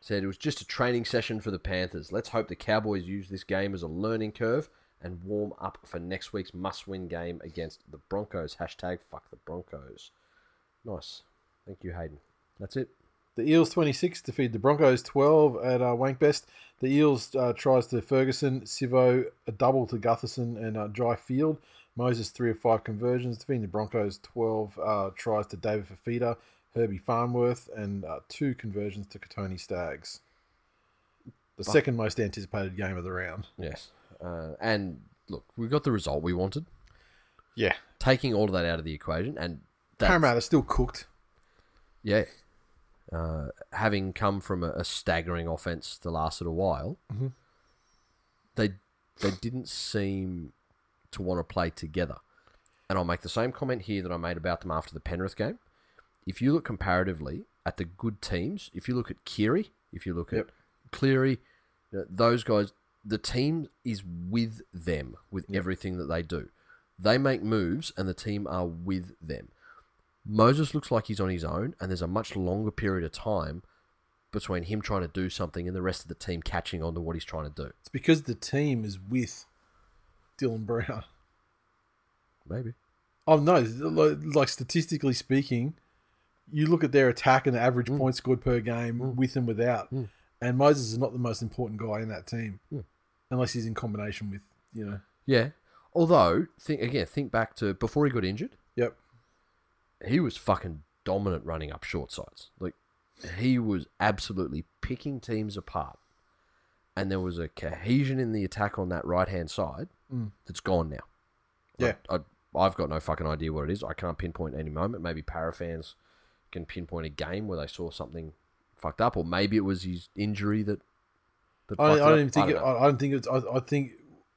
[SPEAKER 3] said it was just a training session for the Panthers. Let's hope the Cowboys use this game as a learning curve and warm up for next week's must-win game against the Broncos. Hashtag fuck the Broncos. Nice. Thank you, Hayden. That's it.
[SPEAKER 2] The Eels 26 defeat the Broncos 12 at uh, Wankbest. The Eels uh, tries to Ferguson, Sivo, a double to Gutherson and uh, Jai Field. Moses, three of five conversions. Defeating the Broncos 12 uh, tries to David Fafita, Herbie Farnworth, and uh, two conversions to Katoni Staggs. The second most anticipated game of the round.
[SPEAKER 3] Yes. Uh, and look, we got the result we wanted.
[SPEAKER 2] Yeah.
[SPEAKER 3] Taking all of that out of the equation and that's,
[SPEAKER 2] Parramatta still cooked.
[SPEAKER 3] Yeah. Uh, having come from a, a staggering offense that lasted a while, they they didn't seem to want to play together. And I'll make the same comment here that I made about them after the Penrith game. If you look comparatively at the good teams, if you look at Keary, if you look
[SPEAKER 2] Yep.
[SPEAKER 3] at Cleary, you know, those guys, the team is with them with everything that they do. They make moves and the team are with them. Moses looks like he's on his own, and there's a much longer period of time between him trying to do something and the rest of the team catching on to what he's trying to do.
[SPEAKER 2] It's because the team is with Dylan Brown.
[SPEAKER 3] Maybe.
[SPEAKER 2] Oh no! Like like statistically speaking, you look at their attack and the average
[SPEAKER 3] Mm.
[SPEAKER 2] points scored per game with and without, and Moses is not the most important guy in that team,
[SPEAKER 3] Mm.
[SPEAKER 2] unless he's in combination with you know.
[SPEAKER 3] Yeah. Although, think again, think back to before he got injured,
[SPEAKER 2] Yep.
[SPEAKER 3] he was fucking dominant running up short sides. Like he was absolutely picking teams apart. and there was a cohesion in the attack on that right hand side
[SPEAKER 2] Mm.
[SPEAKER 3] that's gone now.
[SPEAKER 2] Yeah.
[SPEAKER 3] I, I, have got no fucking idea what it is. I can't pinpoint any moment. Maybe para fans can pinpoint a game where they saw something fucked up, or maybe it was his injury that. that
[SPEAKER 2] I, I
[SPEAKER 3] fucked
[SPEAKER 2] don't
[SPEAKER 3] up.
[SPEAKER 2] even think.
[SPEAKER 3] don't
[SPEAKER 2] it,
[SPEAKER 3] know.
[SPEAKER 2] I, I don't think it's. I, I think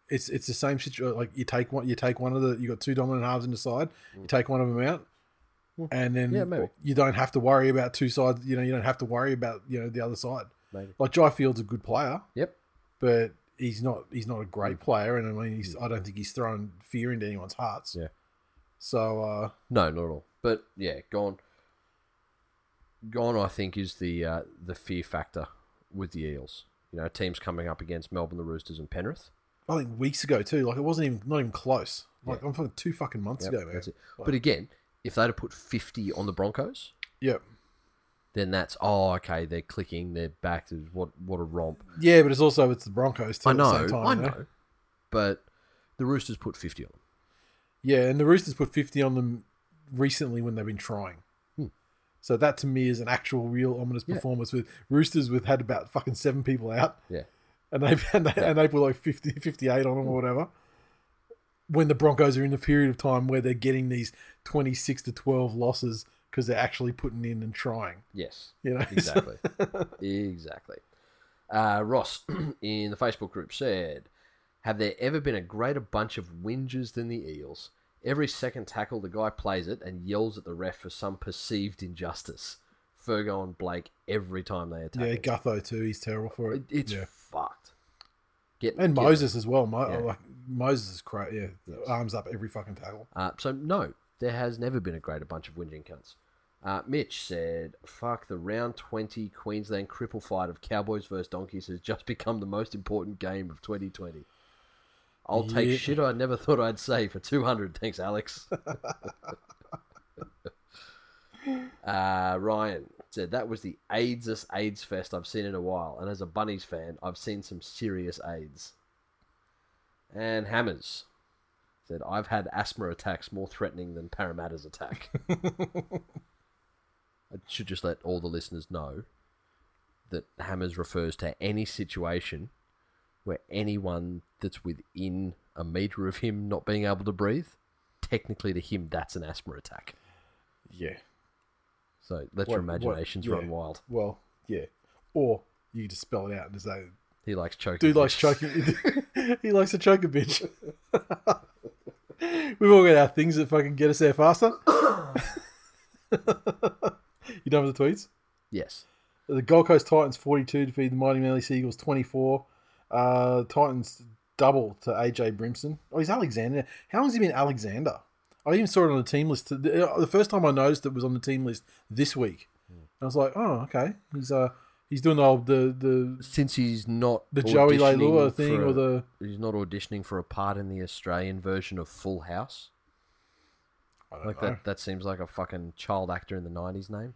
[SPEAKER 2] it's it's the same situation. Like you take one, you take one of the. You got two dominant halves in the side. You take one of them out, and then
[SPEAKER 3] Mm. Yeah, maybe.
[SPEAKER 2] you don't have to worry about two sides. You know, you don't have to worry about you know the other side.
[SPEAKER 3] Maybe.
[SPEAKER 2] Like Jai Field's a good player,
[SPEAKER 3] Yep.
[SPEAKER 2] but he's not. He's not a great
[SPEAKER 3] Mm.
[SPEAKER 2] player, and I mean, he's, I don't think he's thrown fear into anyone's hearts.
[SPEAKER 3] Yeah.
[SPEAKER 2] So uh,
[SPEAKER 3] No, not at all. But yeah, gone. Gone, I think, is the uh, the fear factor with the Eels. You know, teams coming up against Melbourne, the Roosters, and Penrith.
[SPEAKER 2] I think weeks ago too. Like it wasn't even not even close. Like
[SPEAKER 3] Yeah.
[SPEAKER 2] I'm fucking two fucking months
[SPEAKER 3] Yep,
[SPEAKER 2] ago, man.
[SPEAKER 3] that's it. But again, if they'd have put fifty on the Broncos,
[SPEAKER 2] Yeah.
[SPEAKER 3] then that's oh okay, they're clicking, they're back. To, what what a romp!
[SPEAKER 2] Yeah, but it's also it's the Broncos too.
[SPEAKER 3] I know,
[SPEAKER 2] at the same time,
[SPEAKER 3] I
[SPEAKER 2] you
[SPEAKER 3] know, but the Roosters put fifty on them.
[SPEAKER 2] Yeah, and the Roosters put 50 on them recently when they've been trying.
[SPEAKER 3] Hmm.
[SPEAKER 2] So that to me is an actual real ominous
[SPEAKER 3] Yeah.
[SPEAKER 2] performance with Roosters with had about fucking seven people out
[SPEAKER 3] Yeah,
[SPEAKER 2] and they and they, and they put like 50 58 on them or whatever. When the Broncos are in the period of time where they're getting these 26 to 12 losses because they're actually putting in and trying,
[SPEAKER 3] yes,
[SPEAKER 2] you know. So-
[SPEAKER 3] exactly, exactly. Uh, Ross in the Facebook group said, "Have there ever been a greater bunch of whingers than the Eels? Every second tackle, the guy plays it and yells at the ref for some perceived injustice. Fergo and Blake every time they attack.
[SPEAKER 2] yeah,
[SPEAKER 3] us.
[SPEAKER 2] Gutho too, he's terrible for it.
[SPEAKER 3] It- it's
[SPEAKER 2] yeah.
[SPEAKER 3] fucked. Get
[SPEAKER 2] And
[SPEAKER 3] get-
[SPEAKER 2] Moses as well. Mo-
[SPEAKER 3] Yeah.
[SPEAKER 2] like Moses is crazy. Yeah,
[SPEAKER 3] Yes.
[SPEAKER 2] arms up every fucking tackle.
[SPEAKER 3] Uh, so no, there has never been a greater bunch of whinging cunts. Uh, Mitch said, "Fuck the round twenty Queensland cripple fight of Cowboys versus Donkeys has just become the most important game of 2020." I'll take
[SPEAKER 2] Yeah.
[SPEAKER 3] shit I never thought I'd say for 200. Thanks, Alex. uh, Ryan said, That was the AIDS AIDS fest I've seen in a while. And as a Bunnies fan, I've seen some serious AIDS. And Hammers said, I've had asthma attacks more threatening than Parramatta's attack. I should just let all the listeners know that Hammers refers to any situation where anyone that's within a meter of him not being able to breathe, technically to him, that's an asthma attack.
[SPEAKER 2] Yeah.
[SPEAKER 3] So let
[SPEAKER 2] What-
[SPEAKER 3] your
[SPEAKER 2] what-
[SPEAKER 3] imaginations
[SPEAKER 2] yeah.
[SPEAKER 3] run wild.
[SPEAKER 2] Well, yeah. Or you just spell it out and just say,
[SPEAKER 3] He likes choking.
[SPEAKER 2] dude likes
[SPEAKER 3] bitches.
[SPEAKER 2] choking. he likes to choke a bitch. We've all got our things that fucking get us there faster. you done with the tweets?
[SPEAKER 3] Yes.
[SPEAKER 2] The Gold Coast Titans 42 defeat the Mighty Manly Seagulls 24. Uh, Titans double to AJ Brimson. Oh, he's Alexander. How long's he been Alexander? I even saw it on the team list. The the first time I noticed it was on the team list this week. I was like, oh, okay. He's uh he's doing the old, the the,
[SPEAKER 3] Since he's not
[SPEAKER 2] the Joey
[SPEAKER 3] auditioning
[SPEAKER 2] Leilua
[SPEAKER 3] for
[SPEAKER 2] thing
[SPEAKER 3] a-
[SPEAKER 2] or the
[SPEAKER 3] he's not auditioning for a part in the Australian version of Full House.
[SPEAKER 2] I don't
[SPEAKER 3] Like
[SPEAKER 2] know.
[SPEAKER 3] that that seems like a fucking child actor in the nineties name.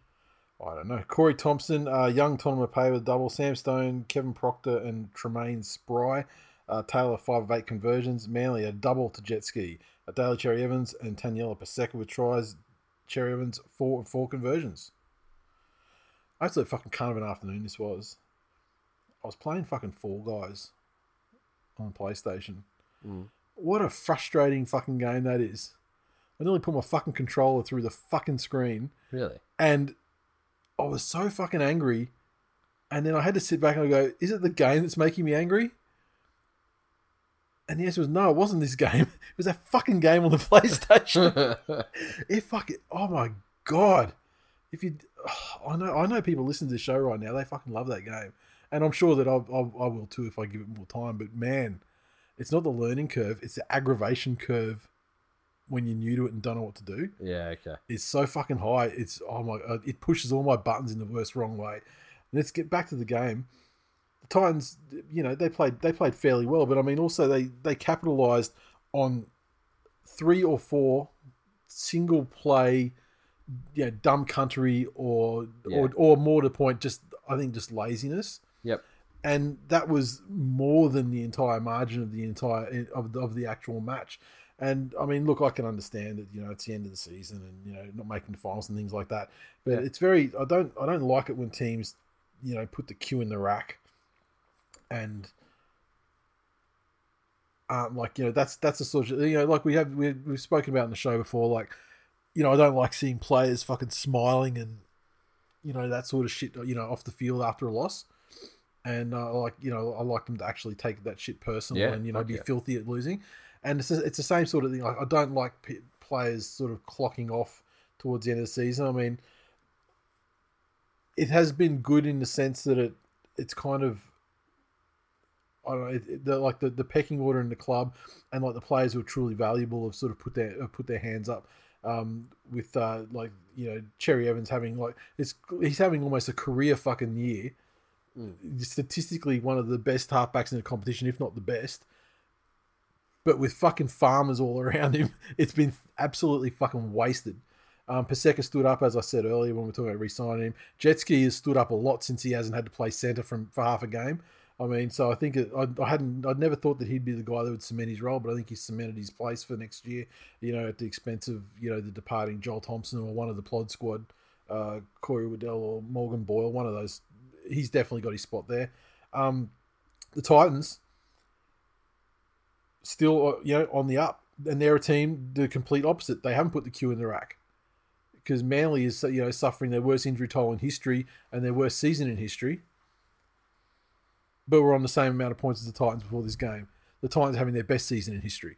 [SPEAKER 2] I don't know. Corey Thompson, uh, young Tom Lapay with a double. Sam Stone, Kevin Proctor, and Tremaine Spry. Uh, Taylor, five of eight conversions. Manly, a double to jet ski. Uh, Daly Cherry Evans and Taniela Paseka with tries. Cherry Evans, four of four conversions. Absolute fucking kind of an afternoon this was. I was playing fucking Fall Guys on PlayStation. What a frustrating fucking game that is. I nearly put my fucking controller through the fucking screen
[SPEAKER 3] Really?
[SPEAKER 2] and I was so fucking angry. And then I had to sit back and I go, "Is it the game that's making me angry?" And the answer was no, it wasn't this game. It was that fucking game on the PlayStation. it fucking oh my god! If you, oh, I know I know people listen to the show right now. They fucking love that game, and I'm sure that I, I I will too if I give it more time. But man, it's not the learning curve; it's the aggravation curve when you're new to it and don't know what to do.
[SPEAKER 3] yeah, okay.
[SPEAKER 2] It's so fucking high. It's oh my, uh, it pushes all my buttons in the worst wrong way. Let's get back to the game. The Titans, you know, they played they played fairly well, but I mean, also they they capitalized on three or four single play, you know, dumb country or or
[SPEAKER 3] Yeah.
[SPEAKER 2] or more to the point, just I think just laziness,
[SPEAKER 3] Yep.
[SPEAKER 2] and that was more than the entire margin of the entire of the, of the actual match. And I mean, look, I can understand that you know it's the end of the season and you know not making the finals and things like that. But
[SPEAKER 3] Yeah.
[SPEAKER 2] it's very I don't I don't like it when teams you know put the queue in the rack and um, like you know that's that's the sort of you know like we have we, we've spoken about in the show before like you know I don't like seeing players fucking smiling and you know that sort of shit you know off the field after a loss and uh, like you know I like them to actually take that shit personal
[SPEAKER 3] Yeah,
[SPEAKER 2] and you know
[SPEAKER 3] fuck
[SPEAKER 2] be
[SPEAKER 3] yeah.
[SPEAKER 2] filthy at losing and it's it's the same sort of thing like I don't like p- players sort of clocking off towards the end of the season I mean it has been good in the sense that it it's kind of I don't know, it, it- the, like the, the pecking order in the club, and like the players who are truly valuable have sort of put their have put their hands up. Um, with uh, like you know Cherry Evans having like it's he's having almost a career fucking year. Statistically, one of the best halfbacks in the competition, if not the best. But with fucking farmers all around him, it's been absolutely fucking wasted. Um, Paseka stood up, as I said earlier when we were talking about re-signing him. Jetski has stood up a lot since he hasn't had to play centre from for half a game. I mean, so I think it, I, I hadn't, I'd never thought that he'd be the guy that would cement his role, but I think he's cemented his place for next year. You know, at the expense of you know the departing Joel Thompson or one of the Plod squad, uh, Corey Waddell or Morgan Boyle, one of those. He's definitely got his spot there. Um, the Titans still, uh, you know, on the up, and they're a team the complete opposite. They haven't put the Q in the rack because Manly is you know suffering their worst injury toll in history and their worst season in history. But we're on the same amount of points as the Titans before this game. The Titans are having their best season in history,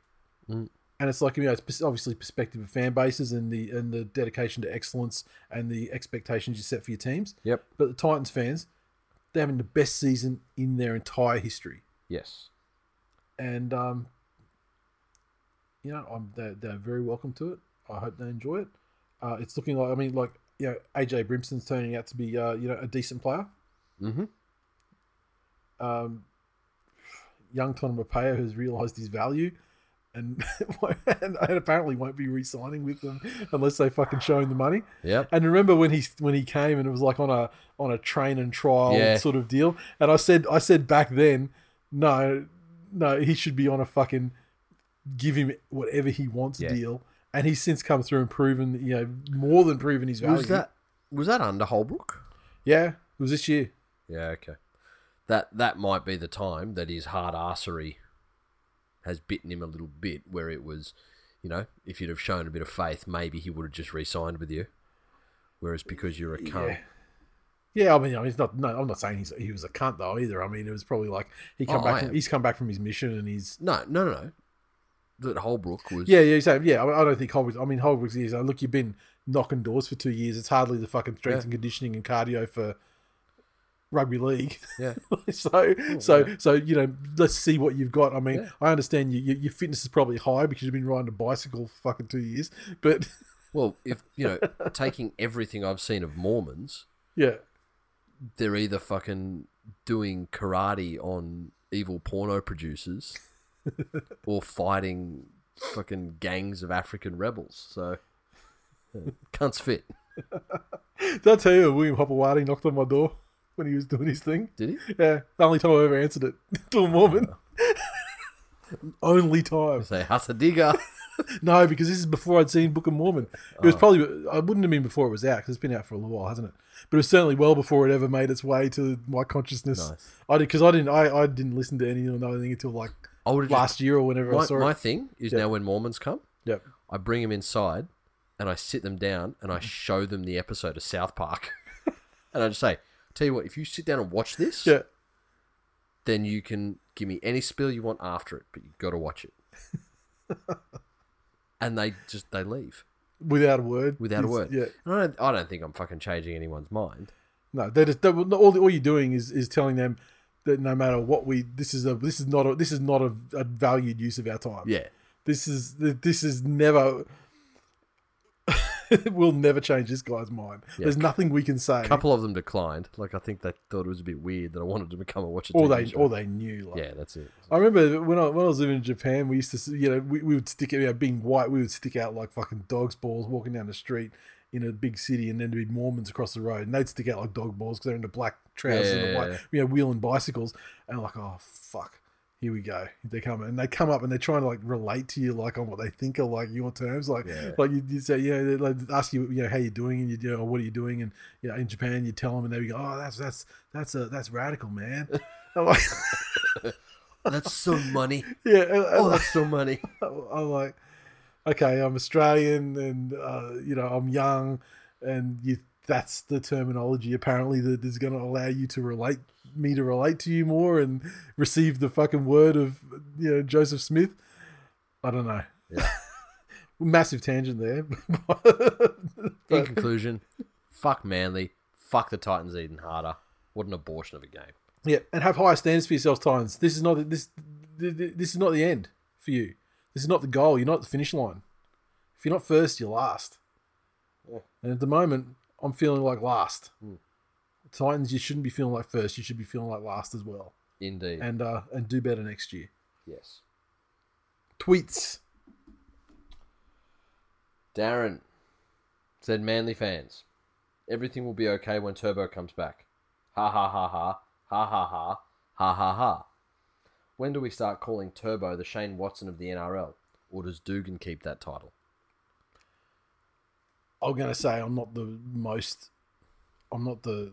[SPEAKER 3] Mm.
[SPEAKER 2] and it's like you know it's pers- obviously perspective of fan bases and the and the dedication to excellence and the expectations you set for your teams.
[SPEAKER 3] Yep.
[SPEAKER 2] But the Titans fans, they're having the best season in their entire history
[SPEAKER 3] Yes.
[SPEAKER 2] and um, you know, I'm they're, they're very welcome to it. I hope they enjoy it. Uh, it's looking like I mean, like you know, AJ Brimson's turning out to be uh, you know a decent player.
[SPEAKER 3] Mm-hmm.
[SPEAKER 2] Um, young Tonamapeo has realised his value, and, and apparently won't be re-signing with them unless they fucking show him the money.
[SPEAKER 3] Yep.
[SPEAKER 2] And remember when he when he came and it was like on a on a train and trial
[SPEAKER 3] Yeah.
[SPEAKER 2] sort of deal. And I said I said back then, no, no, he should be on a fucking give him whatever he wants
[SPEAKER 3] Yeah.
[SPEAKER 2] deal. And he's since come through and proven, you know, more than proven his value.
[SPEAKER 3] Was that was that under Holbrook?
[SPEAKER 2] Yeah, it was this year.
[SPEAKER 3] Yeah. Okay. That that might be the time that his hard arsery has bitten him a little bit, where it was, you know, if you'd have shown a bit of faith, maybe he would have just re-signed with you. Whereas because you're a cunt,
[SPEAKER 2] Yeah. Yeah, I mean, I mean, he's not. No, I'm not saying he's, he was a cunt though either. I mean, it was probably like he come
[SPEAKER 3] Oh, I
[SPEAKER 2] back. From,
[SPEAKER 3] am.
[SPEAKER 2] he's come back from his mission, and he's
[SPEAKER 3] no, no, no, no, that Holbrook was
[SPEAKER 2] Yeah, yeah, exactly. Yeah, I I don't think Holbrook. I mean, Holbrook's is uh, look. You've been knocking doors for two years. It's hardly the fucking strength
[SPEAKER 3] Yeah.
[SPEAKER 2] and conditioning and cardio for rugby league.
[SPEAKER 3] yeah,
[SPEAKER 2] so, so,
[SPEAKER 3] Oh, yeah.
[SPEAKER 2] so you know, let's see what you've got. I mean,
[SPEAKER 3] Yeah.
[SPEAKER 2] I understand you, you, your fitness is probably high because you've been riding a bicycle for fucking two years. But
[SPEAKER 3] Well, if you know, taking everything I've seen of Mormons,
[SPEAKER 2] yeah,
[SPEAKER 3] they're either fucking doing karate on evil porno producers or fighting fucking gangs of African rebels. So yeah, cunts fit,
[SPEAKER 2] did I tell you William Hopperwadi knocked on my door when he was doing his thing?
[SPEAKER 3] did he?
[SPEAKER 2] Yeah, the only time I ever answered it to a Mormon. only time.
[SPEAKER 3] Say Hasadiga.
[SPEAKER 2] No, because this is before I'd seen Book of Mormon. It
[SPEAKER 3] Oh.
[SPEAKER 2] was probably I wouldn't have been before it was out because it's been out for a little while, hasn't it? But it was certainly well before it ever made its way to my consciousness.
[SPEAKER 3] Nice.
[SPEAKER 2] I did because I didn't I, I didn't listen to any or anything until like
[SPEAKER 3] I would have
[SPEAKER 2] last year or whenever I
[SPEAKER 3] just,
[SPEAKER 2] saw
[SPEAKER 3] my, my
[SPEAKER 2] it.
[SPEAKER 3] thing is
[SPEAKER 2] Yeah.
[SPEAKER 3] now when Mormons come,
[SPEAKER 2] Yep.
[SPEAKER 3] I bring them inside and I sit them down and I show them the episode of South Park. and I just say, tell you what, if you sit down and watch this,
[SPEAKER 2] Yeah.
[SPEAKER 3] then you can give me any spill you want after it, but you've got to watch it. and they just they leave
[SPEAKER 2] Without a word.
[SPEAKER 3] without a
[SPEAKER 2] It's-
[SPEAKER 3] word.
[SPEAKER 2] Yeah.
[SPEAKER 3] And I don't, I don't think I'm fucking changing anyone's mind.
[SPEAKER 2] No, they just they, all all you're doing is is telling them that no matter what we this is a this is not a this is not a, a valued use of our time.
[SPEAKER 3] Yeah.
[SPEAKER 2] This is this is never. we'll never change this guy's mind.
[SPEAKER 3] Yeah.
[SPEAKER 2] There's nothing we can say.
[SPEAKER 3] A couple of them declined. Like I think they thought it was a bit weird that I wanted them to come and watch it.
[SPEAKER 2] all they all they knew. Like,
[SPEAKER 3] Yeah, that's it.
[SPEAKER 2] I remember when I when I was living in Japan, we used to s- you know we, we would stick out you know, being white, we would stick out like fucking dogs balls walking down the street in a big city, and then there'd be Mormons across the road, and they'd stick out like dog balls because they're in the black trousers and the
[SPEAKER 3] Yeah.
[SPEAKER 2] white, you know, wheeling bicycles, and like oh fuck. Here we go. They come and they come up and they're trying to like relate to you like on what they think are like your terms. Like
[SPEAKER 3] Yeah.
[SPEAKER 2] like you, you say, you know, they like ask you, you know, how you doing and you, you know, what are you doing and you know, in Japan you tell them and they go, oh, that's that's that's a that's radical, man. I'm like,
[SPEAKER 3] That's some money.
[SPEAKER 2] yeah, and- and
[SPEAKER 3] Oh, that's some money.
[SPEAKER 2] I'm like, okay, I'm Australian, and uh, you know, I'm young, and you. That's the terminology apparently that is going to allow you to relate me to relate to you more and receive the fucking word of you know Joseph Smith. I don't know.
[SPEAKER 3] Yeah.
[SPEAKER 2] Massive tangent there.
[SPEAKER 3] In
[SPEAKER 2] But-
[SPEAKER 3] conclusion, fuck Manly. Fuck the Titans even harder. What an abortion of a game.
[SPEAKER 2] Yeah, and have higher standards for yourselves, Titans. This is not this. th- th- This is not the end for you. This is not the goal. You're not at the finish line. If you're not first, you're last. And at the moment, I'm feeling like last. Titans, you shouldn't be feeling like first. You should be feeling like last as well.
[SPEAKER 3] Indeed.
[SPEAKER 2] And uh, and do better next year.
[SPEAKER 3] yes.
[SPEAKER 2] Tweets.
[SPEAKER 3] Darren said, Manly fans, everything will be okay when Turbo comes back. Ha ha ha ha. Ha ha ha. Ha ha ha. When do we start calling Turbo the Shane Watson of the NRL? Or does Dugan keep that title?
[SPEAKER 2] I'm gonna say I'm not the most. I'm not the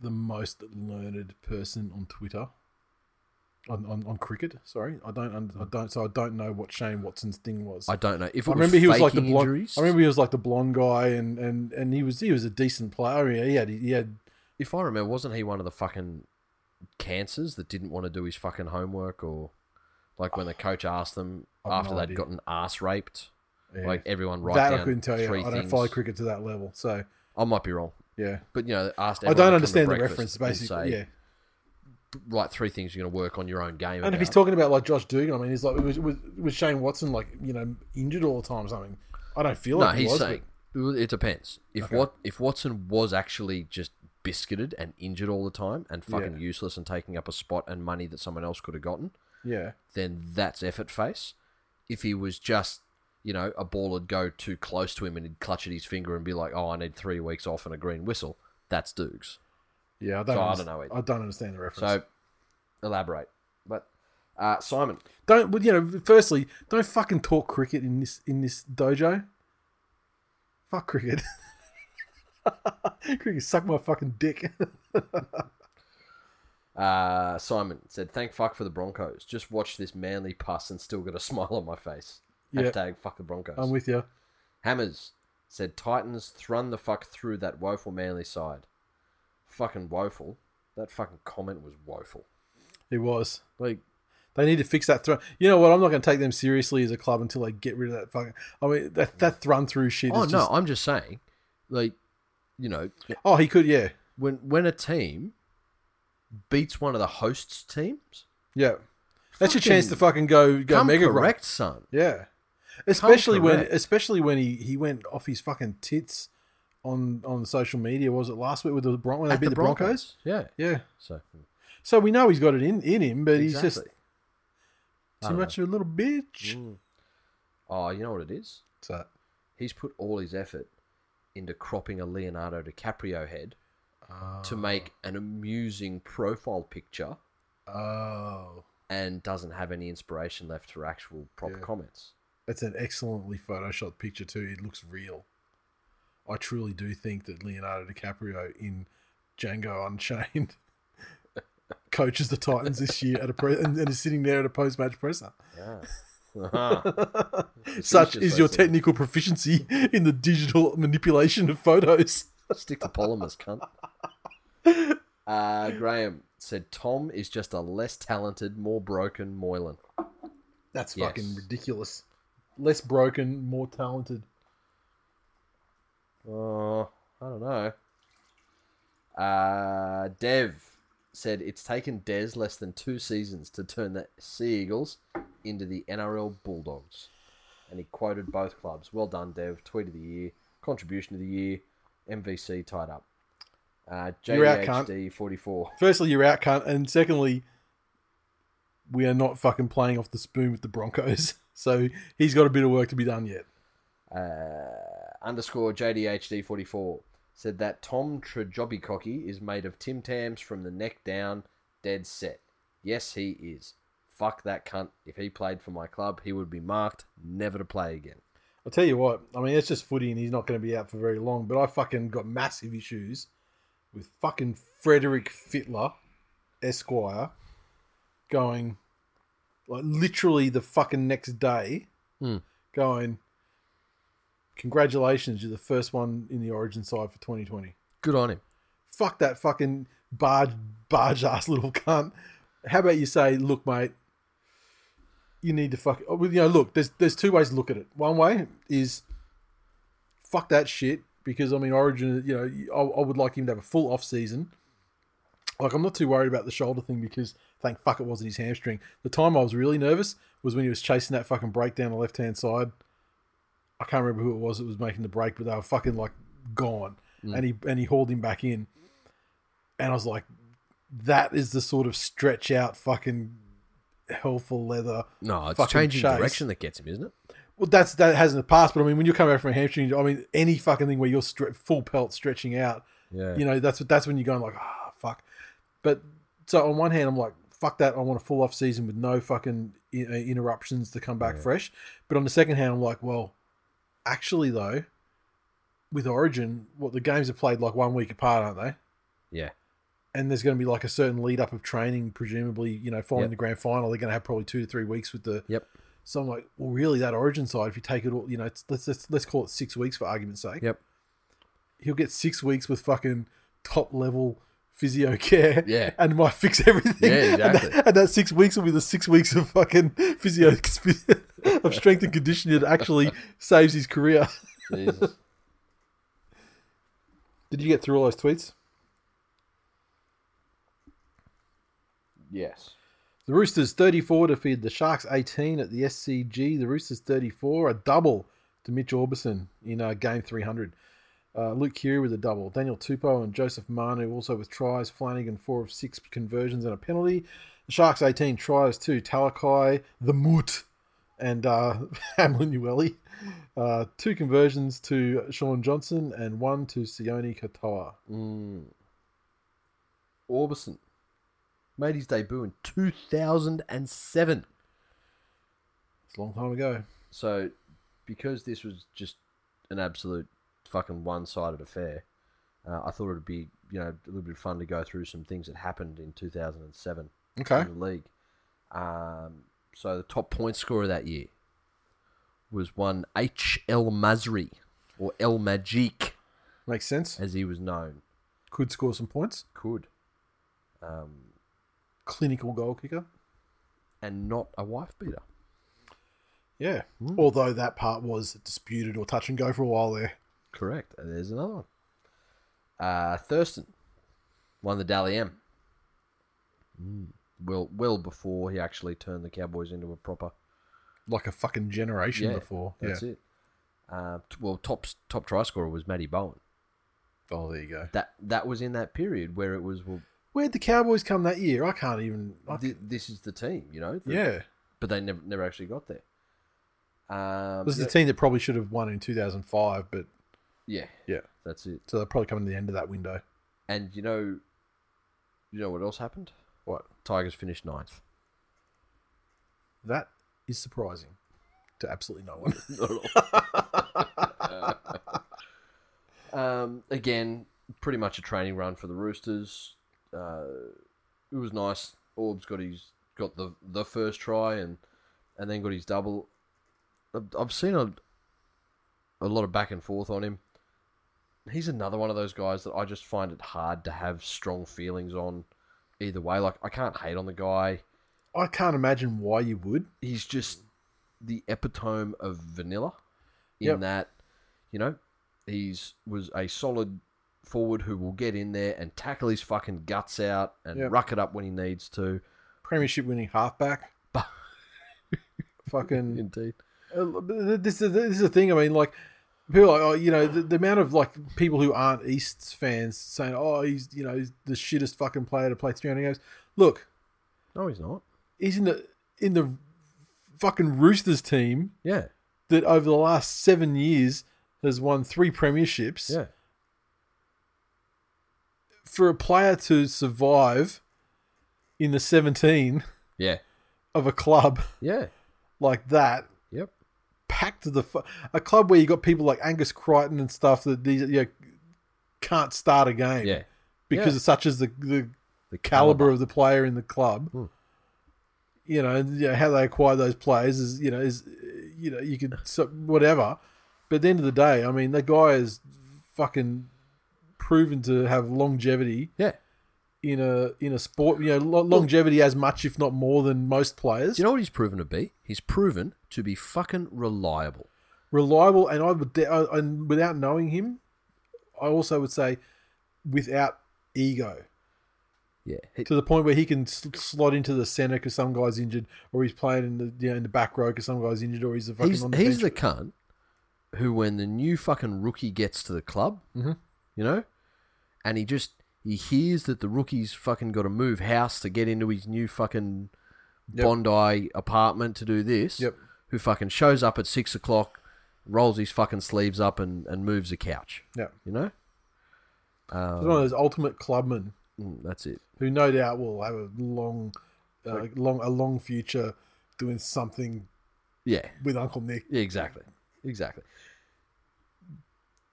[SPEAKER 2] the most learned person on Twitter. On, on, on cricket, sorry, I don't un- I don't so I don't know what Shane Watson's thing was.
[SPEAKER 3] I don't know. If it
[SPEAKER 2] I remember he was like the blonde.
[SPEAKER 3] injuries,
[SPEAKER 2] I remember he was like the blonde guy, and, and, and he was he was a decent player. He, he had he had
[SPEAKER 3] if I remember, wasn't he one of the fucking cancers that didn't want to do his fucking homework or like when the coach asked them
[SPEAKER 2] Oh, I've
[SPEAKER 3] after
[SPEAKER 2] no
[SPEAKER 3] they'd
[SPEAKER 2] idea.
[SPEAKER 3] gotten ass raped?
[SPEAKER 2] yeah.
[SPEAKER 3] Like everyone write
[SPEAKER 2] that.
[SPEAKER 3] down
[SPEAKER 2] I couldn't tell you.
[SPEAKER 3] three
[SPEAKER 2] I don't
[SPEAKER 3] things.
[SPEAKER 2] follow cricket to that level, so
[SPEAKER 3] I might be wrong,
[SPEAKER 2] yeah.
[SPEAKER 3] but you know, they asked.
[SPEAKER 2] I don't
[SPEAKER 3] everyone to come to
[SPEAKER 2] understand the
[SPEAKER 3] breakfast
[SPEAKER 2] reference,
[SPEAKER 3] and
[SPEAKER 2] basically.
[SPEAKER 3] say,
[SPEAKER 2] yeah,
[SPEAKER 3] Write three things you're going to work on your own
[SPEAKER 2] and
[SPEAKER 3] game.
[SPEAKER 2] if
[SPEAKER 3] about.
[SPEAKER 2] he's talking about like Josh Dugan, I mean, he's like was, was, was Shane Watson like you know injured all the time or something? I don't feel
[SPEAKER 3] no,
[SPEAKER 2] like he
[SPEAKER 3] he's
[SPEAKER 2] was. but-
[SPEAKER 3] saying well, it depends. If what if Watson was actually just biscuited and injured all the time and fucking useless and taking up a spot and money that someone else could have gotten,
[SPEAKER 2] yeah,
[SPEAKER 3] then that's effort face. If he was just, you know, a ball would go too close to him and he'd clutch at his finger and be like, oh, I need three weeks off and a green whistle, that's Dukes.
[SPEAKER 2] yeah. I don't.
[SPEAKER 3] So I
[SPEAKER 2] underst-
[SPEAKER 3] don't know either.
[SPEAKER 2] I don't understand the reference.
[SPEAKER 3] So elaborate. But uh, Simon,
[SPEAKER 2] don't. But, you know, firstly, don't fucking talk cricket in this in this dojo. Fuck cricket. cricket suck my fucking dick.
[SPEAKER 3] uh, Simon said, thank fuck for the Broncos. Just watch this manly puss and still got a smile on my face.
[SPEAKER 2] Yeah.
[SPEAKER 3] Hashtag fuck the Broncos.
[SPEAKER 2] I'm with you.
[SPEAKER 3] Hammers said Titans thrun the fuck through that woeful manly side. Fucking woeful. That fucking comment was woeful.
[SPEAKER 2] It was.
[SPEAKER 3] Like
[SPEAKER 2] They need to fix that throw. You know what? I'm not going to take them seriously as a club until they get rid of that fucking. I mean, that that run through shit.
[SPEAKER 3] Oh
[SPEAKER 2] is
[SPEAKER 3] no,
[SPEAKER 2] Just,
[SPEAKER 3] I'm just saying, like, you know,
[SPEAKER 2] oh, he could. Yeah.
[SPEAKER 3] when when a team beats one of the hosts' teams,
[SPEAKER 2] Yeah. That's your chance to fucking
[SPEAKER 3] Fucking
[SPEAKER 2] go go
[SPEAKER 3] come
[SPEAKER 2] mega grunt.
[SPEAKER 3] correct, son.
[SPEAKER 2] Yeah. Especially when
[SPEAKER 3] correct.
[SPEAKER 2] especially when he he went off his fucking tits on on social media. Was it last week with the Bron- when they
[SPEAKER 3] At
[SPEAKER 2] beat the, Broncos?
[SPEAKER 3] yeah.
[SPEAKER 2] Yeah.
[SPEAKER 3] So
[SPEAKER 2] So we know he's got it in in him, but he's just
[SPEAKER 3] exactly. I
[SPEAKER 2] too
[SPEAKER 3] don't
[SPEAKER 2] much of a little bitch.
[SPEAKER 3] Mm. Oh, you know what it is?
[SPEAKER 2] So
[SPEAKER 3] He's put all his effort into cropping a Leonardo DiCaprio head
[SPEAKER 2] uh,
[SPEAKER 3] to make an amusing profile picture,
[SPEAKER 2] oh,
[SPEAKER 3] and doesn't have any inspiration left for actual proper
[SPEAKER 2] Yeah.
[SPEAKER 3] comments.
[SPEAKER 2] that's an excellently photoshopped picture too. It looks real. I truly do think that Leonardo DiCaprio in Django Unchained coaches the Titans this year at a pre- and, and is sitting there at a post match presser.
[SPEAKER 3] Yeah. Uh-huh.
[SPEAKER 2] Such
[SPEAKER 3] It's
[SPEAKER 2] is your
[SPEAKER 3] basically-
[SPEAKER 2] technical proficiency in the digital manipulation of photos.
[SPEAKER 3] Stick to polymers, cunt. Uh, Graham said Tom is just a less talented, more broken Moylan.
[SPEAKER 2] That's
[SPEAKER 3] Yes.
[SPEAKER 2] fucking ridiculous. Less broken, more talented.
[SPEAKER 3] Oh, I don't know. Uh, Dev said it's taken Des less than two seasons to turn the Sea Eagles into the NRL Bulldogs. And he quoted both clubs. Well done, Dev. Tweet of the year, contribution of the year, MVC tied up. Uh,
[SPEAKER 2] You're out, cunt.
[SPEAKER 3] JDHD44.
[SPEAKER 2] Firstly, you're out, cunt, and secondly, we are not fucking playing off the spoon with the Broncos. So he's got a bit of work to be done yet.
[SPEAKER 3] uh, underscore JDHD44 said that Tom Trajobikoki is made of Tim Tams from the neck down, dead set. Yes, he is. Fuck that cunt. If he played for my club, he would be marked, never to play again.
[SPEAKER 2] I'll tell you what, I mean, it's just footy and he's not going to be out for very long, but I fucking got massive issues with fucking Frederick Fitler Esquire going, like literally the fucking next day,
[SPEAKER 3] Hmm.
[SPEAKER 2] going, congratulations, you're the first one in the Origin side for 2020.
[SPEAKER 3] Good on him.
[SPEAKER 2] Fuck that fucking barge, barge ass little cunt. How about you say, look, mate, you need to fuck. oh, well, You know, look, there's there's two ways to look at it. One way is fuck that shit because I mean, Origin, you know, I, I would like him to have a full off season. Like, I'm not too worried about the shoulder thing because thank fuck it wasn't his hamstring. The time I was really nervous was when he was chasing that fucking break down the left hand side. I can't remember who it was that was making the break, but they were fucking like gone, and he and he hauled him back in, and I was like, that is the sort of stretch out fucking helpful leather
[SPEAKER 3] No, it's
[SPEAKER 2] Fucking
[SPEAKER 3] changing
[SPEAKER 2] chase.
[SPEAKER 3] direction that gets him, isn't it?
[SPEAKER 2] well, that's that hasn't in the past, but I mean, when you come out from a hamstring, I mean, any fucking thing where you're stre- full pelt stretching out,
[SPEAKER 3] Yeah.
[SPEAKER 2] you know, that's what that's when you're going like, ah, fuck. But so on one hand, I'm like, fuck that, I want a full off season with no fucking i- uh, interruptions to come back fresh. But on the second hand, I'm like, well, actually though, with Origin, what the games are played like one week apart, aren't they?
[SPEAKER 3] yeah.
[SPEAKER 2] and there's going to be like a certain lead up of training, presumably, you know, following
[SPEAKER 3] Yep.
[SPEAKER 2] the grand final, they're going to have probably two to three weeks with the.
[SPEAKER 3] Yep.
[SPEAKER 2] So I'm like, well, really, that origin side, if you take it all, you know, it's, let's, let's let's call it six weeks for argument's sake.
[SPEAKER 3] Yep.
[SPEAKER 2] He'll get six weeks with fucking top level physio care.
[SPEAKER 3] Yeah.
[SPEAKER 2] And might fix everything.
[SPEAKER 3] Yeah,
[SPEAKER 2] And that- And
[SPEAKER 3] exactly.
[SPEAKER 2] that, six weeks will be the six weeks of fucking physio of strength and conditioning that actually saves his career.
[SPEAKER 3] Jesus.
[SPEAKER 2] Did you get through all those tweets?
[SPEAKER 3] yes.
[SPEAKER 2] The Roosters 34 defeated the Sharks 18 at the SCG. The Roosters 34, a double to Mitch Orbison in uh, game 300. Uh, Luke Keary with a double. Daniel Tupou and Joseph Manu also with tries. Flanagan, four of six conversions and a penalty. The Sharks 18 tries to Talakai, the Moot, and uh, Hamlin Ueli. Uh, two conversions to Sean Johnson and one to Sione Katoa.
[SPEAKER 3] Mm. Orbison made his debut in 2007.
[SPEAKER 2] It's a long time ago.
[SPEAKER 3] So, because this was just an absolute fucking one-sided affair, uh, I thought it'd be you know a little bit fun to go through some things that happened in 2007
[SPEAKER 2] Okay.
[SPEAKER 3] in the league. Um, so the top point scorer that year was one H L Masri or El Majik
[SPEAKER 2] Makes sense.
[SPEAKER 3] as he was known.
[SPEAKER 2] Could score some points.
[SPEAKER 3] Could. Um,
[SPEAKER 2] Clinical goal kicker.
[SPEAKER 3] and not a wife beater.
[SPEAKER 2] Yeah.
[SPEAKER 3] Hmm.
[SPEAKER 2] Although that part was disputed or touch and go for a while there.
[SPEAKER 3] Correct. And there's another one. Uh, Thurston won the Dally M.
[SPEAKER 2] Mm.
[SPEAKER 3] Well, well before he actually turned the Cowboys into a proper
[SPEAKER 2] Like a fucking generation before.
[SPEAKER 3] That's it. Uh, t- well, top s- top try scorer was Matty Bowen.
[SPEAKER 2] Oh, there you go.
[SPEAKER 3] That that was in that period where it was well,
[SPEAKER 2] Where'd the Cowboys come that year? I can't even. I,
[SPEAKER 3] thi- this is the team, you know. the-
[SPEAKER 2] yeah.
[SPEAKER 3] But they never never actually got there. Um,
[SPEAKER 2] This is
[SPEAKER 3] yeah,
[SPEAKER 2] the team that probably should have won in 2005, but
[SPEAKER 3] yeah,
[SPEAKER 2] yeah.
[SPEAKER 3] that's it.
[SPEAKER 2] So they're probably coming to the end of that window.
[SPEAKER 3] And you know, you know what else happened?
[SPEAKER 2] What?
[SPEAKER 3] Tigers finished ninth.
[SPEAKER 2] That is surprising to absolutely no one.
[SPEAKER 3] Not at all. um, again, pretty much a training run for the Roosters. Uh, it was nice. Orbs got his got the the first try and and then got his double. I've, I've seen a a lot of back and forth on him. He's another one of those guys that I just find it hard to have strong feelings on either way. Like I can't hate on the guy
[SPEAKER 2] I can't imagine why you would.
[SPEAKER 3] he's just the epitome of vanilla in
[SPEAKER 2] Yep.
[SPEAKER 3] that you know he's was a solid forward who will get in there and tackle his fucking guts out and
[SPEAKER 2] Yep.
[SPEAKER 3] ruck it up when he needs to
[SPEAKER 2] Premiership winning halfback. fucking.
[SPEAKER 3] indeed
[SPEAKER 2] Uh, but this is this is the thing. I mean, like people, are like, oh, you know, the, the amount of like people who aren't Easts fans saying, oh, he's you know he's the shittest fucking player to play 300 games. Look,
[SPEAKER 3] no he's not
[SPEAKER 2] he's in the in the fucking Roosters team
[SPEAKER 3] yeah
[SPEAKER 2] that over the last seven years has won three premierships.
[SPEAKER 3] yeah
[SPEAKER 2] For a player to survive in the 17
[SPEAKER 3] yeah
[SPEAKER 2] of a club
[SPEAKER 3] yeah
[SPEAKER 2] like that
[SPEAKER 3] yep
[SPEAKER 2] packed to the fu- a club where you got people like Angus Crichton and stuff that these you know, can't start a game
[SPEAKER 3] yeah
[SPEAKER 2] because
[SPEAKER 3] Yeah.
[SPEAKER 2] of such as the the
[SPEAKER 3] The
[SPEAKER 2] caliber of the player in the club.
[SPEAKER 3] Hmm.
[SPEAKER 2] You know, and, you know, how they acquire those players is you know is you know you could so, whatever, but at the end of the day, I mean, that guy is fucking proven to have longevity
[SPEAKER 3] Yeah.
[SPEAKER 2] in a in a sport. You know, lo- longevity as much, if not more, than most players.
[SPEAKER 3] Do you know what he's proven to be? He's proven to be fucking reliable.
[SPEAKER 2] reliable, and I would de- I- and without knowing him, I also would say without ego.
[SPEAKER 3] Yeah. He-
[SPEAKER 2] to the point where he can sl- slot into the center because some guy's injured, or he's playing in the you know, in the back row because some guy's injured, or he's the fucking
[SPEAKER 3] he's
[SPEAKER 2] on the
[SPEAKER 3] he's the
[SPEAKER 2] bench.
[SPEAKER 3] cunt who, when the new fucking rookie gets to the club,
[SPEAKER 2] Mhm.
[SPEAKER 3] you know, and he just he hears that the rookie's fucking got to move house to get into his new fucking
[SPEAKER 2] Yep.
[SPEAKER 3] Bondi apartment to do this.
[SPEAKER 2] Yep.
[SPEAKER 3] Who fucking shows up at six o'clock, rolls his fucking sleeves up and and moves a couch.
[SPEAKER 2] yeah.
[SPEAKER 3] You know.
[SPEAKER 2] He's one of those ultimate clubmen
[SPEAKER 3] Mm, that's it.
[SPEAKER 2] who no doubt will have a long, uh, long a long future doing something
[SPEAKER 3] Yeah.
[SPEAKER 2] with Uncle Nick.
[SPEAKER 3] Yeah, exactly. Exactly.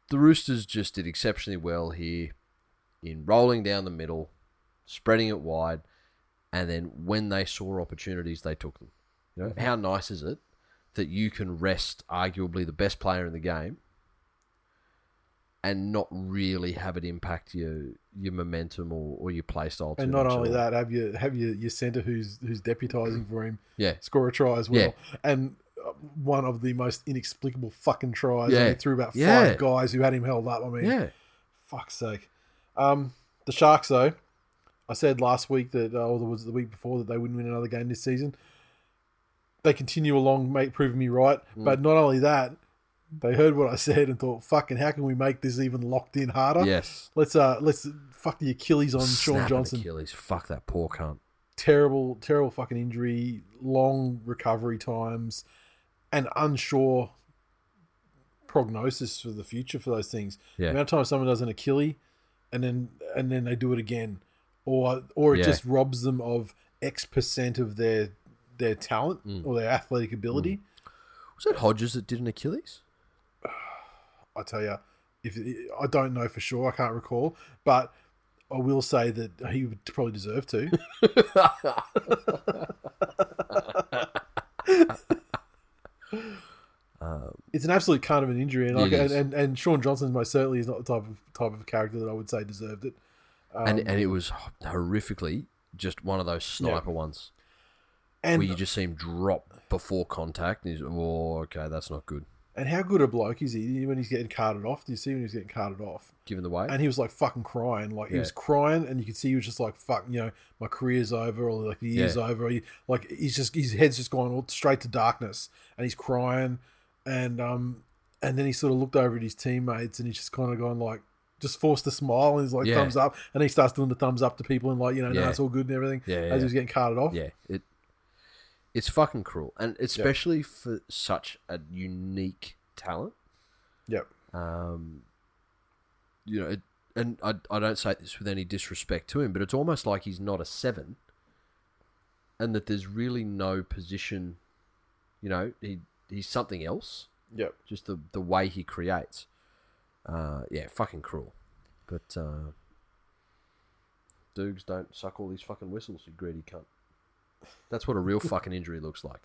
[SPEAKER 3] The Roosters just did exceptionally well here in rolling down the middle, spreading it wide, and then when they saw opportunities, they took them. You know, how nice is it that you can rest arguably the best player in the game and not really have it impact your your momentum or, or your play style. too
[SPEAKER 2] And not
[SPEAKER 3] much at
[SPEAKER 2] only
[SPEAKER 3] all.
[SPEAKER 2] that, have you have your your center who's who's deputizing for him
[SPEAKER 3] yeah,
[SPEAKER 2] score a try as well,
[SPEAKER 3] Yeah.
[SPEAKER 2] and uh, one of the most inexplicable fucking tries.
[SPEAKER 3] Yeah.
[SPEAKER 2] Yeah. threw about five
[SPEAKER 3] Yeah.
[SPEAKER 2] guys who had him held up. I mean,
[SPEAKER 3] yeah,
[SPEAKER 2] Fuck's sake. Um, the Sharks, though, I said last week that, uh, or was it the week before, that they wouldn't win another game this season. They continue along, mate, proving me right.
[SPEAKER 3] Mm.
[SPEAKER 2] But not only that, they heard what I said and thought, "Fucking, how can we make this even locked in harder?
[SPEAKER 3] yes.
[SPEAKER 2] Let's uh, let's fuck the Achilles on
[SPEAKER 3] Snap
[SPEAKER 2] Sean
[SPEAKER 3] an
[SPEAKER 2] Johnson.
[SPEAKER 3] Achilles. Fuck that poor cunt.
[SPEAKER 2] Terrible, terrible fucking injury, long recovery times, and unsure prognosis for the future for those things.
[SPEAKER 3] Yeah.
[SPEAKER 2] The amount of time someone does an Achilles and then and then they do it again, or or it
[SPEAKER 3] Yeah.
[SPEAKER 2] just robs them of X percent of their their talent
[SPEAKER 3] Mm.
[SPEAKER 2] or their athletic ability.
[SPEAKER 3] Was that Hodges that did an Achilles?
[SPEAKER 2] I tell you, if I don't know for sure, I can't recall, but I will say that he would probably deserve to. it's an absolute kind of an injury, and like,
[SPEAKER 3] It is.
[SPEAKER 2] and, and and Sean Johnson most certainly is not the type of type of character that I would say deserved it. Um,
[SPEAKER 3] and and it was horrifically just one of those sniper ones
[SPEAKER 2] And
[SPEAKER 3] where you just see him drop before contact, and he's oh okay, that's not good.
[SPEAKER 2] and how good a bloke is he when he's getting carted off? Do you see when he's getting carted off?
[SPEAKER 3] Given the way,
[SPEAKER 2] And he was like fucking crying, like he
[SPEAKER 3] Yeah.
[SPEAKER 2] was crying, and you could see he was just like, "Fuck, you know, my career's over, or like the year's
[SPEAKER 3] Yeah.
[SPEAKER 2] over." Or he, like he's just his head's just gone all straight to darkness, and he's crying, and um, and then he sort of looked over at his teammates, and he's just kind of gone like, just forced a smile, and he's like
[SPEAKER 3] Yeah.
[SPEAKER 2] thumbs up, and he starts doing the thumbs up to people, and like you know, no,
[SPEAKER 3] Yeah.
[SPEAKER 2] it's all good and everything,
[SPEAKER 3] Yeah,
[SPEAKER 2] as
[SPEAKER 3] yeah.
[SPEAKER 2] he was getting carted off.
[SPEAKER 3] yeah, it it's fucking cruel, and especially for such a unique talent.
[SPEAKER 2] Yep.
[SPEAKER 3] Um, you know, it, and I I don't say this with any disrespect to him, but it's almost like he's not a seven, and that there's really no position. You know, he he's something else.
[SPEAKER 2] Yep.
[SPEAKER 3] just the the way he creates. Uh, yeah, fucking cruel. But uh, dudes don't suck all these fucking whistles, you greedy cunt. That's what a real fucking injury looks like.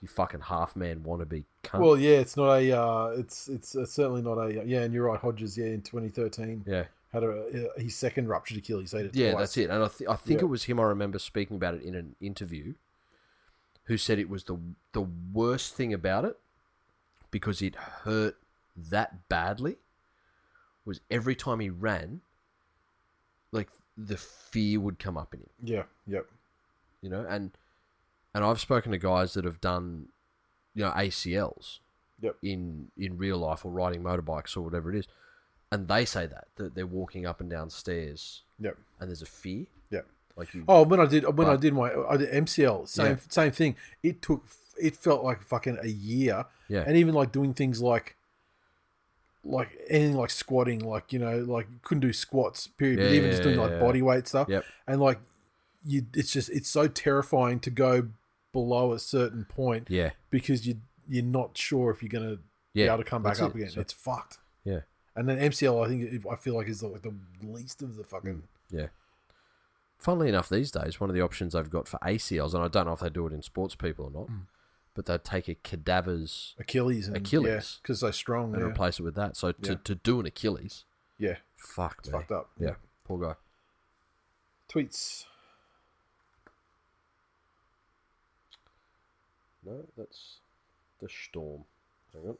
[SPEAKER 3] You fucking half man wannabe cunt.
[SPEAKER 2] Well, yeah, it's not a, uh, it's it's uh, certainly not a, yeah, and you're right, Hodges, yeah, in 2013
[SPEAKER 3] yeah,
[SPEAKER 2] had a, uh, his second ruptured Achilles. He had it
[SPEAKER 3] yeah,
[SPEAKER 2] twice.
[SPEAKER 3] that's it. And I, th- I think
[SPEAKER 2] Yeah.
[SPEAKER 3] it was him. I remember speaking about it in an interview. Who said it was the the worst thing about it because it hurt that badly? Was every time he ran, like the fear would come up in him
[SPEAKER 2] Yeah, yep.
[SPEAKER 3] you know and and i've spoken to guys that have done you know acls
[SPEAKER 2] Yep.
[SPEAKER 3] in in real life or riding motorbikes or whatever it is and they say that that they're walking up and down stairs
[SPEAKER 2] Yep.
[SPEAKER 3] and there's a fear
[SPEAKER 2] Yep.
[SPEAKER 3] like you
[SPEAKER 2] Oh, when I did when I
[SPEAKER 3] But-
[SPEAKER 2] did my I did MCL, same
[SPEAKER 3] Yeah.
[SPEAKER 2] same thing. It took it felt like fucking a year,
[SPEAKER 3] yeah
[SPEAKER 2] and even like doing things like like anything like squatting, like you know, like couldn't do squats. Period. but
[SPEAKER 3] Yeah,
[SPEAKER 2] even just doing
[SPEAKER 3] yeah,
[SPEAKER 2] like
[SPEAKER 3] yeah.
[SPEAKER 2] body weight stuff,
[SPEAKER 3] Yep.
[SPEAKER 2] and like you, it's just it's so terrifying to go below a certain point
[SPEAKER 3] yeah
[SPEAKER 2] because you you're not sure if you're gonna be
[SPEAKER 3] Yeah,
[SPEAKER 2] able to come back
[SPEAKER 3] that's
[SPEAKER 2] up
[SPEAKER 3] it.
[SPEAKER 2] again.
[SPEAKER 3] So-
[SPEAKER 2] it's fucked.
[SPEAKER 3] yeah
[SPEAKER 2] And then MCL, I think I feel like is like the least of the fucking.
[SPEAKER 3] yeah Funnily enough, these days, one of the options they've got for ACLs, and I don't know if they do it in sports people or not,
[SPEAKER 2] Mm.
[SPEAKER 3] but they take a cadaver's
[SPEAKER 2] Achilles and
[SPEAKER 3] Achilles.
[SPEAKER 2] because they're strong.
[SPEAKER 3] and
[SPEAKER 2] Yeah,
[SPEAKER 3] replace it with that. So to,
[SPEAKER 2] Yeah.
[SPEAKER 3] to do an Achilles,
[SPEAKER 2] yeah
[SPEAKER 3] fuck
[SPEAKER 2] it's
[SPEAKER 3] me.
[SPEAKER 2] fucked up.
[SPEAKER 3] Yeah, poor guy.
[SPEAKER 2] Tweets.
[SPEAKER 3] No, that's the storm. Hang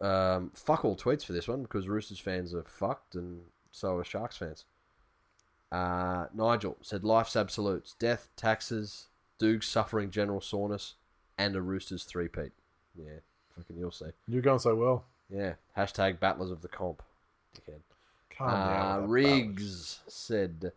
[SPEAKER 3] on. um, fuck all tweets for this one because Roosters fans are fucked and so are Sharks fans. Uh, Nigel said life's absolutes death, taxes, Duke suffering general soreness, and a Roosters three-peat. Yeah, fucking you'll see.
[SPEAKER 2] You're going so well.
[SPEAKER 3] Yeah, hashtag battlers of the comp. Dickhead.
[SPEAKER 2] Calm down.
[SPEAKER 3] Uh,
[SPEAKER 2] with that
[SPEAKER 3] Riggs said,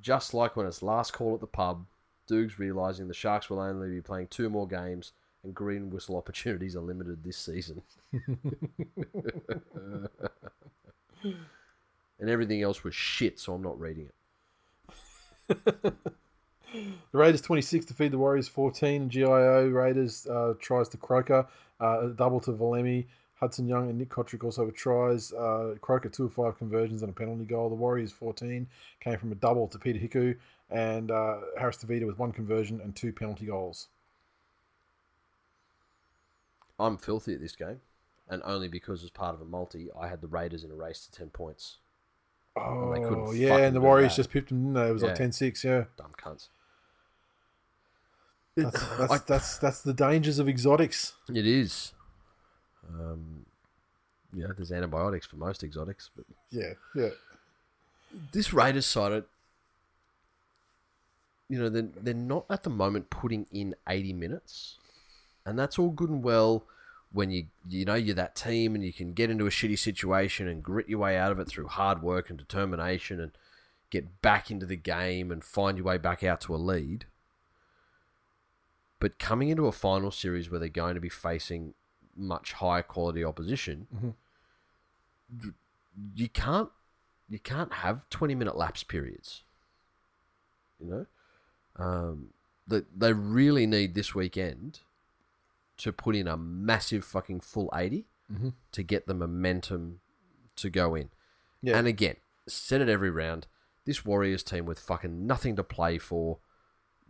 [SPEAKER 3] just like when it's last call at the pub, Dukes realizing the Sharks will only be playing two more games and green whistle opportunities are limited this season. and everything else was shit, so I'm not reading it.
[SPEAKER 2] balance. The Raiders 26 defeat the Warriors 14. GIO Raiders uh, tries to Croker, uh, a double to Valemi. Hudson Young and Nick Kotrick also were tries. Uh, Croker two of five conversions and a penalty goal. The Warriors 14 came from a double to Peter Hiku and uh, Harris DeVita with one conversion and two penalty goals.
[SPEAKER 3] I'm filthy at this game, and only because as part of a multi, I had the Raiders in a race to 10 points.
[SPEAKER 2] Oh,
[SPEAKER 3] they couldn't
[SPEAKER 2] yeah,
[SPEAKER 3] fucking
[SPEAKER 2] and the
[SPEAKER 3] do
[SPEAKER 2] Warriors
[SPEAKER 3] that.
[SPEAKER 2] just pipped them, didn't they? It was like
[SPEAKER 3] Yeah.
[SPEAKER 2] 10 6, yeah.
[SPEAKER 3] Dumb cunts.
[SPEAKER 2] That's, that's, that's, that's the dangers of exotics.
[SPEAKER 3] It is. Um, yeah, there's antibiotics for most exotics, but
[SPEAKER 2] Yeah, yeah.
[SPEAKER 3] this Raiders side, it- you know, they're, they're not at the moment putting in 80 minutes. And that's all good and well when you, you know, you're that team and you can get into a shitty situation and grit your way out of it through hard work and determination and get back into the game and find your way back out to a lead. But coming into a final series where they're going to be facing much higher quality opposition, d- you can't you can't have 20 minute lapse periods. You know? Um, that they really need this weekend to put in a massive fucking full 80
[SPEAKER 2] Mhm.
[SPEAKER 3] to get the momentum to go in.
[SPEAKER 2] Yeah.
[SPEAKER 3] And again, said it every round. This Warriors team with fucking nothing to play for,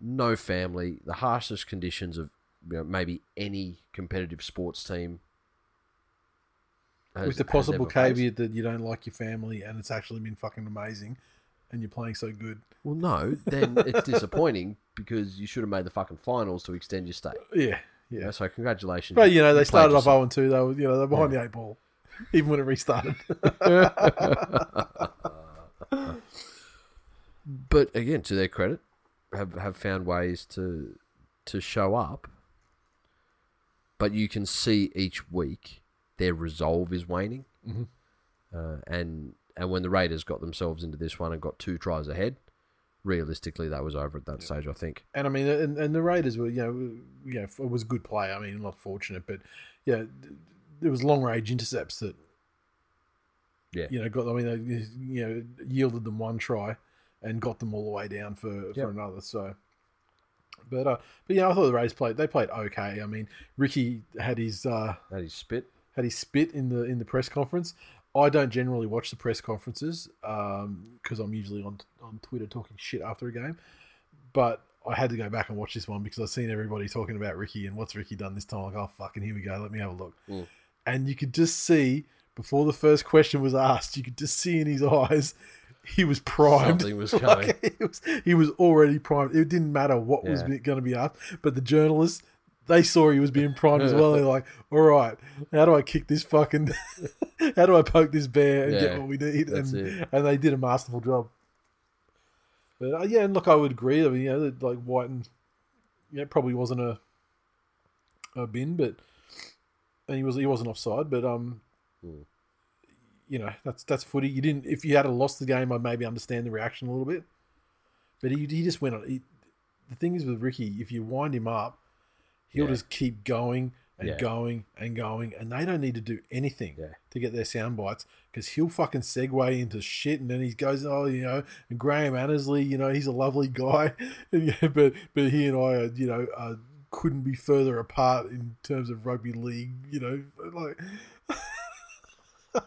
[SPEAKER 3] no family, the harshest conditions of you know, maybe any competitive sports team. has-
[SPEAKER 2] with the
[SPEAKER 3] has
[SPEAKER 2] possible
[SPEAKER 3] ever faced.
[SPEAKER 2] caveat that you don't like your family and it's actually been fucking amazing and you're playing so good.
[SPEAKER 3] Well, no, then it's disappointing because you should have made the fucking finals to extend your stay.
[SPEAKER 2] Yeah,
[SPEAKER 3] You
[SPEAKER 2] yeah.
[SPEAKER 3] know, so congratulations.
[SPEAKER 2] But you know, they
[SPEAKER 3] played
[SPEAKER 2] started off
[SPEAKER 3] yourself.
[SPEAKER 2] 0 2. They were, you know, they're behind the eight ball, even when it restarted.
[SPEAKER 3] But again, to their credit, have have found ways to to show up. But you can see each week their resolve is waning,
[SPEAKER 2] Mhm.
[SPEAKER 3] uh, and and when the Raiders got themselves into this one and got two tries ahead, realistically that was over at that stage. I think.
[SPEAKER 2] and I mean, and, and the Raiders were, you know, you know, it was good play. I mean, not fortunate, but yeah, there was long range intercepts that,
[SPEAKER 3] Yeah.
[SPEAKER 2] you know, got. I mean, they, you know, yielded them one try, and got them all the way down for,
[SPEAKER 3] Yep.
[SPEAKER 2] for another. So, but uh, but yeah, I thought the Raiders played. They played okay. I mean, Ricky had his uh,
[SPEAKER 3] That is spit.
[SPEAKER 2] had his spit in the in the press conference. I don't generally watch the press conferences because I'm usually on on Twitter talking shit after a game, but I had to go back and watch this one because I've seen everybody talking about Ricky and what's Ricky done this time. Like, oh fucking here we go, let me have a look.
[SPEAKER 3] Mm.
[SPEAKER 2] And you could just see before the first question was asked, you could just see in his eyes he was primed.
[SPEAKER 3] Something was
[SPEAKER 2] Like,
[SPEAKER 3] coming.
[SPEAKER 2] he, was, he was already primed. It didn't matter what was
[SPEAKER 3] Yeah.
[SPEAKER 2] going to be asked, but the journalists they saw he was being primed as well. They're like, all right, how do I kick this fucking, how do I poke this bear and
[SPEAKER 3] Yeah,
[SPEAKER 2] get what we need?
[SPEAKER 3] that's
[SPEAKER 2] and,
[SPEAKER 3] it.
[SPEAKER 2] and they did a masterful job. But uh, yeah, and look, I would agree. I mean, you know, that, like White and yeah, probably wasn't a a bin, but and he was he wasn't offside, but um.
[SPEAKER 3] Mm.
[SPEAKER 2] You know that's that's footy. You didn't. If you had lost the game, I maybe understand the reaction a little bit. But he, he just went on. He, the thing is with Ricky, if you wind him up, he'll
[SPEAKER 3] Yeah.
[SPEAKER 2] just keep going and
[SPEAKER 3] Yeah.
[SPEAKER 2] going and going, and they don't need to do anything
[SPEAKER 3] Yeah.
[SPEAKER 2] to get their sound bites because he'll fucking segue into shit, and then he goes, oh, you know, and Graham Annesley, you know, he's a lovely guy, and, yeah, but but he and I, are, you know, uh, couldn't be further apart in terms of rugby league, you know, like.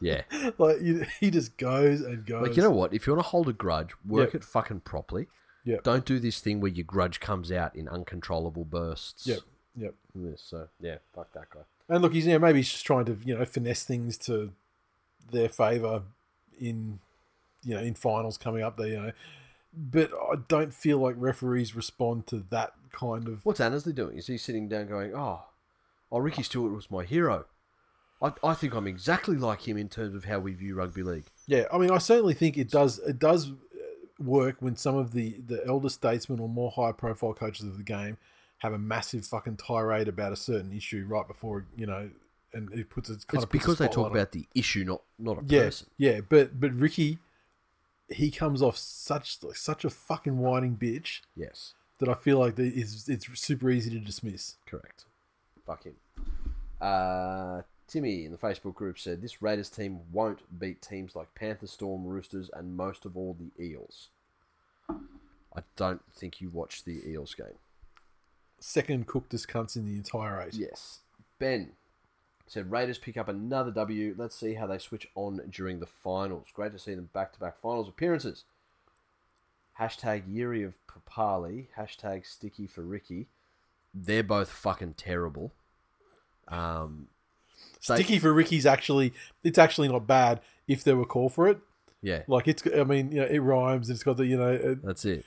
[SPEAKER 3] Yeah.
[SPEAKER 2] like you, he just goes and goes.
[SPEAKER 3] Like, you know what? If you want to hold a grudge, work
[SPEAKER 2] Yep.
[SPEAKER 3] it fucking properly.
[SPEAKER 2] Yep.
[SPEAKER 3] Don't do this thing where your grudge comes out in uncontrollable bursts.
[SPEAKER 2] Yep. Yep.
[SPEAKER 3] Yeah, So, yeah, fuck that guy.
[SPEAKER 2] And look, he's you know, maybe he's just trying to you know finesse things to their favour in you know in finals coming up. There, you know, but I don't feel like referees respond to that kind of.
[SPEAKER 3] What's Annesley doing? Is he sitting down going, oh, oh, Ricky Stewart was my hero? I, I think I'm exactly like him in terms of how we view rugby league.
[SPEAKER 2] Yeah, I mean, I certainly think it does. It does uh, work when some of the the elder statesmen or more high profile coaches of the game have a massive fucking tirade about a certain issue right before you know, and it puts a kind of puts
[SPEAKER 3] It's
[SPEAKER 2] a
[SPEAKER 3] because they talk
[SPEAKER 2] spotlight on-
[SPEAKER 3] about the issue, not not a
[SPEAKER 2] yeah,
[SPEAKER 3] person.
[SPEAKER 2] yeah, but but Ricky, he comes off such like, such a fucking whining bitch
[SPEAKER 3] Yes,
[SPEAKER 2] that I feel like the, it's it's super easy to dismiss.
[SPEAKER 3] correct. Fuck him. Uh, Timmy in the Facebook group said this Raiders team won't beat teams like Panther Storm, Roosters, and most of all the Eels. I don't think you watched the Eels game.
[SPEAKER 2] Second cooked cunts in the entire eight.
[SPEAKER 3] Yes. Ben said Raiders pick up another W. Let's see how they switch on during the finals. Great to see them back to back finals appearances. Hashtag Yuri of Papali. Hashtag Sticky for Ricky. They're both fucking terrible. Um, they-
[SPEAKER 2] Sticky for Ricky's actually it's actually not bad if there were call for it.
[SPEAKER 3] yeah,
[SPEAKER 2] Like it's I mean you know it rhymes and it's got the you know it,
[SPEAKER 3] that's it.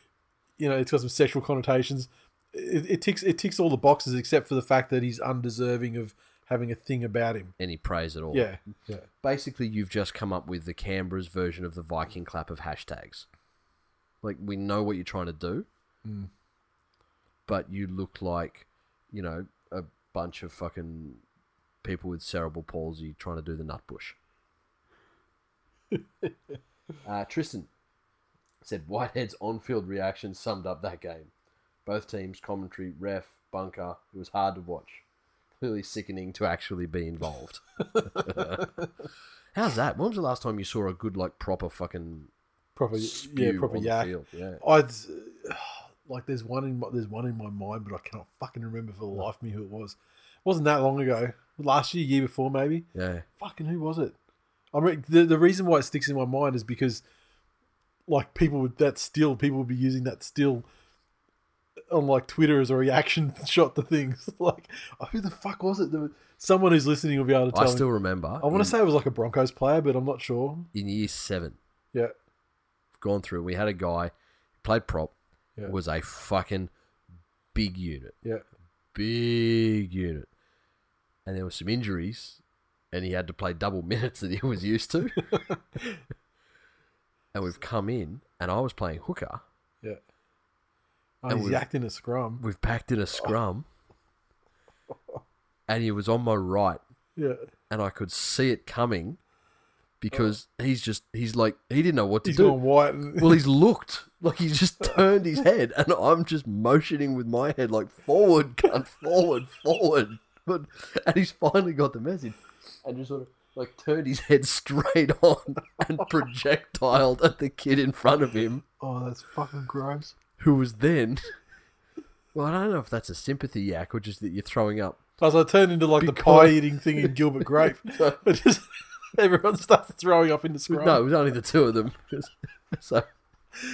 [SPEAKER 2] you know it's got some sexual connotations. It, it ticks it ticks all the boxes except for the fact that he's undeserving of having a thing about him.
[SPEAKER 3] Any praise at all.
[SPEAKER 2] Yeah, yeah.
[SPEAKER 3] Basically, you've just come up with the Canberra's version of the Viking clap of hashtags. Like, we know what you're trying to do, but you look like, you know, a bunch of fucking people with cerebral palsy trying to do the nut bush. uh, Tristan said Whitehead's on field reaction summed up that game. Both teams, commentary, ref, bunker, it was hard to watch. Clearly sickening to actually be involved. How's that? When was the last time you saw a good, like, proper fucking
[SPEAKER 2] Proper
[SPEAKER 3] spew
[SPEAKER 2] yeah proper
[SPEAKER 3] on
[SPEAKER 2] yak.
[SPEAKER 3] the field? Yeah.
[SPEAKER 2] I like there's one in my, there's one in my mind, but I cannot fucking remember for the life of me who it was. It wasn't that long ago. Last year, year before, maybe.
[SPEAKER 3] Yeah.
[SPEAKER 2] Fucking who was it? I mean, the the reason why it sticks in my mind is because like people with that still, people would be using that still on like Twitter as a reaction shot to things. Like oh, who the fuck was it? There was, someone who's listening will be able to
[SPEAKER 3] I
[SPEAKER 2] tell.
[SPEAKER 3] still
[SPEAKER 2] me.
[SPEAKER 3] remember.
[SPEAKER 2] I want
[SPEAKER 3] in-
[SPEAKER 2] to say it was like a Broncos player, but I'm not sure.
[SPEAKER 3] in year seven,
[SPEAKER 2] Yeah,
[SPEAKER 3] gone through. We had a guy who played prop,
[SPEAKER 2] Yeah.
[SPEAKER 3] was a fucking big unit,
[SPEAKER 2] yeah,
[SPEAKER 3] big unit, and there were some injuries, and he had to play double minutes that he was used to. and we've come in, and I was playing hooker.
[SPEAKER 2] yeah. Oh,
[SPEAKER 3] And
[SPEAKER 2] he's
[SPEAKER 3] we've-
[SPEAKER 2] yacked in a scrum.
[SPEAKER 3] We've packed in a scrum, and he was on my right,
[SPEAKER 2] Yeah.
[SPEAKER 3] and I could see it coming. Because he's just, he's like, he didn't know what
[SPEAKER 2] Oh.
[SPEAKER 3] to
[SPEAKER 2] He's
[SPEAKER 3] do.
[SPEAKER 2] gone white. And,
[SPEAKER 3] Well, he's looked like he just turned his head, and I'm just motioning with my head like forward, cunt, forward, forward. But and he's finally got the message, and just sort of like turned his head straight on and projectiled at the kid in front of him,
[SPEAKER 2] oh, that's fucking gross.
[SPEAKER 3] who was then. Well, I don't know if that's a sympathy yak or just that you're throwing up.
[SPEAKER 2] As I turned into like the
[SPEAKER 3] Because-
[SPEAKER 2] pie eating thing in Gilbert Grape, It just everyone starts throwing up in the scrum.
[SPEAKER 3] No, it was only the two of them. So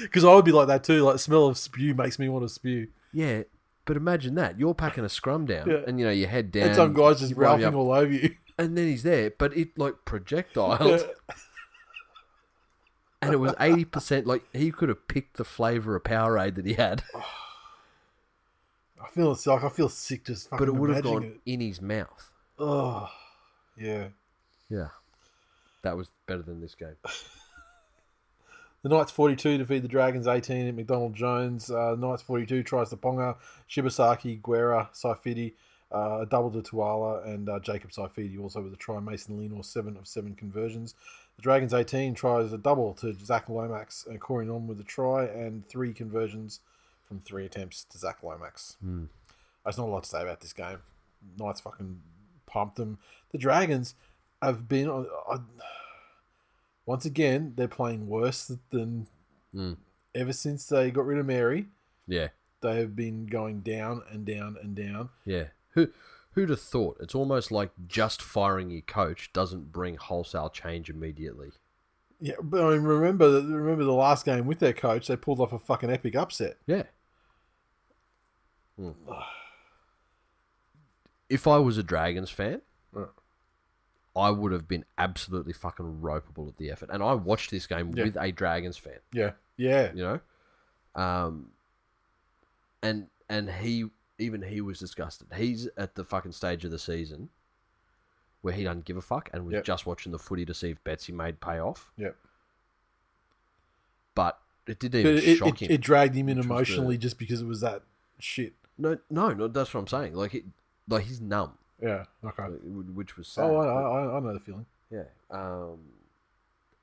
[SPEAKER 2] because I would be like that too. Like smell of spew makes me want to spew.
[SPEAKER 3] yeah, but imagine that you're packing a scrum down,
[SPEAKER 2] Yeah.
[SPEAKER 3] and you know your head down.
[SPEAKER 2] And some guys just
[SPEAKER 3] you wind
[SPEAKER 2] ralphing
[SPEAKER 3] up-
[SPEAKER 2] all over you.
[SPEAKER 3] and then he's there, but it like projectiled,
[SPEAKER 2] Yeah.
[SPEAKER 3] and it was eighty percent. Like he could have picked the flavor of Powerade that he had,
[SPEAKER 2] I feel it's like I feel sick just fucking
[SPEAKER 3] but it would have
[SPEAKER 2] imagining
[SPEAKER 3] gone in his mouth.
[SPEAKER 2] it. Oh, yeah.
[SPEAKER 3] Yeah, that was better than this game.
[SPEAKER 2] The Knights 42 defeat the Dragons 18 at McDonald Jones. Uh, Knights 42 tries to Ponga, Shibasaki, Guerra, Saifidi, uh, a double to Tuala, and uh, Jacob Saifidi also with a try. Mason Lenore, 7 of 7 conversions. The Dragons 18 tries a double to Zach Lomax and Corey Norman with a try and three conversions from three attempts to Zach Lomax. There's not a lot to say about this game. Knights fucking pumped them. The Dragons have been on. I, once again, they're playing worse than
[SPEAKER 3] Mm.
[SPEAKER 2] ever since they got rid of Mary.
[SPEAKER 3] Yeah,
[SPEAKER 2] They have been going down and down and down.
[SPEAKER 3] yeah. Who Who'd have thought? It's almost like just firing your coach doesn't bring wholesale change immediately.
[SPEAKER 2] Yeah, but I mean, remember the, remember the last game with their coach, they pulled off a fucking epic upset.
[SPEAKER 3] Yeah.
[SPEAKER 2] Hmm.
[SPEAKER 3] If I was a Dragons fan,
[SPEAKER 2] Mm.
[SPEAKER 3] I would have been absolutely fucking ropeable at the effort. And I watched this game
[SPEAKER 2] Yeah.
[SPEAKER 3] with a Dragons fan,
[SPEAKER 2] Yeah, yeah,
[SPEAKER 3] you know? Um and and he even he was disgusted. He's at the fucking stage of the season where he doesn't give a fuck and was
[SPEAKER 2] Yep.
[SPEAKER 3] just watching the footy to see if Betsy made pay off.
[SPEAKER 2] yeah.
[SPEAKER 3] But it didn't
[SPEAKER 2] But
[SPEAKER 3] even
[SPEAKER 2] it, it,
[SPEAKER 3] shock
[SPEAKER 2] it,
[SPEAKER 3] him.
[SPEAKER 2] it dragged him in
[SPEAKER 3] Which was the-
[SPEAKER 2] emotionally just because it was that shit.
[SPEAKER 3] No, no, no, that's what I'm saying. Like it, like he's numb,
[SPEAKER 2] Yeah. Okay.
[SPEAKER 3] like, wh- which was sad.
[SPEAKER 2] Oh, I,
[SPEAKER 3] but-
[SPEAKER 2] I, I know the feeling.
[SPEAKER 3] yeah. Um,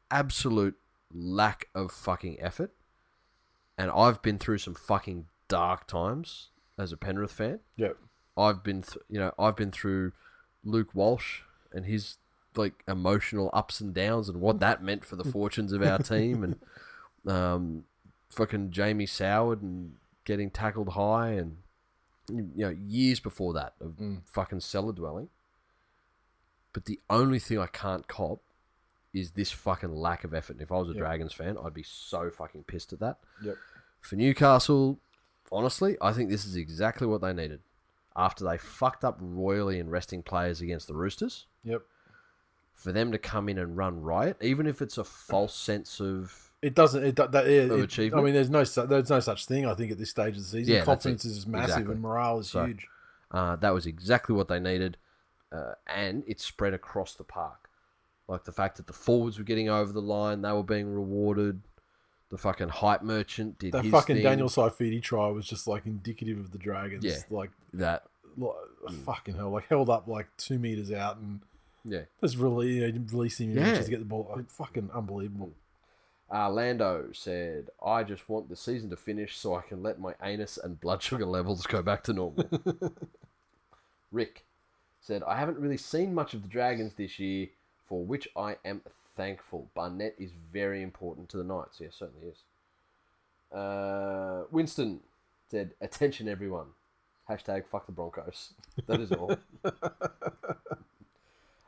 [SPEAKER 3] absolute lack of fucking effort, and I've been through some fucking dark times as a Penrith fan.
[SPEAKER 2] Yeah.
[SPEAKER 3] I've been, th- you know, I've been through Luke Walsh and his like emotional ups and downs and what that meant for the fortunes of our team and um, fucking Jamie Soward and getting tackled high and you know years before that of
[SPEAKER 2] Mm.
[SPEAKER 3] fucking cellar dwelling. But the only thing I can't cop is this fucking lack of effort. And if I was a
[SPEAKER 2] Yeah.
[SPEAKER 3] Dragons fan, I'd be so fucking pissed at that.
[SPEAKER 2] Yep.
[SPEAKER 3] For Newcastle, honestly, I think this is exactly what they needed. After they fucked up royally in resting players against the Roosters,
[SPEAKER 2] Yep.
[SPEAKER 3] for them to come in and run riot, even if it's a false sense of
[SPEAKER 2] It doesn't. It, do- that, it,
[SPEAKER 3] Of
[SPEAKER 2] it-
[SPEAKER 3] achievement?
[SPEAKER 2] I mean, there's no su- there's no such thing. I think at this stage of the season,
[SPEAKER 3] Yeah, that's
[SPEAKER 2] confidence
[SPEAKER 3] it.
[SPEAKER 2] is massive
[SPEAKER 3] Exactly.
[SPEAKER 2] and morale is
[SPEAKER 3] So-
[SPEAKER 2] huge.
[SPEAKER 3] Uh, that was exactly what they needed, uh, and it spread across the park. Like the fact that the forwards were getting over the line, they were being rewarded. The fucking hype merchant did
[SPEAKER 2] That
[SPEAKER 3] his
[SPEAKER 2] fucking
[SPEAKER 3] thing.
[SPEAKER 2] Daniel Saifidi try was just like indicative of the Dragons.
[SPEAKER 3] Yeah. Mm.
[SPEAKER 2] Like,
[SPEAKER 3] that
[SPEAKER 2] like fucking hell, like held up like two meters out and
[SPEAKER 3] yeah.
[SPEAKER 2] just really you know, releasing him
[SPEAKER 3] Yeah.
[SPEAKER 2] just to get the ball. Like, fucking unbelievable.
[SPEAKER 3] Uh, Lando said, "I just want the season to finish so I can let my anus and blood sugar levels go back to normal." Rick said, "I haven't really seen much of the Dragons this year, for which I am thankful. Barnett is very important to the Knights. Yes, certainly is." Uh, Winston said, "Attention, everyone! Hashtag fuck the Broncos. That is all." Uh,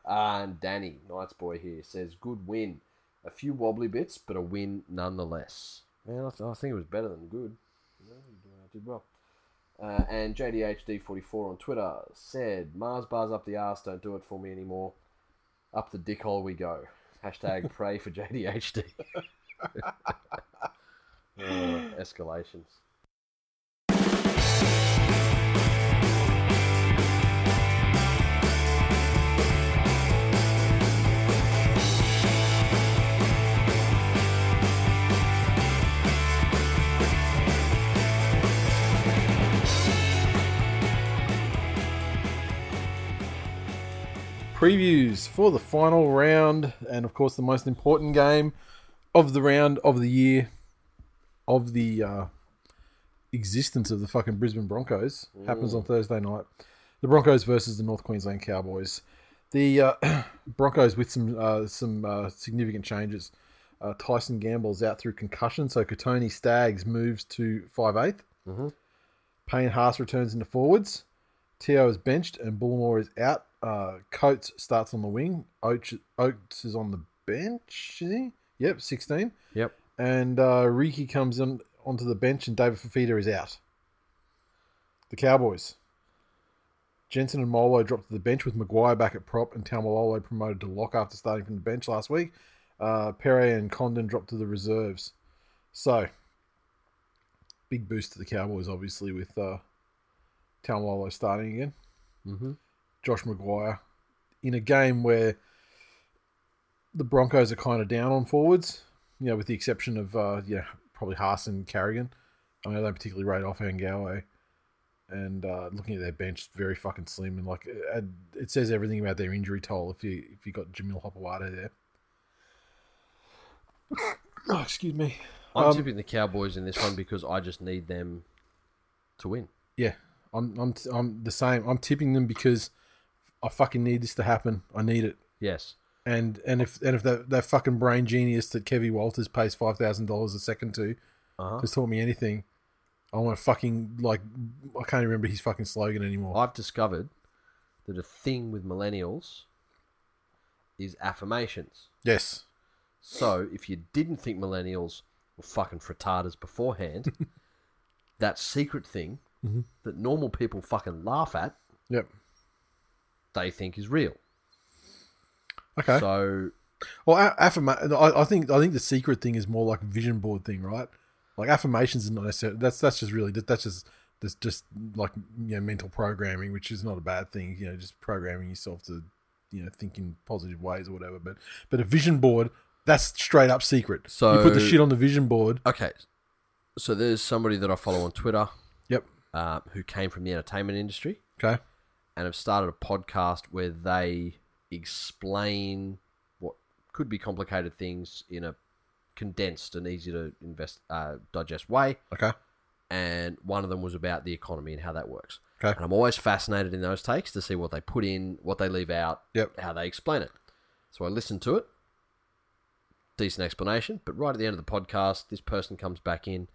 [SPEAKER 3] and Danny, Knights boy here, says, "Good win. A few wobbly bits, but a win nonetheless." Man, I, th- I think it was better than good. Yeah, I did well. Uh, and JDHD44 on Twitter said, Mars bars up the arse, don't do it for me anymore. Up the dick hole we go. Hashtag pray for JDHD. Uh, escalations.
[SPEAKER 2] previews for the final round and of course the most important game of the round of the year of the uh, existence of the fucking Brisbane Broncos happens on Thursday night. The Broncos versus the North Queensland Cowboys. The uh, Broncos with some uh, some uh, significant changes. Uh, Tyson Gamble's out through concussion, so Katoni Staggs moves to five
[SPEAKER 3] Mhm.
[SPEAKER 2] Payne Haas returns into forwards. Teo is benched and Bullimore is out. Uh, Coates starts on the wing. Oates, Oates is on the bench. Is he? Yep, 16.
[SPEAKER 3] Yep.
[SPEAKER 2] And uh, Riki comes in onto the bench and David Fafita is out. The Cowboys. Jensen and Molo dropped to the bench with Maguire back at prop and Tamalolo promoted to lock after starting from the bench last week. Uh, Pere and Condon dropped to the reserves. So, big boost to the Cowboys, obviously, with uh, Tamalolo starting again.
[SPEAKER 3] Mm-hmm.
[SPEAKER 2] Josh Maguire in a game where the Broncos are kind of down on forwards, you know, with the exception of, uh, yeah, probably Haas and Carrigan. I mean, I don't particularly rate off Angawe. And uh, looking at their bench, it's very fucking slim. And like, it, it says everything about their injury toll if you if you got Jamil Hopewada there. Oh, excuse me.
[SPEAKER 3] I'm
[SPEAKER 2] Um,
[SPEAKER 3] tipping the Cowboys in this one because I just need them to win.
[SPEAKER 2] Yeah, I'm I'm I'm the same. I'm tipping them because I fucking need this to happen. I need it.
[SPEAKER 3] Yes.
[SPEAKER 2] And and if and if that, that fucking brain genius that Kevy Walters pays five thousand dollars a second to
[SPEAKER 3] Uh-huh.
[SPEAKER 2] has taught me anything, I want to fucking like I can't remember his fucking slogan anymore.
[SPEAKER 3] I've discovered that a thing with millennials is affirmations.
[SPEAKER 2] Yes.
[SPEAKER 3] So if you didn't think millennials were fucking frittatas beforehand, that secret thing
[SPEAKER 2] Mhm.
[SPEAKER 3] that normal people fucking laugh at,
[SPEAKER 2] Yep.
[SPEAKER 3] they think is real.
[SPEAKER 2] Okay.
[SPEAKER 3] So
[SPEAKER 2] well, a- affirma- I, I think I think the secret thing is more like a vision board thing, right? Like affirmations is not necessarily that's that's just really that's just that's just like you know mental programming, which is not a bad thing. You know, just programming yourself to you know think in positive ways or whatever. But but a vision board that's straight up secret. you put the
[SPEAKER 3] So-
[SPEAKER 2] shit on the vision board.
[SPEAKER 3] okay, so there's somebody that I follow on Twitter
[SPEAKER 2] Yep.
[SPEAKER 3] uh, who came from the entertainment industry
[SPEAKER 2] Okay.
[SPEAKER 3] and have started a podcast where they explain what could be complicated things in a condensed and easy to invest uh, digest way.
[SPEAKER 2] Okay.
[SPEAKER 3] and one of them was about the economy and how that works.
[SPEAKER 2] Okay.
[SPEAKER 3] And I'm always fascinated in those takes to see what they put in, what they leave out,
[SPEAKER 2] Yep.
[SPEAKER 3] how they explain it. So I listened to it. Decent explanation, but right at the end of the podcast, this person comes back in,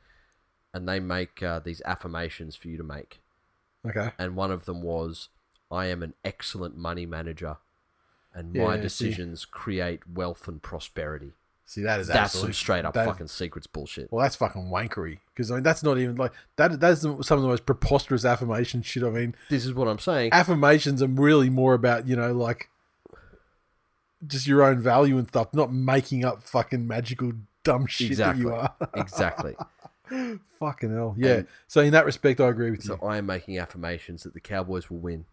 [SPEAKER 3] and they make uh, these affirmations for you to make.
[SPEAKER 2] Okay.
[SPEAKER 3] And one of them was, "I am an excellent money manager, and
[SPEAKER 2] Yeah,
[SPEAKER 3] my
[SPEAKER 2] yeah, see.
[SPEAKER 3] decisions create wealth and prosperity."
[SPEAKER 2] See that is
[SPEAKER 3] That's some
[SPEAKER 2] absolute-
[SPEAKER 3] straight up
[SPEAKER 2] that-
[SPEAKER 3] fucking secrets bullshit.
[SPEAKER 2] Well, that's fucking wankery because I mean that's not even like that. That's some of the most preposterous affirmation shit. I mean,
[SPEAKER 3] This is what I'm saying.
[SPEAKER 2] affirmations are really more about you know like just your own value and stuff, not making up fucking magical dumb shit
[SPEAKER 3] exactly.
[SPEAKER 2] that you are.
[SPEAKER 3] exactly.
[SPEAKER 2] fucking hell, yeah.
[SPEAKER 3] And-
[SPEAKER 2] so in that respect, I agree with
[SPEAKER 3] So
[SPEAKER 2] you.
[SPEAKER 3] I am making affirmations that the Cowboys will win.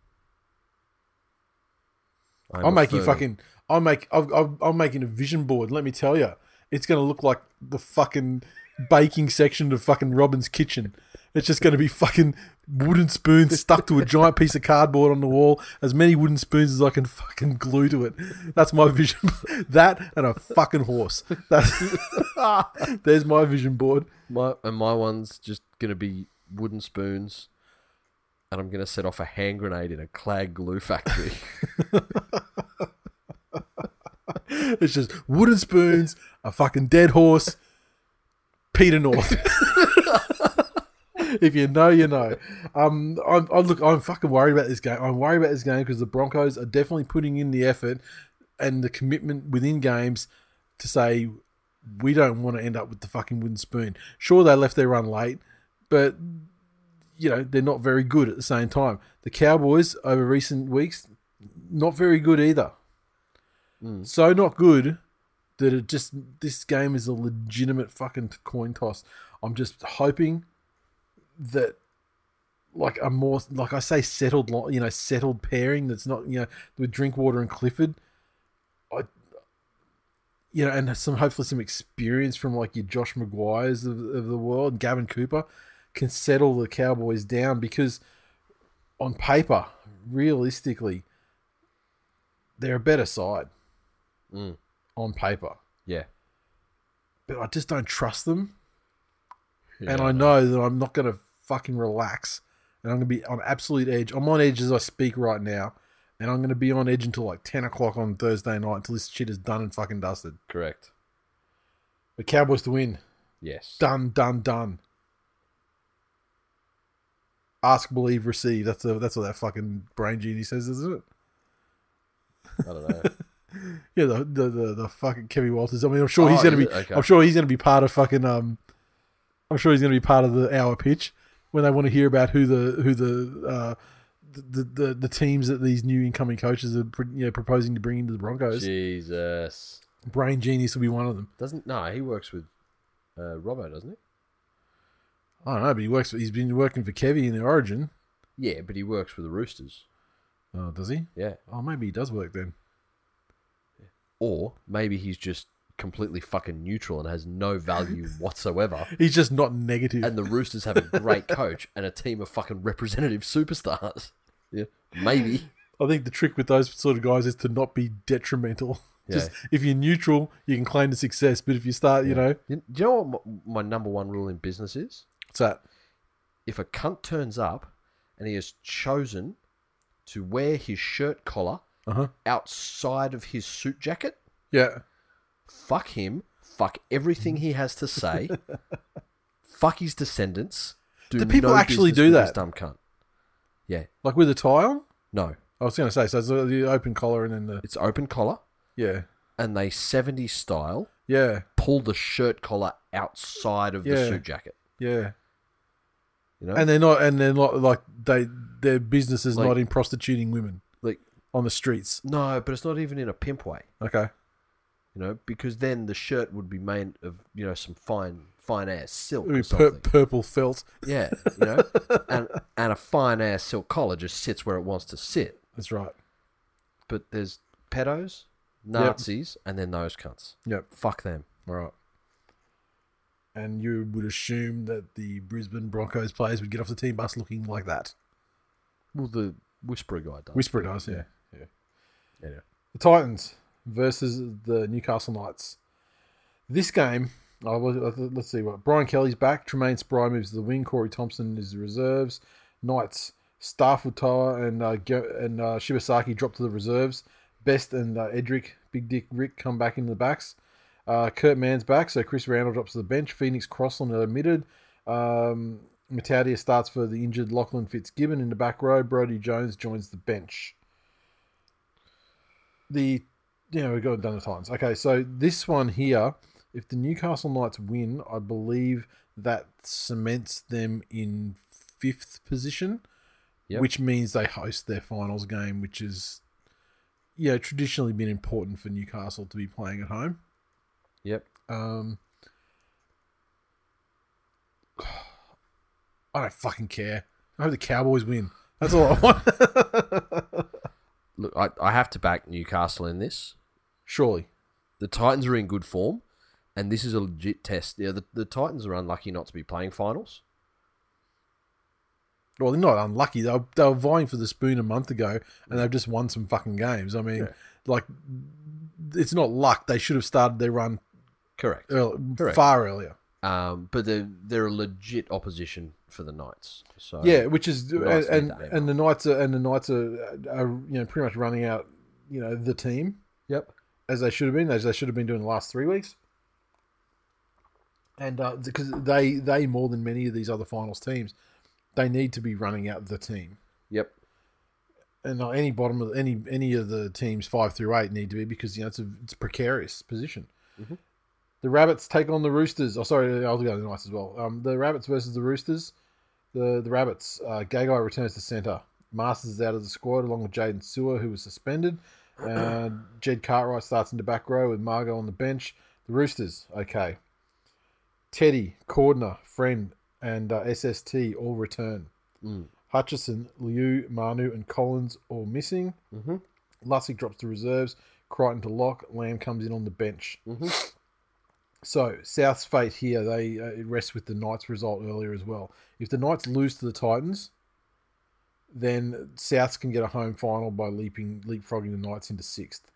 [SPEAKER 3] I'm
[SPEAKER 2] I'll make you
[SPEAKER 3] affirming-
[SPEAKER 2] fucking. I'll make. I've, I'm, I'm making a vision board. Let me tell you, it's going to look like the fucking baking section of fucking Robin's kitchen. It's just going to be fucking wooden spoons stuck to a giant piece of cardboard on the wall. As many wooden spoons as I can fucking glue to it. That's my vision. that and a fucking horse. That's, there's my vision board.
[SPEAKER 3] my and my one's just gonna be wooden spoons, and I'm gonna set off a hand grenade in a clad glue factory.
[SPEAKER 2] It's just wooden spoons, a fucking dead horse, Peter North. if you know, you know. Um, I'm, I look, I'm fucking worried about this game. I'm worried about this game because the Broncos are definitely putting in the effort and the commitment within games to say we don't want to end up with the fucking wooden spoon. Sure, they left their run late, but you know they're not very good at the same time. The Cowboys over recent weeks, not very good either. So not good that it just this game is a legitimate fucking coin toss. I'm just hoping that like a more like I say settled lo- you know settled pairing that's not you know with Drinkwater and Clifford I you know and some hopefully some experience from like your Josh Maguires of, of the world Gavin Cooper can settle the Cowboys down because on paper realistically they're a better side
[SPEAKER 3] Mm.
[SPEAKER 2] on paper
[SPEAKER 3] yeah,
[SPEAKER 2] but I just don't trust them and I know that I'm not going to fucking relax, and I'm going to be on absolute edge. I'm on edge as I speak right now, and I'm going to be on edge until like ten o'clock on Thursday night until this shit is done and fucking dusted.
[SPEAKER 3] correct.
[SPEAKER 2] The Cowboys to win,
[SPEAKER 3] Yes,
[SPEAKER 2] done, done, done. Ask, believe, receive. That's a, that's what that fucking brain genie says, isn't it?
[SPEAKER 3] I don't know.
[SPEAKER 2] Yeah, the the the, the fucking Kevin Walters. I mean, I'm sure he's
[SPEAKER 3] Oh,
[SPEAKER 2] gonna
[SPEAKER 3] is
[SPEAKER 2] be.
[SPEAKER 3] it? Okay.
[SPEAKER 2] I'm sure he's gonna be part of fucking. Um, I'm sure he's gonna be part of the hour pitch when they want to hear about who the who the uh, the, the the teams that these new incoming coaches are pr- you know, proposing to bring into the Broncos.
[SPEAKER 3] Jesus
[SPEAKER 2] Brain Genius will be one of them.
[SPEAKER 3] doesn't no. He works with uh, Robbo, doesn't he?
[SPEAKER 2] I don't know, but he works. He's been working for Kevy in the Origin.
[SPEAKER 3] Yeah, but he works with the Roosters.
[SPEAKER 2] Oh, does he?
[SPEAKER 3] Yeah,
[SPEAKER 2] Oh, maybe he does work then.
[SPEAKER 3] or maybe he's just completely fucking neutral and has no value whatsoever.
[SPEAKER 2] He's just not negative.
[SPEAKER 3] and the Roosters have a great coach and a team of fucking representative superstars. Yeah, maybe.
[SPEAKER 2] I think the trick with those sort of guys is to not be detrimental. Just if you're neutral, you can claim to success. But if you start, you know,
[SPEAKER 3] You- Do you know what m- my number one rule in business is?
[SPEAKER 2] it's that.
[SPEAKER 3] If a cunt turns up and he has chosen to wear his shirt collar
[SPEAKER 2] Uh huh.
[SPEAKER 3] outside of his suit jacket,
[SPEAKER 2] Yeah.
[SPEAKER 3] fuck him. Fuck everything he has to say. fuck his descendants.
[SPEAKER 2] Do people actually
[SPEAKER 3] business
[SPEAKER 2] do
[SPEAKER 3] with this
[SPEAKER 2] that?
[SPEAKER 3] Dumb cunt. Yeah.
[SPEAKER 2] Like with a tile?
[SPEAKER 3] No.
[SPEAKER 2] I was going to say, so it's the- the open collar and then the
[SPEAKER 3] It's open collar,
[SPEAKER 2] yeah,
[SPEAKER 3] and they 70s style
[SPEAKER 2] yeah,
[SPEAKER 3] pull the shirt collar outside of the
[SPEAKER 2] Yeah.
[SPEAKER 3] suit jacket.
[SPEAKER 2] yeah.
[SPEAKER 3] You know,
[SPEAKER 2] And they're not, and they're not like they their business is
[SPEAKER 3] Like-
[SPEAKER 2] not in prostituting women
[SPEAKER 3] like
[SPEAKER 2] on the streets.
[SPEAKER 3] no, but it's not even in a pimp way.
[SPEAKER 2] Okay,
[SPEAKER 3] You know, because then the shirt would be made of you know some fine fine ass silk
[SPEAKER 2] It'd be
[SPEAKER 3] or
[SPEAKER 2] pur-
[SPEAKER 3] something.
[SPEAKER 2] purple felt.
[SPEAKER 3] Yeah, you know, and and a fine ass silk collar just sits where it wants to sit.
[SPEAKER 2] That's right.
[SPEAKER 3] But there's pedos, Nazis, and then those cunts.
[SPEAKER 2] Yep.
[SPEAKER 3] Fuck them.
[SPEAKER 2] All right. And you would assume that the Brisbane Broncos players would get off the team bus looking like that.
[SPEAKER 3] Well, the whisperer guy does.
[SPEAKER 2] Whisper it does, yeah. yeah.
[SPEAKER 3] Anyway.
[SPEAKER 2] The Titans versus the Newcastle Knights. This game, I was, let's see what. Brian Kelly's back. Tremaine Spry moves to the wing. Corey Thompson is the reserves. Knights, Stafford Toa and uh, Go- and uh, Shibasaki drop to the reserves. Best and uh, Edric, Big Dick Rick come back into the backs. Uh, Kurt Mann's back, so Chris Randall drops to the bench. Phoenix Crossland are admitted. Um, Mataudia starts for the injured Lachlan Fitzgibbon in the back row. Brody Jones joins the bench the yeah, we've got it done the Titans. Okay, so this one here, if the Newcastle Knights win, I believe that cements them in fifth position,
[SPEAKER 3] Yep.
[SPEAKER 2] which means they host their finals game, which is yeah traditionally been important for Newcastle to be playing at home.
[SPEAKER 3] Yep.
[SPEAKER 2] Um, I don't fucking care. I hope the Cowboys win. That's all I want.
[SPEAKER 3] Look, I, I have to back Newcastle in this.
[SPEAKER 2] Surely,
[SPEAKER 3] The Titans are in good form, and this is a legit test. Yeah, the, the Titans are unlucky not to be playing finals.
[SPEAKER 2] Well, they're not unlucky. They were, they were vying for the spoon a month ago, and they've just won some fucking games. I mean,
[SPEAKER 3] Yeah.
[SPEAKER 2] like, it's not luck. They should have started their run
[SPEAKER 3] Correct.
[SPEAKER 2] earl
[SPEAKER 3] Correct.
[SPEAKER 2] far earlier.
[SPEAKER 3] Um, but they're they're a legit opposition for the Knights. So
[SPEAKER 2] yeah, which is and
[SPEAKER 3] Knights
[SPEAKER 2] and,
[SPEAKER 3] need that.
[SPEAKER 2] and the knights are and the knights are, are you know pretty much running out you know the team
[SPEAKER 3] Yep.
[SPEAKER 2] as they should have been as they should have been doing the last three weeks. And uh, because they they more than many of these other finals teams, they need to be running out the team.
[SPEAKER 3] Yep.
[SPEAKER 2] and not any bottom of any any of the teams five through eight need to be because you know it's a it's a precarious position.
[SPEAKER 3] Mhm.
[SPEAKER 2] The Rabbits take on the Roosters. Oh, sorry, I'll go to the Knights as well. Um, the Rabbits versus the Roosters. The the Rabbits. Uh, Gagai returns to centre. Masters is out of the squad along with Jaden Sewer, who was suspended. Uh, Jed Cartwright starts in the back row with Margot on the bench. The Roosters. Okay. Teddy, Cordner, Friend, and uh, SST all return.
[SPEAKER 3] Mm.
[SPEAKER 2] Hutchison, Liu, Manu, and Collins all missing.
[SPEAKER 3] Mm-hmm.
[SPEAKER 2] Lussick drops to reserves. Crichton to lock. Lamb comes in on the bench. So South's fate here, they uh, it rests with the Knights' result earlier as well. If the Knights lose to the Titans, then Souths can get a home final by leaping leapfrogging the Knights into sixth.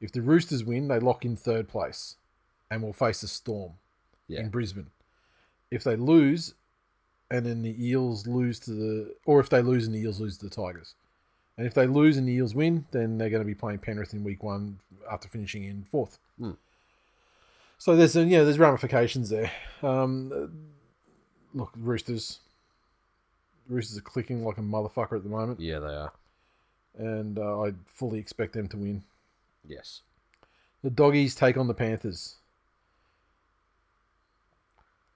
[SPEAKER 2] If the Roosters win, they lock in third place, and will face the Storm
[SPEAKER 3] Yeah.
[SPEAKER 2] in Brisbane. If they lose, and then the Eels lose to the, or if they lose and the Eels lose to the Tigers, and if they lose and the Eels win, then they're going to be playing Penrith in Week One after finishing in fourth.
[SPEAKER 3] Hmm.
[SPEAKER 2] So there's uh, yeah there's ramifications there. Um, uh, look, Roosters, Roosters are clicking like a motherfucker at the moment,
[SPEAKER 3] Yeah, they are.
[SPEAKER 2] and uh, I fully expect them to win.
[SPEAKER 3] Yes.
[SPEAKER 2] The doggies take on the Panthers.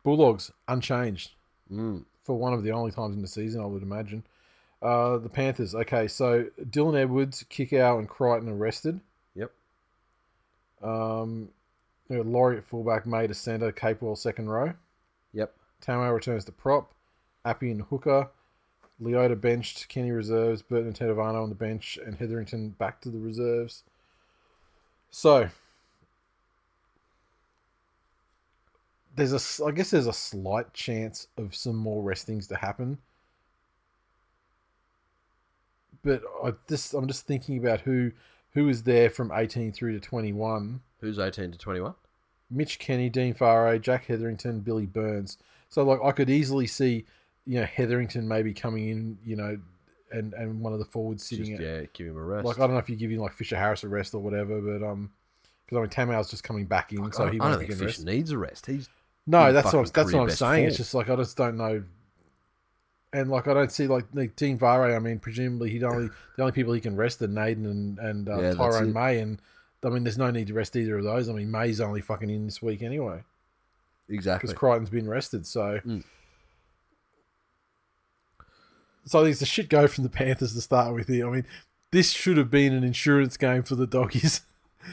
[SPEAKER 2] Bulldogs unchanged
[SPEAKER 3] Mm.
[SPEAKER 2] for one of the only times in the season, I would imagine. Uh, the Panthers. Okay, so Dylan Edwards, Kickow, and Crichton arrested.
[SPEAKER 3] Yep.
[SPEAKER 2] Um, you know, Laurie at fullback, May to centre, Capewell second row.
[SPEAKER 3] Yep.
[SPEAKER 2] Tamo returns to prop. Appy and Hooker. Leota benched. Kenny reserves. Burton and Tedovano on the bench. And Hetherington back to the reserves. So there's a, s- I guess there's a slight chance of some more restings to happen. But I just, I'm just thinking about who, who is there from 18 through to 21.
[SPEAKER 3] Who's eighteen to twenty one?
[SPEAKER 2] Mitch Kenny, Dean Farrow, Jack Hetherington, Billy Burns. So like I could easily see, you know, Hetherington maybe coming in, you know, and and one of the forwards sitting
[SPEAKER 3] Just
[SPEAKER 2] at
[SPEAKER 3] yeah, give him a rest.
[SPEAKER 2] like I don't know if you give him like Fisher Harris a rest or whatever, but um, because I mean Tamau's just coming back in, so
[SPEAKER 3] I
[SPEAKER 2] he
[SPEAKER 3] don't
[SPEAKER 2] won't be
[SPEAKER 3] think
[SPEAKER 2] getting
[SPEAKER 3] Fish
[SPEAKER 2] rest.
[SPEAKER 3] needs a rest. He's
[SPEAKER 2] No,
[SPEAKER 3] he's
[SPEAKER 2] that's what I'm,
[SPEAKER 3] fucking
[SPEAKER 2] that's
[SPEAKER 3] career
[SPEAKER 2] what I'm
[SPEAKER 3] best
[SPEAKER 2] saying.
[SPEAKER 3] forward.
[SPEAKER 2] It's just like I just don't know. And like I don't see like, like Dean Vare. I mean, presumably he only the only people he can rest are Naden and and uh,
[SPEAKER 3] Yeah, that's
[SPEAKER 2] Tyrone
[SPEAKER 3] it.
[SPEAKER 2] May. And I mean, there's no need to rest either of those. I mean, May's only fucking in this week anyway
[SPEAKER 3] Exactly.
[SPEAKER 2] because Crichton's been rested. So,
[SPEAKER 3] Mm.
[SPEAKER 2] so there's a shit go from the Panthers to start with here. I mean, this should have been an insurance game for the doggies.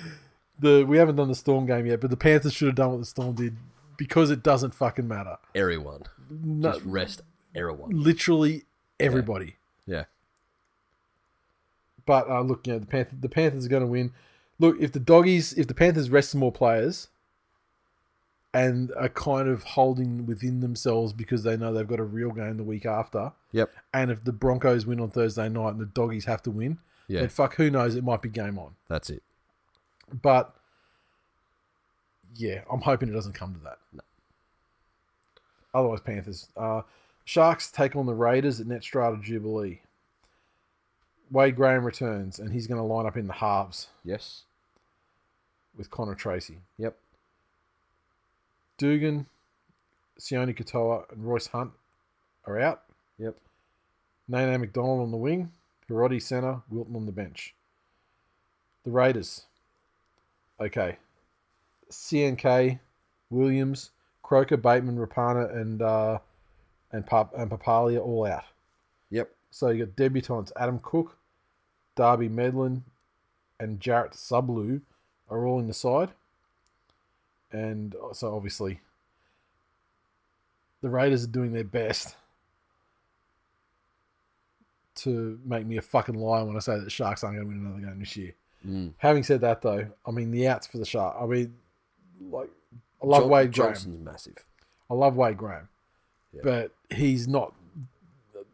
[SPEAKER 2] the we haven't done the Storm game yet, but the Panthers should have done what the Storm did because it doesn't fucking matter.
[SPEAKER 4] Everyone.
[SPEAKER 2] No,
[SPEAKER 4] Just rest everyone.
[SPEAKER 2] literally everybody.
[SPEAKER 4] Yeah.
[SPEAKER 2] But uh, look, you know, the Panthers, the Panthers are going to win. Look, if the doggies, if the Panthers rest some more players, and are kind of holding within themselves because they know they've got a real game the week after,
[SPEAKER 3] Yep.
[SPEAKER 2] and if the Broncos win on Thursday night and the doggies have to win,
[SPEAKER 3] Yeah.
[SPEAKER 2] then fuck, who knows? It might be game on.
[SPEAKER 3] That's it.
[SPEAKER 2] But yeah, I'm hoping it doesn't come to that. Otherwise, Panthers. Uh, Sharks take on the Raiders at Netstrata Jubilee. Wade Graham returns, and he's going to line up in the halves
[SPEAKER 3] Yes.
[SPEAKER 2] with Connor Tracy.
[SPEAKER 3] Yep.
[SPEAKER 2] Dugan, Sione Katoa, and Royce Hunt are out.
[SPEAKER 3] Yep.
[SPEAKER 2] Nana McDonald on the wing, Hirodi center, Wilton on the bench. The Raiders. Okay. CNK, Williams, Croker, Bateman, Rapana, and uh, and Pap- and Papalia all out.
[SPEAKER 3] Yep.
[SPEAKER 2] So you got debutants Adam Cook, Darby Medlin, and Jarrett Sublu are all in the side. And uh, so obviously, the Raiders are doing their best to make me a fucking liar when I say that Sharks aren't going to win another game this year.
[SPEAKER 3] Mm.
[SPEAKER 2] Having said that, though, I mean the outs for the Shark. I mean, like I love
[SPEAKER 3] John-
[SPEAKER 2] Wade Graham.
[SPEAKER 3] Johnson's massive.
[SPEAKER 2] I love Wade Graham,
[SPEAKER 3] Yeah.
[SPEAKER 2] but he's not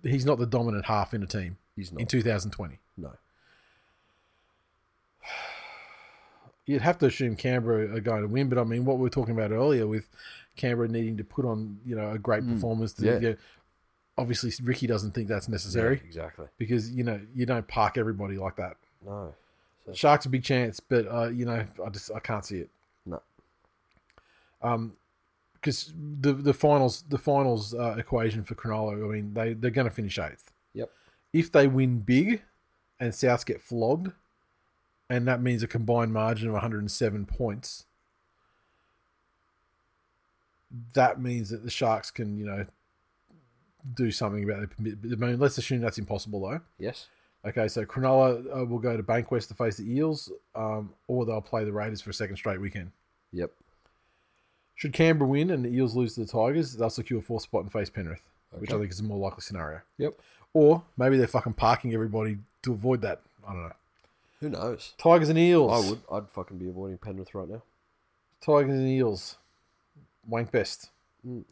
[SPEAKER 2] he's not the dominant half in a team
[SPEAKER 3] He's not.
[SPEAKER 2] in 2020.
[SPEAKER 3] no.
[SPEAKER 2] You'd have to assume Canberra are going to win, but I mean, what we were talking about earlier with Canberra needing to put on, you know, a great performance. To,
[SPEAKER 3] Mm. yeah.
[SPEAKER 2] yeah, obviously, Ricky doesn't think that's necessary
[SPEAKER 3] Yeah, exactly.
[SPEAKER 2] because you know you don't park everybody like that.
[SPEAKER 3] No.
[SPEAKER 2] Sharks a big chance, but uh, you know, I just I can't see it.
[SPEAKER 3] No.
[SPEAKER 2] Um, because the the finals the finals uh, equation for Cronulla, I mean, they they're going to finish eighth.
[SPEAKER 3] Yep.
[SPEAKER 2] If they win big, and Souths get flogged, and that means a combined margin of 107 points. That means that the Sharks can, you know, do something about it. I mean, let's assume that's impossible though.
[SPEAKER 3] Yes.
[SPEAKER 2] Okay, so Cronulla uh, will go to Bankwest to face the Eels, um, or they'll play the Raiders for a second straight weekend.
[SPEAKER 3] Yep.
[SPEAKER 2] Should Canberra win and the Eels lose to the Tigers, they'll secure a fourth spot and face Penrith, which I
[SPEAKER 3] Okay.
[SPEAKER 2] think is a more likely scenario.
[SPEAKER 3] Yep.
[SPEAKER 2] Or maybe they're fucking parking everybody to avoid that. I don't know.
[SPEAKER 3] Who knows?
[SPEAKER 2] Tigers and Eels.
[SPEAKER 3] I would. I'd fucking be avoiding Penrith right now.
[SPEAKER 2] Tigers and Eels. Wank best.
[SPEAKER 3] Mm.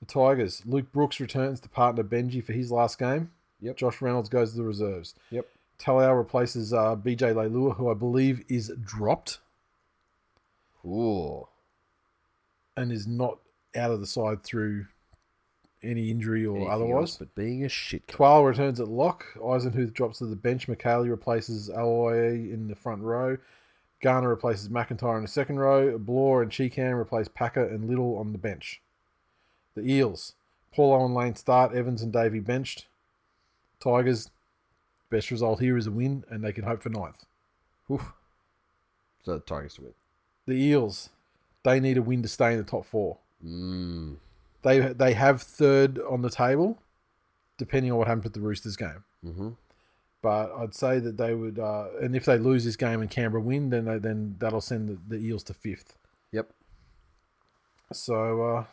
[SPEAKER 2] The Tigers. Luke Brooks returns to partner Benji for his last game.
[SPEAKER 3] Yep.
[SPEAKER 2] Josh Reynolds goes to the reserves.
[SPEAKER 3] Yep.
[SPEAKER 2] Talau replaces uh, BJ Leilua, who I believe is dropped
[SPEAKER 3] Ooh.
[SPEAKER 2] and is not out of the side through any injury or
[SPEAKER 3] Anything else
[SPEAKER 2] otherwise.
[SPEAKER 3] but being a shit. cunt.
[SPEAKER 2] Twal returns at lock. Eisenhuth drops to the bench. McKaylee replaces Aloye in the front row. Garner replaces McIntyre in the second row. Bloor and Cheekham replace Packer and Little on the bench. The Eels. Paulo and Lane start. Evans and Davey benched. Tigers. Best result here is a win, and they can hope for ninth.
[SPEAKER 3] Oof.
[SPEAKER 4] So the Tigers to win.
[SPEAKER 2] The Eels. They need a win to stay in the top four.
[SPEAKER 3] Mm.
[SPEAKER 2] They they have third on the table, depending on what happens with the Roosters game.
[SPEAKER 3] Mm-hmm.
[SPEAKER 2] But I'd say that they would, uh, and if they lose this game and Canberra win, then they, then that'll send the, the Eels to fifth.
[SPEAKER 3] Yep.
[SPEAKER 2] So uh,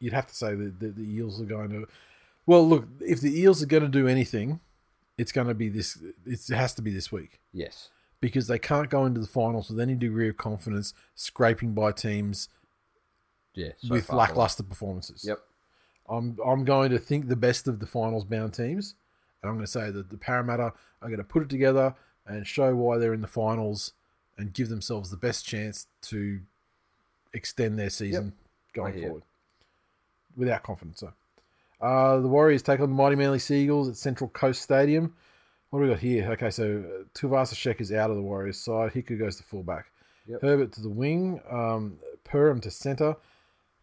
[SPEAKER 2] you'd have to say that the, the Eels are going to. Well, look, if the Eels are going to do anything, it's going to be this. It's, it has to be this week
[SPEAKER 3] Yes.
[SPEAKER 2] because they can't go into the finals with any degree of confidence, scraping by teams
[SPEAKER 3] Yeah.
[SPEAKER 2] with lackluster performances.
[SPEAKER 3] Yep.
[SPEAKER 2] I'm I'm going to think the best of the finals bound teams, and I'm going to say that the Parramatta are going to put it together and show why they're in the finals and give themselves the best chance to extend their season
[SPEAKER 3] I
[SPEAKER 2] going
[SPEAKER 3] hear.
[SPEAKER 2] forward without confidence. So, uh, the Warriors take on the mighty Manly Seagulls at Central Coast Stadium. What do we got here? Okay, so uh, Tuvasa Shek is out of the Warriors side. Hiku goes to fullback.
[SPEAKER 3] Yep.
[SPEAKER 2] Herbert to the wing. Um, Perham to centre.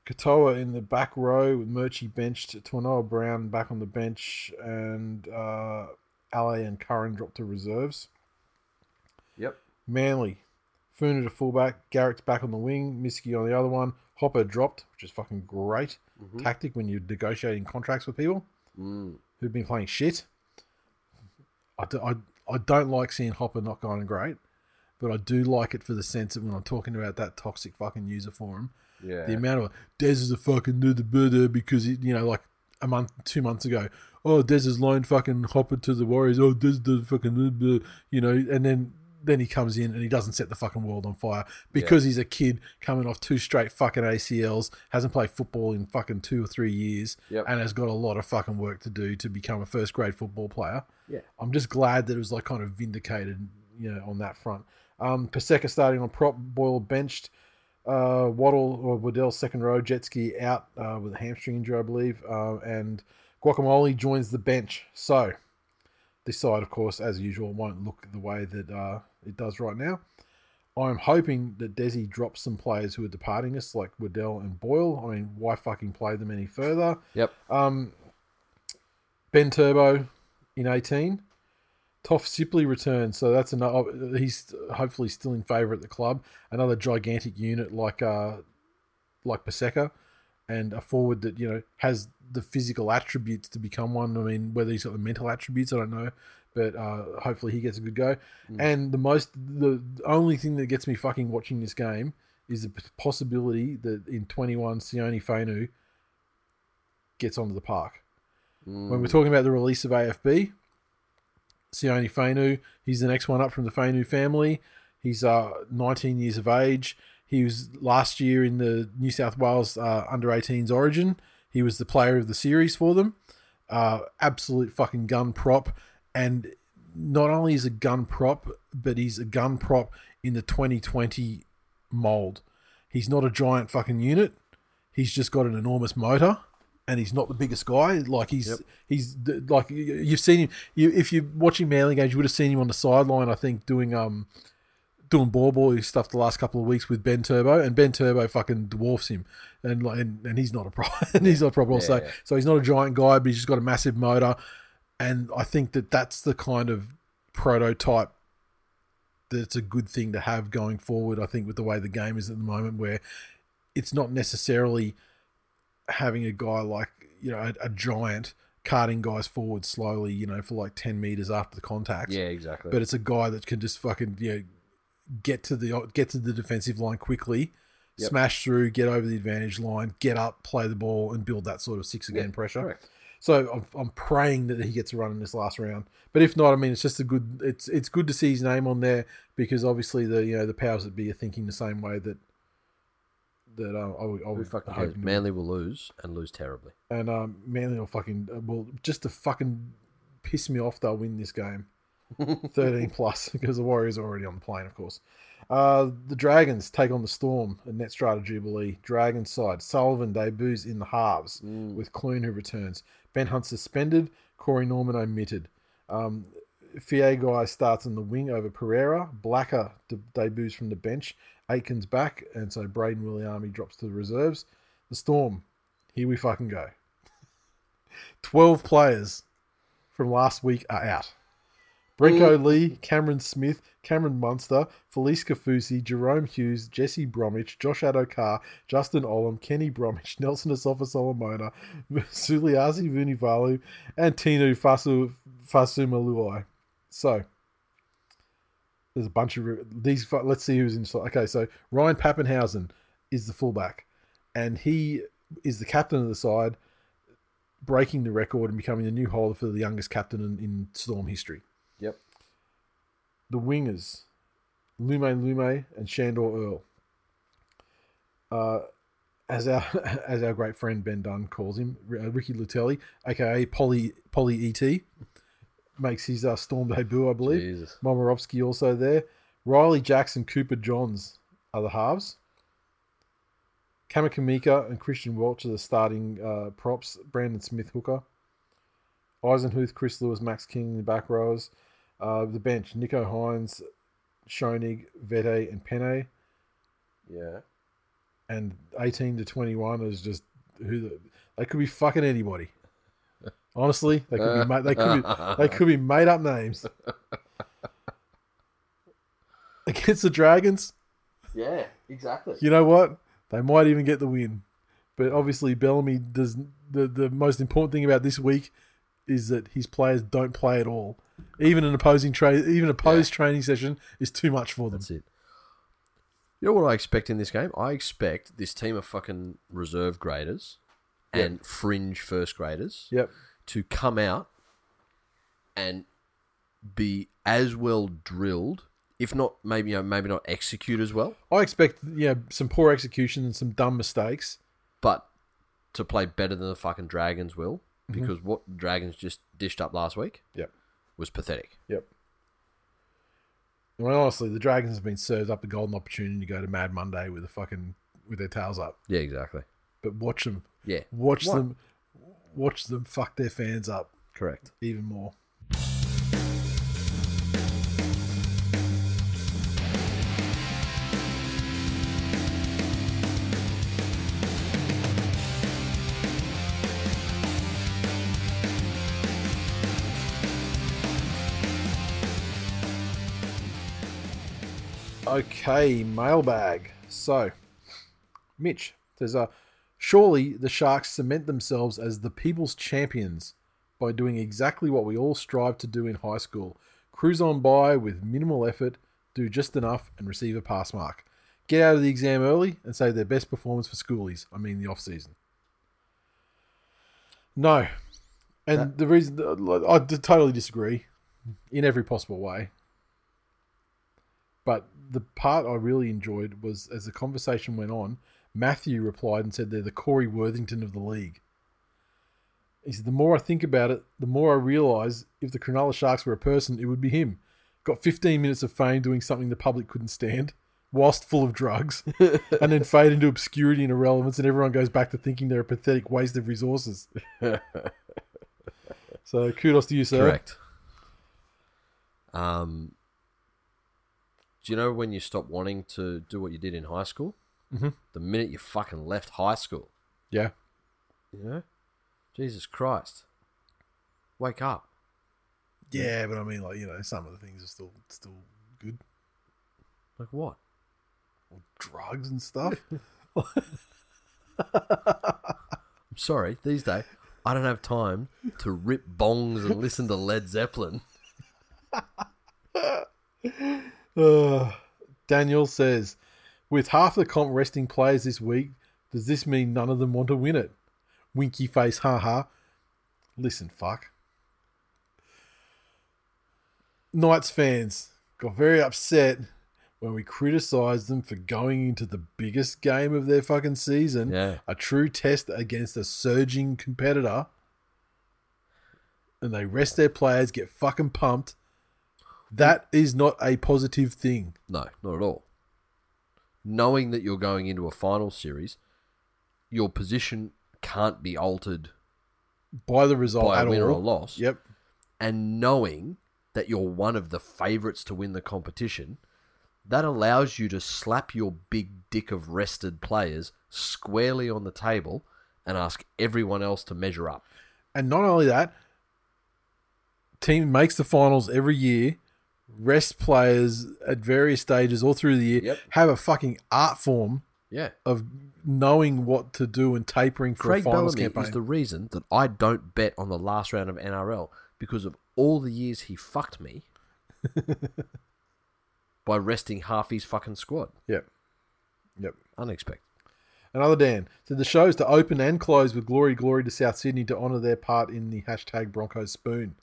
[SPEAKER 2] Katoa in the back row with Murchie benched, Tornoa Brown back on the bench, and uh, Ale and Curran dropped to reserves.
[SPEAKER 4] Yep.
[SPEAKER 2] Manly, Funa to fullback, Garrett's back on the wing, Miski on the other one, Hopper dropped, which is fucking great
[SPEAKER 4] Mhm.
[SPEAKER 2] tactic when you're negotiating contracts with people
[SPEAKER 4] Mm.
[SPEAKER 2] who've been playing shit. I, do, I, I don't like seeing Hopper not going great, but I do like it for the sense that when I'm talking about that toxic fucking user forum,
[SPEAKER 4] Yeah.
[SPEAKER 2] the amount of Des is a fucking do the booter because he, you know like a month, two months ago, oh Des has loaned fucking Hopper to the Warriors. Oh Des the fucking do the boo," you know, and then then he comes in and he doesn't set the fucking world on fire because he's a kid coming off two straight fucking ACLs, hasn't played football in fucking two or three years,
[SPEAKER 4] Yep.
[SPEAKER 2] and has got a lot of fucking work to do to become a first grade football player.
[SPEAKER 4] Yeah.
[SPEAKER 2] I'm just glad that it was like kind of vindicated, you know, on that front. Um, Paseka starting on prop, Boyle benched, uh, Waddle or Waddell second row, Jetski out uh, with a hamstring injury, I believe, uh, and Guacamole joins the bench. So this side, of course, as usual, won't look the way that uh, it does right now. I'm hoping that Desi drops some players who are departing us, like Waddell and Boyle. I mean, why fucking play them any further?
[SPEAKER 4] Yep.
[SPEAKER 2] Um, ben Turbo in 18. Toff Sipley returns, so that's another. He's hopefully still in favour at the club. Another gigantic unit like uh, like Paseka, and a forward that you know has the physical attributes to become one. I mean, whether he's got the mental attributes, I don't know, but uh, hopefully he gets a good go. And the most, the the only thing that gets me fucking watching this game is the p- possibility that in 21 Sione Fainu gets onto the park
[SPEAKER 5] Mm.
[SPEAKER 2] when we're talking about the release of AFB, Sione Fainu, he's the next one up from the Fainu family. He's uh, 19 years of age. He was last year in the New South Wales uh, under 18s Origin. He was the player of the series for them. Uh, absolute fucking gun prop. And not only is a gun prop, but he's a gun prop in the 2020 mold. He's not a giant fucking unit. He's just got an enormous motor, and he's not the biggest guy. Like he's he's the- like y- you've seen him. You, if you're watching Manly games, you would have seen him on the sideline. I think doing um doing ball boy stuff the last couple of weeks with Ben Turbo, and Ben Turbo fucking dwarfs him, and like and, and he's not a problem. and he's not a problem. so
[SPEAKER 4] yeah.
[SPEAKER 2] so he's not a giant guy, but he's just got a massive motor, and I think that that's the kind of prototype that it's a good thing to have going forward. I think with the way the game is at the moment, where it's not necessarily having a guy like you know a, a giant carting guys forward slowly, you know, for like ten meters after the contact.
[SPEAKER 4] Yeah, exactly.
[SPEAKER 2] But it's a guy that can just fucking you know get to the get to the defensive line quickly,
[SPEAKER 4] Yep.
[SPEAKER 2] smash through, get over the advantage line, get up, play the ball, and build that sort of six again pressure.
[SPEAKER 4] correct.
[SPEAKER 2] So I'm, I'm praying that he gets a run in this last round. But if not, I mean, it's just a good. It's it's good to see his name on there because obviously the you know the powers that be are thinking the same way that that uh, I would, I
[SPEAKER 4] Who
[SPEAKER 2] would
[SPEAKER 4] fucking
[SPEAKER 2] hope
[SPEAKER 4] cares? Manly will lose and lose terribly.
[SPEAKER 2] and um, Manly will fucking well just to fucking piss me off. They'll win this game, thirteen plus because the Warriors are already on the plane, of course. Uh, the Dragons take on the Storm and net strata Jubilee. Dragons side Sullivan debuts in the halves with Clune who returns. Ben Hunt suspended. Corey Norman omitted. Um, Fiegai starts on the wing over Pereira. Blacker de- debuts from the bench. Aiken's back, and so Braden Williami drops to the reserves. The Storm, here we fucking go. 12 players from last week are out. Brinko Lee, Cameron Smith, Cameron Munster, Felice Kafusi, Jerome Hughes, Jesse Bromwich, Josh Adokar, Justin Olam, Kenny Bromwich, Nelson Asafa Solomona, Suliasi Vunivalu, and Tinu Fasu, Fasumaluai. So, there's a bunch of these. fu- Let's see who's inside. Okay, so Ryan Pappenhausen is the fullback, and he is the captain of the side, breaking the record and becoming the new holder for the youngest captain in, in Storm history.
[SPEAKER 4] Yep.
[SPEAKER 2] The wingers, Lume Lume and Shandor Earl. Uh, as our as our great friend Ben Dunn calls him, R- uh, Ricky Lutelli, aka Polly Polly Et, makes his uh, Storm debut, I believe.
[SPEAKER 4] Jesus.
[SPEAKER 2] Momorowski also there. Riley Jackson, Cooper Johns are the halves. Kamakamika and Christian Welch are the starting uh, props. Brandon Smith, hooker. Eisenhuth, Chris Lewis, Max King in the back rows. Uh, the bench, Nico Hines, Schoenig, Vete, and Penne.
[SPEAKER 4] Yeah.
[SPEAKER 2] and eighteen to twenty one is just who the, they could be fucking anybody. Honestly, they could be ma- they could be, they could be made up names. Against the Dragons,
[SPEAKER 3] Yeah, exactly.
[SPEAKER 2] you know what? They might even get the win. But obviously, Bellamy does. The, the most important thing about this week is that his players don't play at all. Even an opposing tra- even opposed training session is too much for them.
[SPEAKER 3] That's it.
[SPEAKER 5] You know what I expect in this game? I expect this team of fucking reserve graders and fringe first graders
[SPEAKER 2] Yep.
[SPEAKER 5] to come out and be as well drilled, if not maybe you know, maybe not execute as well,
[SPEAKER 2] I expect yeah some poor execution and some dumb mistakes.
[SPEAKER 5] but to play better than the fucking Dragons will, because what the Dragons just dished up last week
[SPEAKER 2] Yep.
[SPEAKER 5] was pathetic.
[SPEAKER 2] Yep. I mean, honestly, the Dragons have been served up a golden opportunity to go to Mad Monday with a fucking with their tails up.
[SPEAKER 5] Yeah, exactly.
[SPEAKER 2] But watch them,
[SPEAKER 5] Yeah,
[SPEAKER 2] watch
[SPEAKER 5] What?
[SPEAKER 2] them, watch them fuck their fans up
[SPEAKER 5] correct.
[SPEAKER 2] even more. Okay, mailbag. So, Mitch says, uh, surely the Sharks cement themselves as the people's champions by doing exactly what we all strive to do in high school cruise on by with minimal effort, do just enough, and receive a pass mark. Get out of the exam early and save their best performance for schoolies, I mean the off season. No. And the reason I totally disagree in every possible way. But the part I really enjoyed was as the conversation went on, Matthew replied and said they're the Corey Worthington of the league. He said, The more I think about it, the more I realise if the Cronulla Sharks were a person, it would be him. Got 15 minutes of fame doing something the public couldn't stand, whilst full of drugs, and then fade into obscurity and irrelevance, and everyone goes back to thinking they're a pathetic waste of resources. so kudos to you, sir.
[SPEAKER 5] Correct.
[SPEAKER 3] Um, do you know when you stop wanting to do what you did in high school?
[SPEAKER 5] Mm-hmm.
[SPEAKER 2] Mhm.
[SPEAKER 3] The minute you fucking left high school,
[SPEAKER 2] Yeah.
[SPEAKER 3] you know? Jesus Christ. Wake up.
[SPEAKER 2] Yeah, but I mean, like you know, some of the things are still still good,
[SPEAKER 3] Like what?
[SPEAKER 2] drugs and stuff.
[SPEAKER 3] I'm sorry, these days I don't have time to rip bongs and listen to Led Zeppelin.
[SPEAKER 2] Ugh. Daniel says, with half the comp resting players this week, does this mean none of them want to win it? Winky face, ha ha. Listen, fuck. Knights fans got very upset when we criticised them for going into the biggest game of their fucking season,
[SPEAKER 3] Yeah.
[SPEAKER 2] a true test against a surging competitor, and they rest their players, get fucking pumped. That is not a positive thing.
[SPEAKER 3] No, not at all. Knowing that you're going into a final series, your position can't be altered
[SPEAKER 2] by the result
[SPEAKER 3] by
[SPEAKER 2] at
[SPEAKER 3] a win
[SPEAKER 2] all.
[SPEAKER 3] or a loss.
[SPEAKER 2] Yep.
[SPEAKER 3] and knowing that you're one of the favourites to win the competition, that allows you to slap your big dick of rested players squarely on the table and ask everyone else to measure up.
[SPEAKER 2] And not only that, team makes the finals every year, rest players at various stages all through the year,
[SPEAKER 3] Yep.
[SPEAKER 2] have a fucking art form
[SPEAKER 3] Yeah.
[SPEAKER 2] of knowing what to do and tapering for
[SPEAKER 3] Craig
[SPEAKER 2] a finals
[SPEAKER 3] Bellamy
[SPEAKER 2] campaign.
[SPEAKER 3] is the reason that I don't bet on the last round of NRL because of all the years he fucked me by resting half his fucking squad.
[SPEAKER 2] Yep. Yep.
[SPEAKER 3] Unexpected.
[SPEAKER 2] Another Dan said the shows to open and close with glory, glory to South Sydney to honour their part in the hashtag Broncos spoon.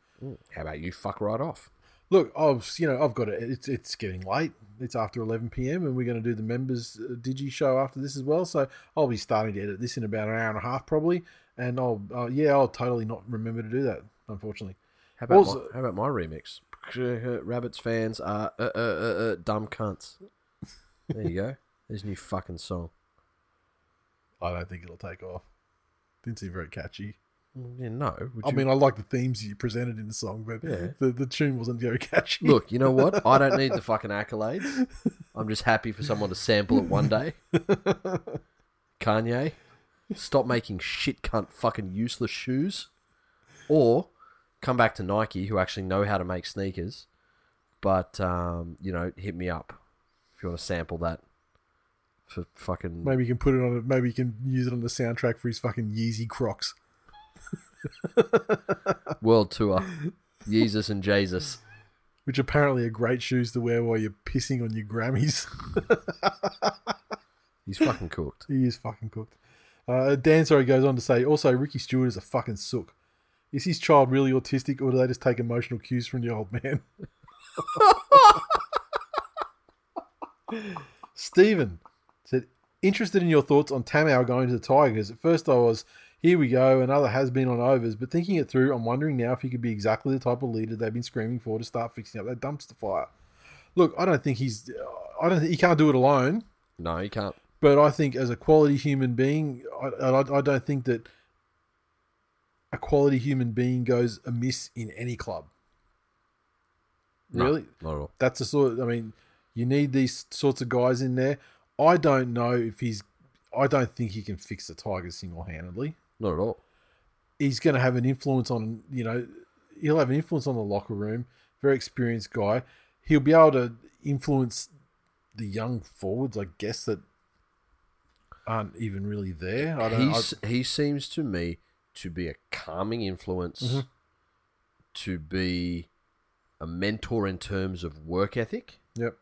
[SPEAKER 3] How about you fuck right off?
[SPEAKER 2] Look, I've you know I've got it. It's it's getting late. It's after eleven p.m. and we're going to do the members uh, digi show after this as well. So I'll be starting to edit this in about an hour and a half probably. And I'll uh, yeah I'll totally not remember to do that unfortunately.
[SPEAKER 3] How about
[SPEAKER 2] Also-
[SPEAKER 3] my, how about my remix? Rabbits fans are uh, uh, uh, uh, dumb cunts. There you go. There's a new fucking song.
[SPEAKER 2] I don't think it'll take off. Didn't seem very catchy.
[SPEAKER 3] Mm, Yeah, no. would
[SPEAKER 2] I
[SPEAKER 3] you-
[SPEAKER 2] mean I like the themes you presented in the song, but
[SPEAKER 3] Yeah.
[SPEAKER 2] the the tune wasn't very catchy.
[SPEAKER 3] look, you know what? I don't need the fucking accolades. I'm just happy for someone to sample it one day. Kanye, stop making shit cunt fucking useless shoes, or come back to Nike, who actually know how to make sneakers. But um, you know, hit me up if you want to sample that for fucking
[SPEAKER 2] Maybe you can put it on. A, maybe you can use it on the soundtrack for his fucking Yeezy Crocs.
[SPEAKER 3] world tour. Jesus and Jesus.
[SPEAKER 2] which apparently are great shoes to wear while you're pissing on your Grammys.
[SPEAKER 3] He's fucking cooked.
[SPEAKER 2] he is fucking cooked. Uh, Dan Sorry goes on to say, also, Ricky Stewart is a fucking sook. Is his child really autistic, or do they just take emotional cues from the old man? Stephen said, interested in your thoughts on Tamau going to the Tigers. At first, I was, here we go, another has been on overs, but thinking it through, I'm wondering now if he could be exactly the type of leader they've been screaming for to start fixing up that dumpster fire. Look, I don't think he's, I don't, think he can't do it alone.
[SPEAKER 3] No, you can't.
[SPEAKER 2] But I think as a quality human being, I, I, I don't think that a quality human being goes amiss in any club.
[SPEAKER 3] No,
[SPEAKER 2] Really?
[SPEAKER 3] Not at all.
[SPEAKER 2] That's the sort. I mean, you need these sorts of guys in there. I don't know if he's. I don't think he can fix the Tigers single handedly.
[SPEAKER 3] Not at all.
[SPEAKER 2] He's going to have an influence on. You know, he'll have an influence on the locker room. Very experienced guy. He'll be able to influence the young forwards, I guess that aren't even really there. I don't. I,
[SPEAKER 3] He's, he seems to me to be a calming influence,
[SPEAKER 2] Mm-hmm.
[SPEAKER 3] to be a mentor in terms of work ethic,
[SPEAKER 2] yep.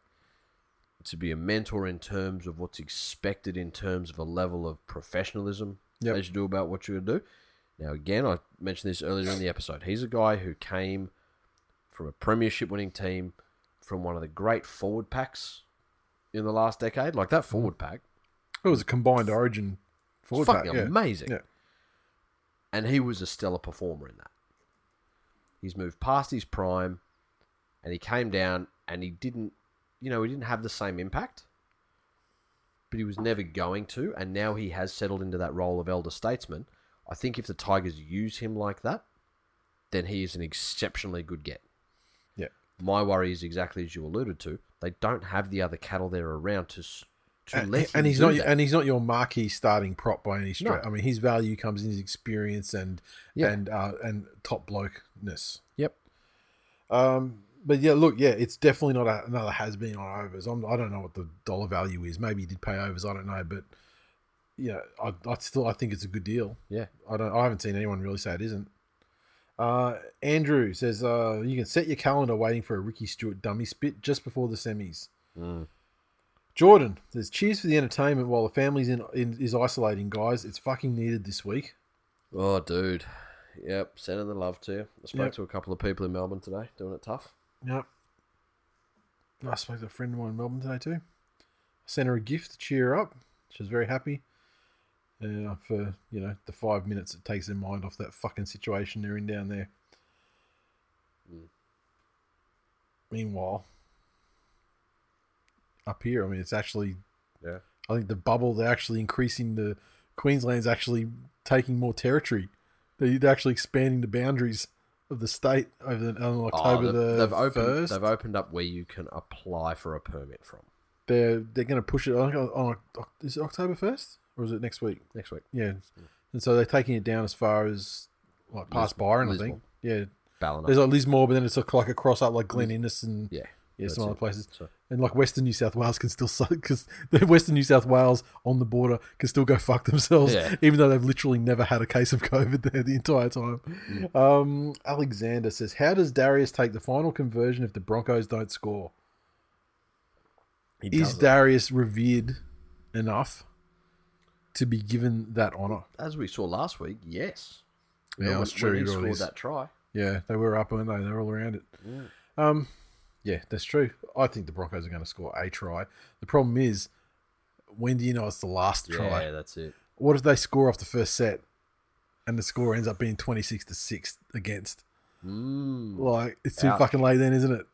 [SPEAKER 3] to be a mentor in terms of what's expected in terms of a level of professionalism
[SPEAKER 2] Yep.
[SPEAKER 3] as you do about what you're going to do. Now, again, I mentioned this earlier in the episode. He's a guy who came from a premiership winning team from one of the great forward packs in the last decade. Like that forward pack
[SPEAKER 2] It was a combined origin forward pack.
[SPEAKER 3] fucking
[SPEAKER 2] yeah.
[SPEAKER 3] amazing.
[SPEAKER 2] Yeah.
[SPEAKER 3] And he was a stellar performer in that. He's moved past his prime and he came down and he didn't, you know, he didn't have the same impact, but he was never going to. And now he has settled into that role of elder statesman. I think if the Tigers use him like that, then he is an exceptionally good get.
[SPEAKER 2] Yeah.
[SPEAKER 3] My worry is exactly as you alluded to. They don't have the other cattle there around to, s- to
[SPEAKER 2] And,
[SPEAKER 3] let him
[SPEAKER 2] and he's
[SPEAKER 3] do
[SPEAKER 2] not
[SPEAKER 3] that.
[SPEAKER 2] and he's not your marquee starting prop by any stretch.
[SPEAKER 3] No.
[SPEAKER 2] I mean, his value comes in his experience and
[SPEAKER 3] Yeah.
[SPEAKER 2] and uh, and top blokeness.
[SPEAKER 3] Yep.
[SPEAKER 2] Um, but yeah, look, yeah, it's definitely not a, another has been on overs. I'm, I don't know what the dollar value is. Maybe he did pay overs. I don't know, but yeah, I, I still I think it's a good deal.
[SPEAKER 3] Yeah.
[SPEAKER 2] I don't. I haven't seen anyone really say it isn't. Uh, Andrew says uh, you can set your calendar waiting for a Ricky Stewart dummy spit just before the semis. Jordan says cheers for the entertainment while the family's in, in is isolating guys. It's fucking needed this week.
[SPEAKER 3] Oh, dude. Yep, sending the love to you. I spoke
[SPEAKER 2] Yep.
[SPEAKER 3] to a couple of people in Melbourne today, doing it tough.
[SPEAKER 2] Yep. I spoke to a friend of mine in Melbourne today too. I sent her a gift to cheer her up. She was very happy. Uh, for you know the five minutes it takes their mind off that fucking situation they're in down there.
[SPEAKER 3] Hmm.
[SPEAKER 2] Meanwhile, up here, I mean, it's actually.
[SPEAKER 3] Yeah.
[SPEAKER 2] I think the bubble they're actually increasing the Queensland's actually taking more territory. They- They're actually expanding the boundaries of the state over the, on October
[SPEAKER 3] Oh, they've,
[SPEAKER 2] the
[SPEAKER 3] they've opened,
[SPEAKER 2] 1st.
[SPEAKER 3] they've opened up where you can apply for a permit from
[SPEAKER 2] they're they're going to push it on, on, on is it October first or is it next week?
[SPEAKER 3] next week.
[SPEAKER 2] Yeah, and so they're taking it down as far as like past
[SPEAKER 3] Lisbon-
[SPEAKER 2] Byron, I
[SPEAKER 3] Lismore.
[SPEAKER 2] think. Yeah,
[SPEAKER 3] Ballina.
[SPEAKER 2] there's like Lismore, but then it's like, like a cross up like Glen Innes and
[SPEAKER 3] yeah.
[SPEAKER 2] yeah,
[SPEAKER 3] that's
[SPEAKER 2] some other
[SPEAKER 3] it.
[SPEAKER 2] places,
[SPEAKER 3] So-
[SPEAKER 2] and like Western New South Wales can still because Western New South Wales on the border can still go fuck themselves,
[SPEAKER 3] Yeah.
[SPEAKER 2] even though they've literally never had a case of COVID there the entire time. Um, Alexander says, "How does Darius take the final conversion if the Broncos don't score?
[SPEAKER 3] He
[SPEAKER 2] Is
[SPEAKER 3] does it.
[SPEAKER 2] Darius revered enough to be given that honor?"
[SPEAKER 3] As we saw last week, yes.
[SPEAKER 2] Yeah,
[SPEAKER 3] when,
[SPEAKER 2] that's true,
[SPEAKER 3] When
[SPEAKER 2] it
[SPEAKER 3] he
[SPEAKER 2] really
[SPEAKER 3] scored
[SPEAKER 2] is.
[SPEAKER 3] that try.
[SPEAKER 2] Yeah, they were up, weren't they? They're all around it. Um, yeah, that's true. I think the Broncos are going to score a try. The problem is, when do you know it's the last try?
[SPEAKER 3] Yeah, that's it.
[SPEAKER 2] What if they score off the first set, and the score ends up being twenty six to six against?
[SPEAKER 3] Mm.
[SPEAKER 2] Like it's too
[SPEAKER 3] Ouch.
[SPEAKER 2] fucking late, then, isn't it?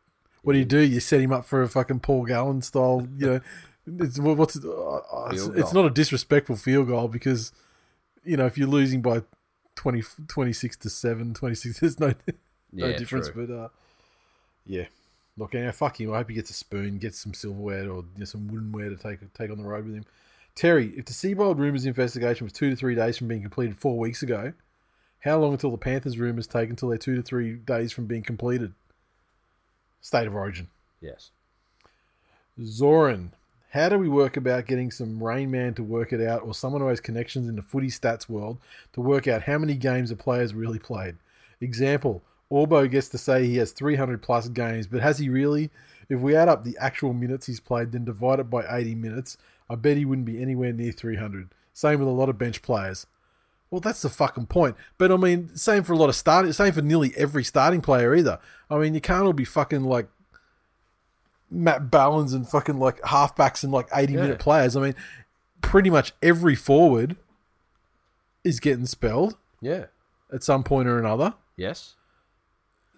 [SPEAKER 2] What do you do? You set him up for a fucking Paul Gallen style, you know. It's what- what's uh, uh, it's,
[SPEAKER 3] Field
[SPEAKER 2] it's
[SPEAKER 3] goal.
[SPEAKER 2] not a disrespectful field goal because you know if you're losing by 20, 26 to 7 26 there's no no
[SPEAKER 3] Yeah,
[SPEAKER 2] difference
[SPEAKER 3] true.
[SPEAKER 2] but uh yeah look yeah, fuck him i hope he gets a spoon gets some silverware or you know, some woodenware to take take on the road with him Terry, if the Seabold rumors investigation was two to three days from being completed four weeks ago, how long until the Panthers rumors take until they're two to three days from being completed? State of origin.
[SPEAKER 3] Yes.
[SPEAKER 2] Zoran, how do we work about getting some Rain Man to work it out or someone who has connections in the footy stats world to work out how many games a player's really played? Example, Orbo gets to say he has 300 plus games, but has he really? If we add up the actual minutes he's played, then divide it by 80 minutes, I bet he wouldn't be anywhere near 300. Same with a lot of bench players. Well, that's the fucking point. But I mean, same for a lot of starting, same for nearly every starting player either. I mean, you can't all be fucking like Matt Ballins and fucking like halfbacks and like 80 minute players. I mean, pretty much every forward is getting spelled
[SPEAKER 3] Yeah.
[SPEAKER 2] at some point or another.
[SPEAKER 3] Yes.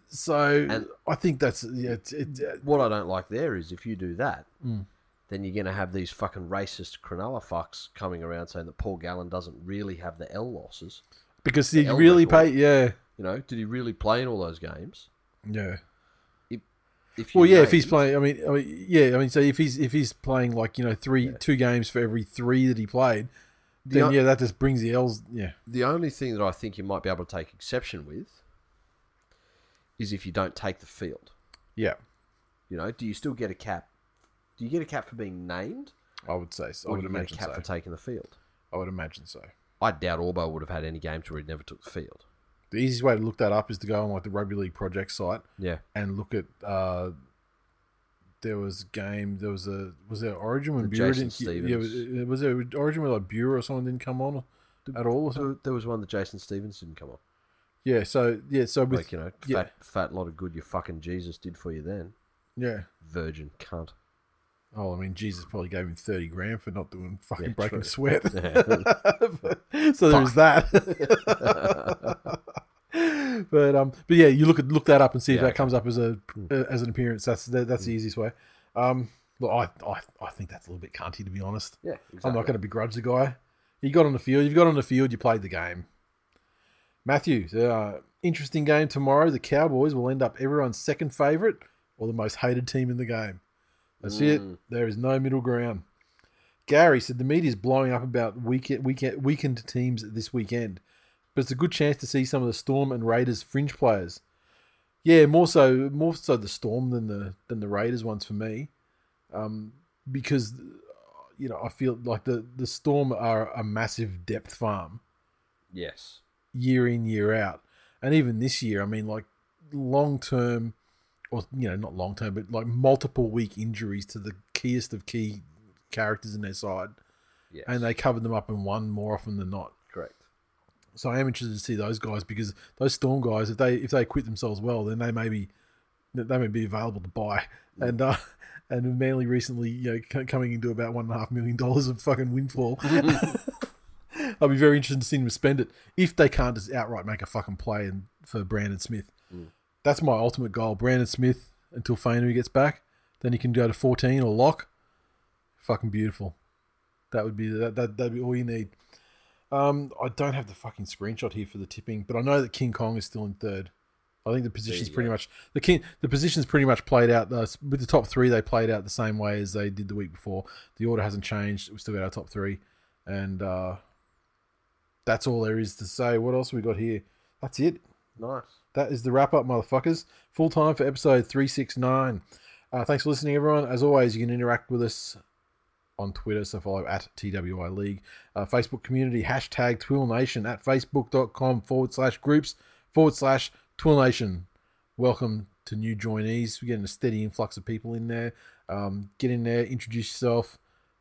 [SPEAKER 2] So
[SPEAKER 4] And-
[SPEAKER 2] I think that's yeah, it's it,
[SPEAKER 4] What I don't like there is if you do that,
[SPEAKER 2] Mm.
[SPEAKER 4] then you're going to have these fucking racist Cronulla fucks coming around saying that Paul Gallen doesn't really have the L losses.
[SPEAKER 2] because he
[SPEAKER 4] L
[SPEAKER 2] really
[SPEAKER 4] record.
[SPEAKER 2] pay. Yeah,
[SPEAKER 4] You know, did he really play in all those games?
[SPEAKER 2] yeah.
[SPEAKER 4] If you
[SPEAKER 2] Well, yeah. If he's
[SPEAKER 4] named-
[SPEAKER 2] playing, I mean, I mean, yeah. I mean, so if he's if he's playing like you know three two games for every three that he played,
[SPEAKER 4] The
[SPEAKER 2] then
[SPEAKER 4] o-
[SPEAKER 2] yeah, that just brings the L's. Yeah,
[SPEAKER 4] the only thing that I think you might be able to take exception with is if you don't take the field.
[SPEAKER 2] yeah.
[SPEAKER 4] You know, do you still get a cap? Do you get a cap for being named,
[SPEAKER 2] I would say. So. I
[SPEAKER 4] or do
[SPEAKER 2] would
[SPEAKER 4] you get a
[SPEAKER 2] imagine
[SPEAKER 4] cap
[SPEAKER 2] so.
[SPEAKER 4] for taking the field?
[SPEAKER 2] I would imagine so.
[SPEAKER 4] I doubt Orbo would have had any games where he never took the field.
[SPEAKER 2] The easiest way to look that up is to go on like the rugby league project site
[SPEAKER 4] Yeah,
[SPEAKER 2] and look at. uh There was a game. There was a was there Origin when
[SPEAKER 4] The
[SPEAKER 2] Bureau
[SPEAKER 4] Jason
[SPEAKER 2] didn't. Yeah, was, uh,
[SPEAKER 4] Stevens.
[SPEAKER 2] was there Origin where like Bureau or someone didn't come on at all? Or something?
[SPEAKER 4] there, there was one that Jason Stevens didn't come on.
[SPEAKER 2] Yeah. So yeah. So with
[SPEAKER 4] like you know,
[SPEAKER 2] yeah.
[SPEAKER 4] fat, fat lot of good your fucking Jesus did for you then,
[SPEAKER 2] yeah.
[SPEAKER 4] virgin cunt.
[SPEAKER 2] Oh, I mean, Jesus probably gave him thirty grand for not doing fucking
[SPEAKER 4] Yeah,
[SPEAKER 2] breaking
[SPEAKER 4] true.
[SPEAKER 2] a sweat.
[SPEAKER 4] Yeah.
[SPEAKER 2] so there's that. but um, but yeah, you look at look that up and see if
[SPEAKER 4] Yeah,
[SPEAKER 2] that
[SPEAKER 4] okay. Hmm.
[SPEAKER 2] comes up as a uh, as an appearance. That's that, that's the easiest way. Um, look, I, I I think that's a little bit cunty to be honest.
[SPEAKER 4] yeah,
[SPEAKER 2] I'm not
[SPEAKER 4] exactly.
[SPEAKER 2] going to begrudge the guy. He got on the field. You've got on the field. You played the game. Matthew, uh, interesting game tomorrow. The Cowboys will end up everyone's second favorite or the most hated team in the game. That's it. There is no middle ground. Gary said the media's blowing up about weekend, weekend, weakened teams this weekend, but it's a good chance to see some of the Storm and Raiders fringe players. Yeah, more so, more so the Storm than the than the Raiders ones for me, um, because you know I feel like the the Storm are a massive depth farm
[SPEAKER 4] Yes,
[SPEAKER 2] year in year out, and even this year, I mean, like long term, or you know, not long term, but like multiple week injuries to the keyest of key characters in their side,
[SPEAKER 4] yes,
[SPEAKER 2] and they covered them up and won more often than not.
[SPEAKER 4] correct.
[SPEAKER 2] So I am interested to see those guys because those Storm guys, if they if they equip themselves well, then they may be they may be available to buy. And uh, and Manly recently, you know, c- coming into about one and a half million dollars of fucking windfall. I'll be very interested to see them spend it if they can't just outright make a fucking play and for Brandon Smith. That's my ultimate goal. Brandon Smith until Fainu gets back, then he can go to fourteen or lock. Fucking beautiful. That would be that that that'd be all you need. Um, I don't have the fucking screenshot here for the tipping, but I know that King Kong is still in third. I think the position's pretty much the king. The position's pretty much played out uh, with the top three. They played out the same way as they did the week before. The order hasn't changed. We still got our top three, and uh, that's all there is to say. What else we got here? That's it.
[SPEAKER 4] Nice.
[SPEAKER 2] That is the wrap up, motherfuckers. Full time for episode 369. Uh, thanks for listening, everyone. As always, you can interact with us on Twitter, so follow at TWI League. Uh, Facebook community, hashtag Twill Nation at facebook.com forward slash groups forward slash Twill Nation. Welcome to new joinees. We're getting a steady influx of people in there. Um, get in there, introduce yourself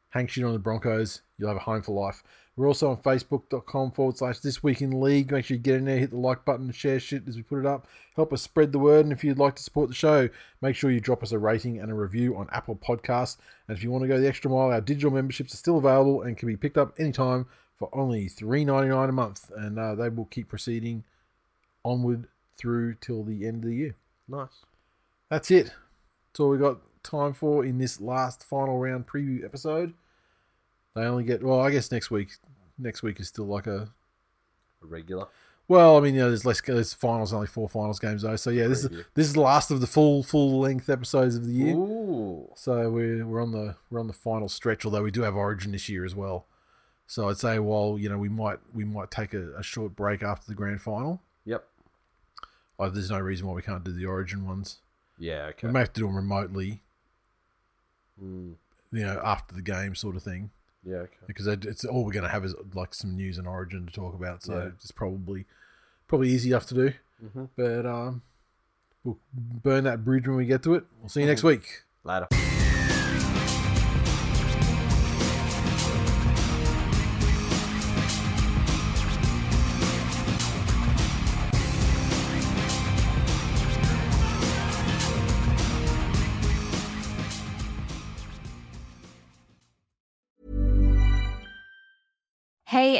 [SPEAKER 2] hang shit on the Broncos. You'll have a home for life. We're also on facebook.com forward slash this week in league. Make sure you get in there, hit the like button, share shit as we put it up. Help us spread the word. And if you'd like to support the show, make sure you drop us a rating and a review on Apple Podcasts. And if you want to go the extra mile, our digital memberships are still available and can be picked up anytime for only $3.99 a month. And uh, they will keep proceeding onward through till the end of the year.
[SPEAKER 4] Nice.
[SPEAKER 2] That's it. That's all we got time for in this last final round preview episode. They only get well, I guess next week. Next week is still like a
[SPEAKER 4] A regular.
[SPEAKER 2] Well, I mean, you know, there's less there's finals, only four finals games though. So yeah, this is this is the last of the full full length episodes of the year.
[SPEAKER 4] Ooh.
[SPEAKER 2] So we're we're on the we're on the final stretch, although we do have Origin this year as well. So I'd say while you know we might we might take a, a short break after the grand final.
[SPEAKER 4] Yep.
[SPEAKER 2] I, there's no reason why we can't do the Origin ones.
[SPEAKER 4] Yeah. Okay.
[SPEAKER 2] We may have to do them remotely,
[SPEAKER 4] Mm,
[SPEAKER 2] you know, after the game sort of thing,
[SPEAKER 4] yeah. Okay.
[SPEAKER 2] because it- it's all we're going to have is like some news and Origin to talk about. So
[SPEAKER 4] Yeah.
[SPEAKER 2] it's probably probably easy enough to do.
[SPEAKER 4] Mm-hmm.
[SPEAKER 2] But um, we'll burn that bridge when we get to it. We'll see you next week.
[SPEAKER 4] Later.
[SPEAKER 6] Hey,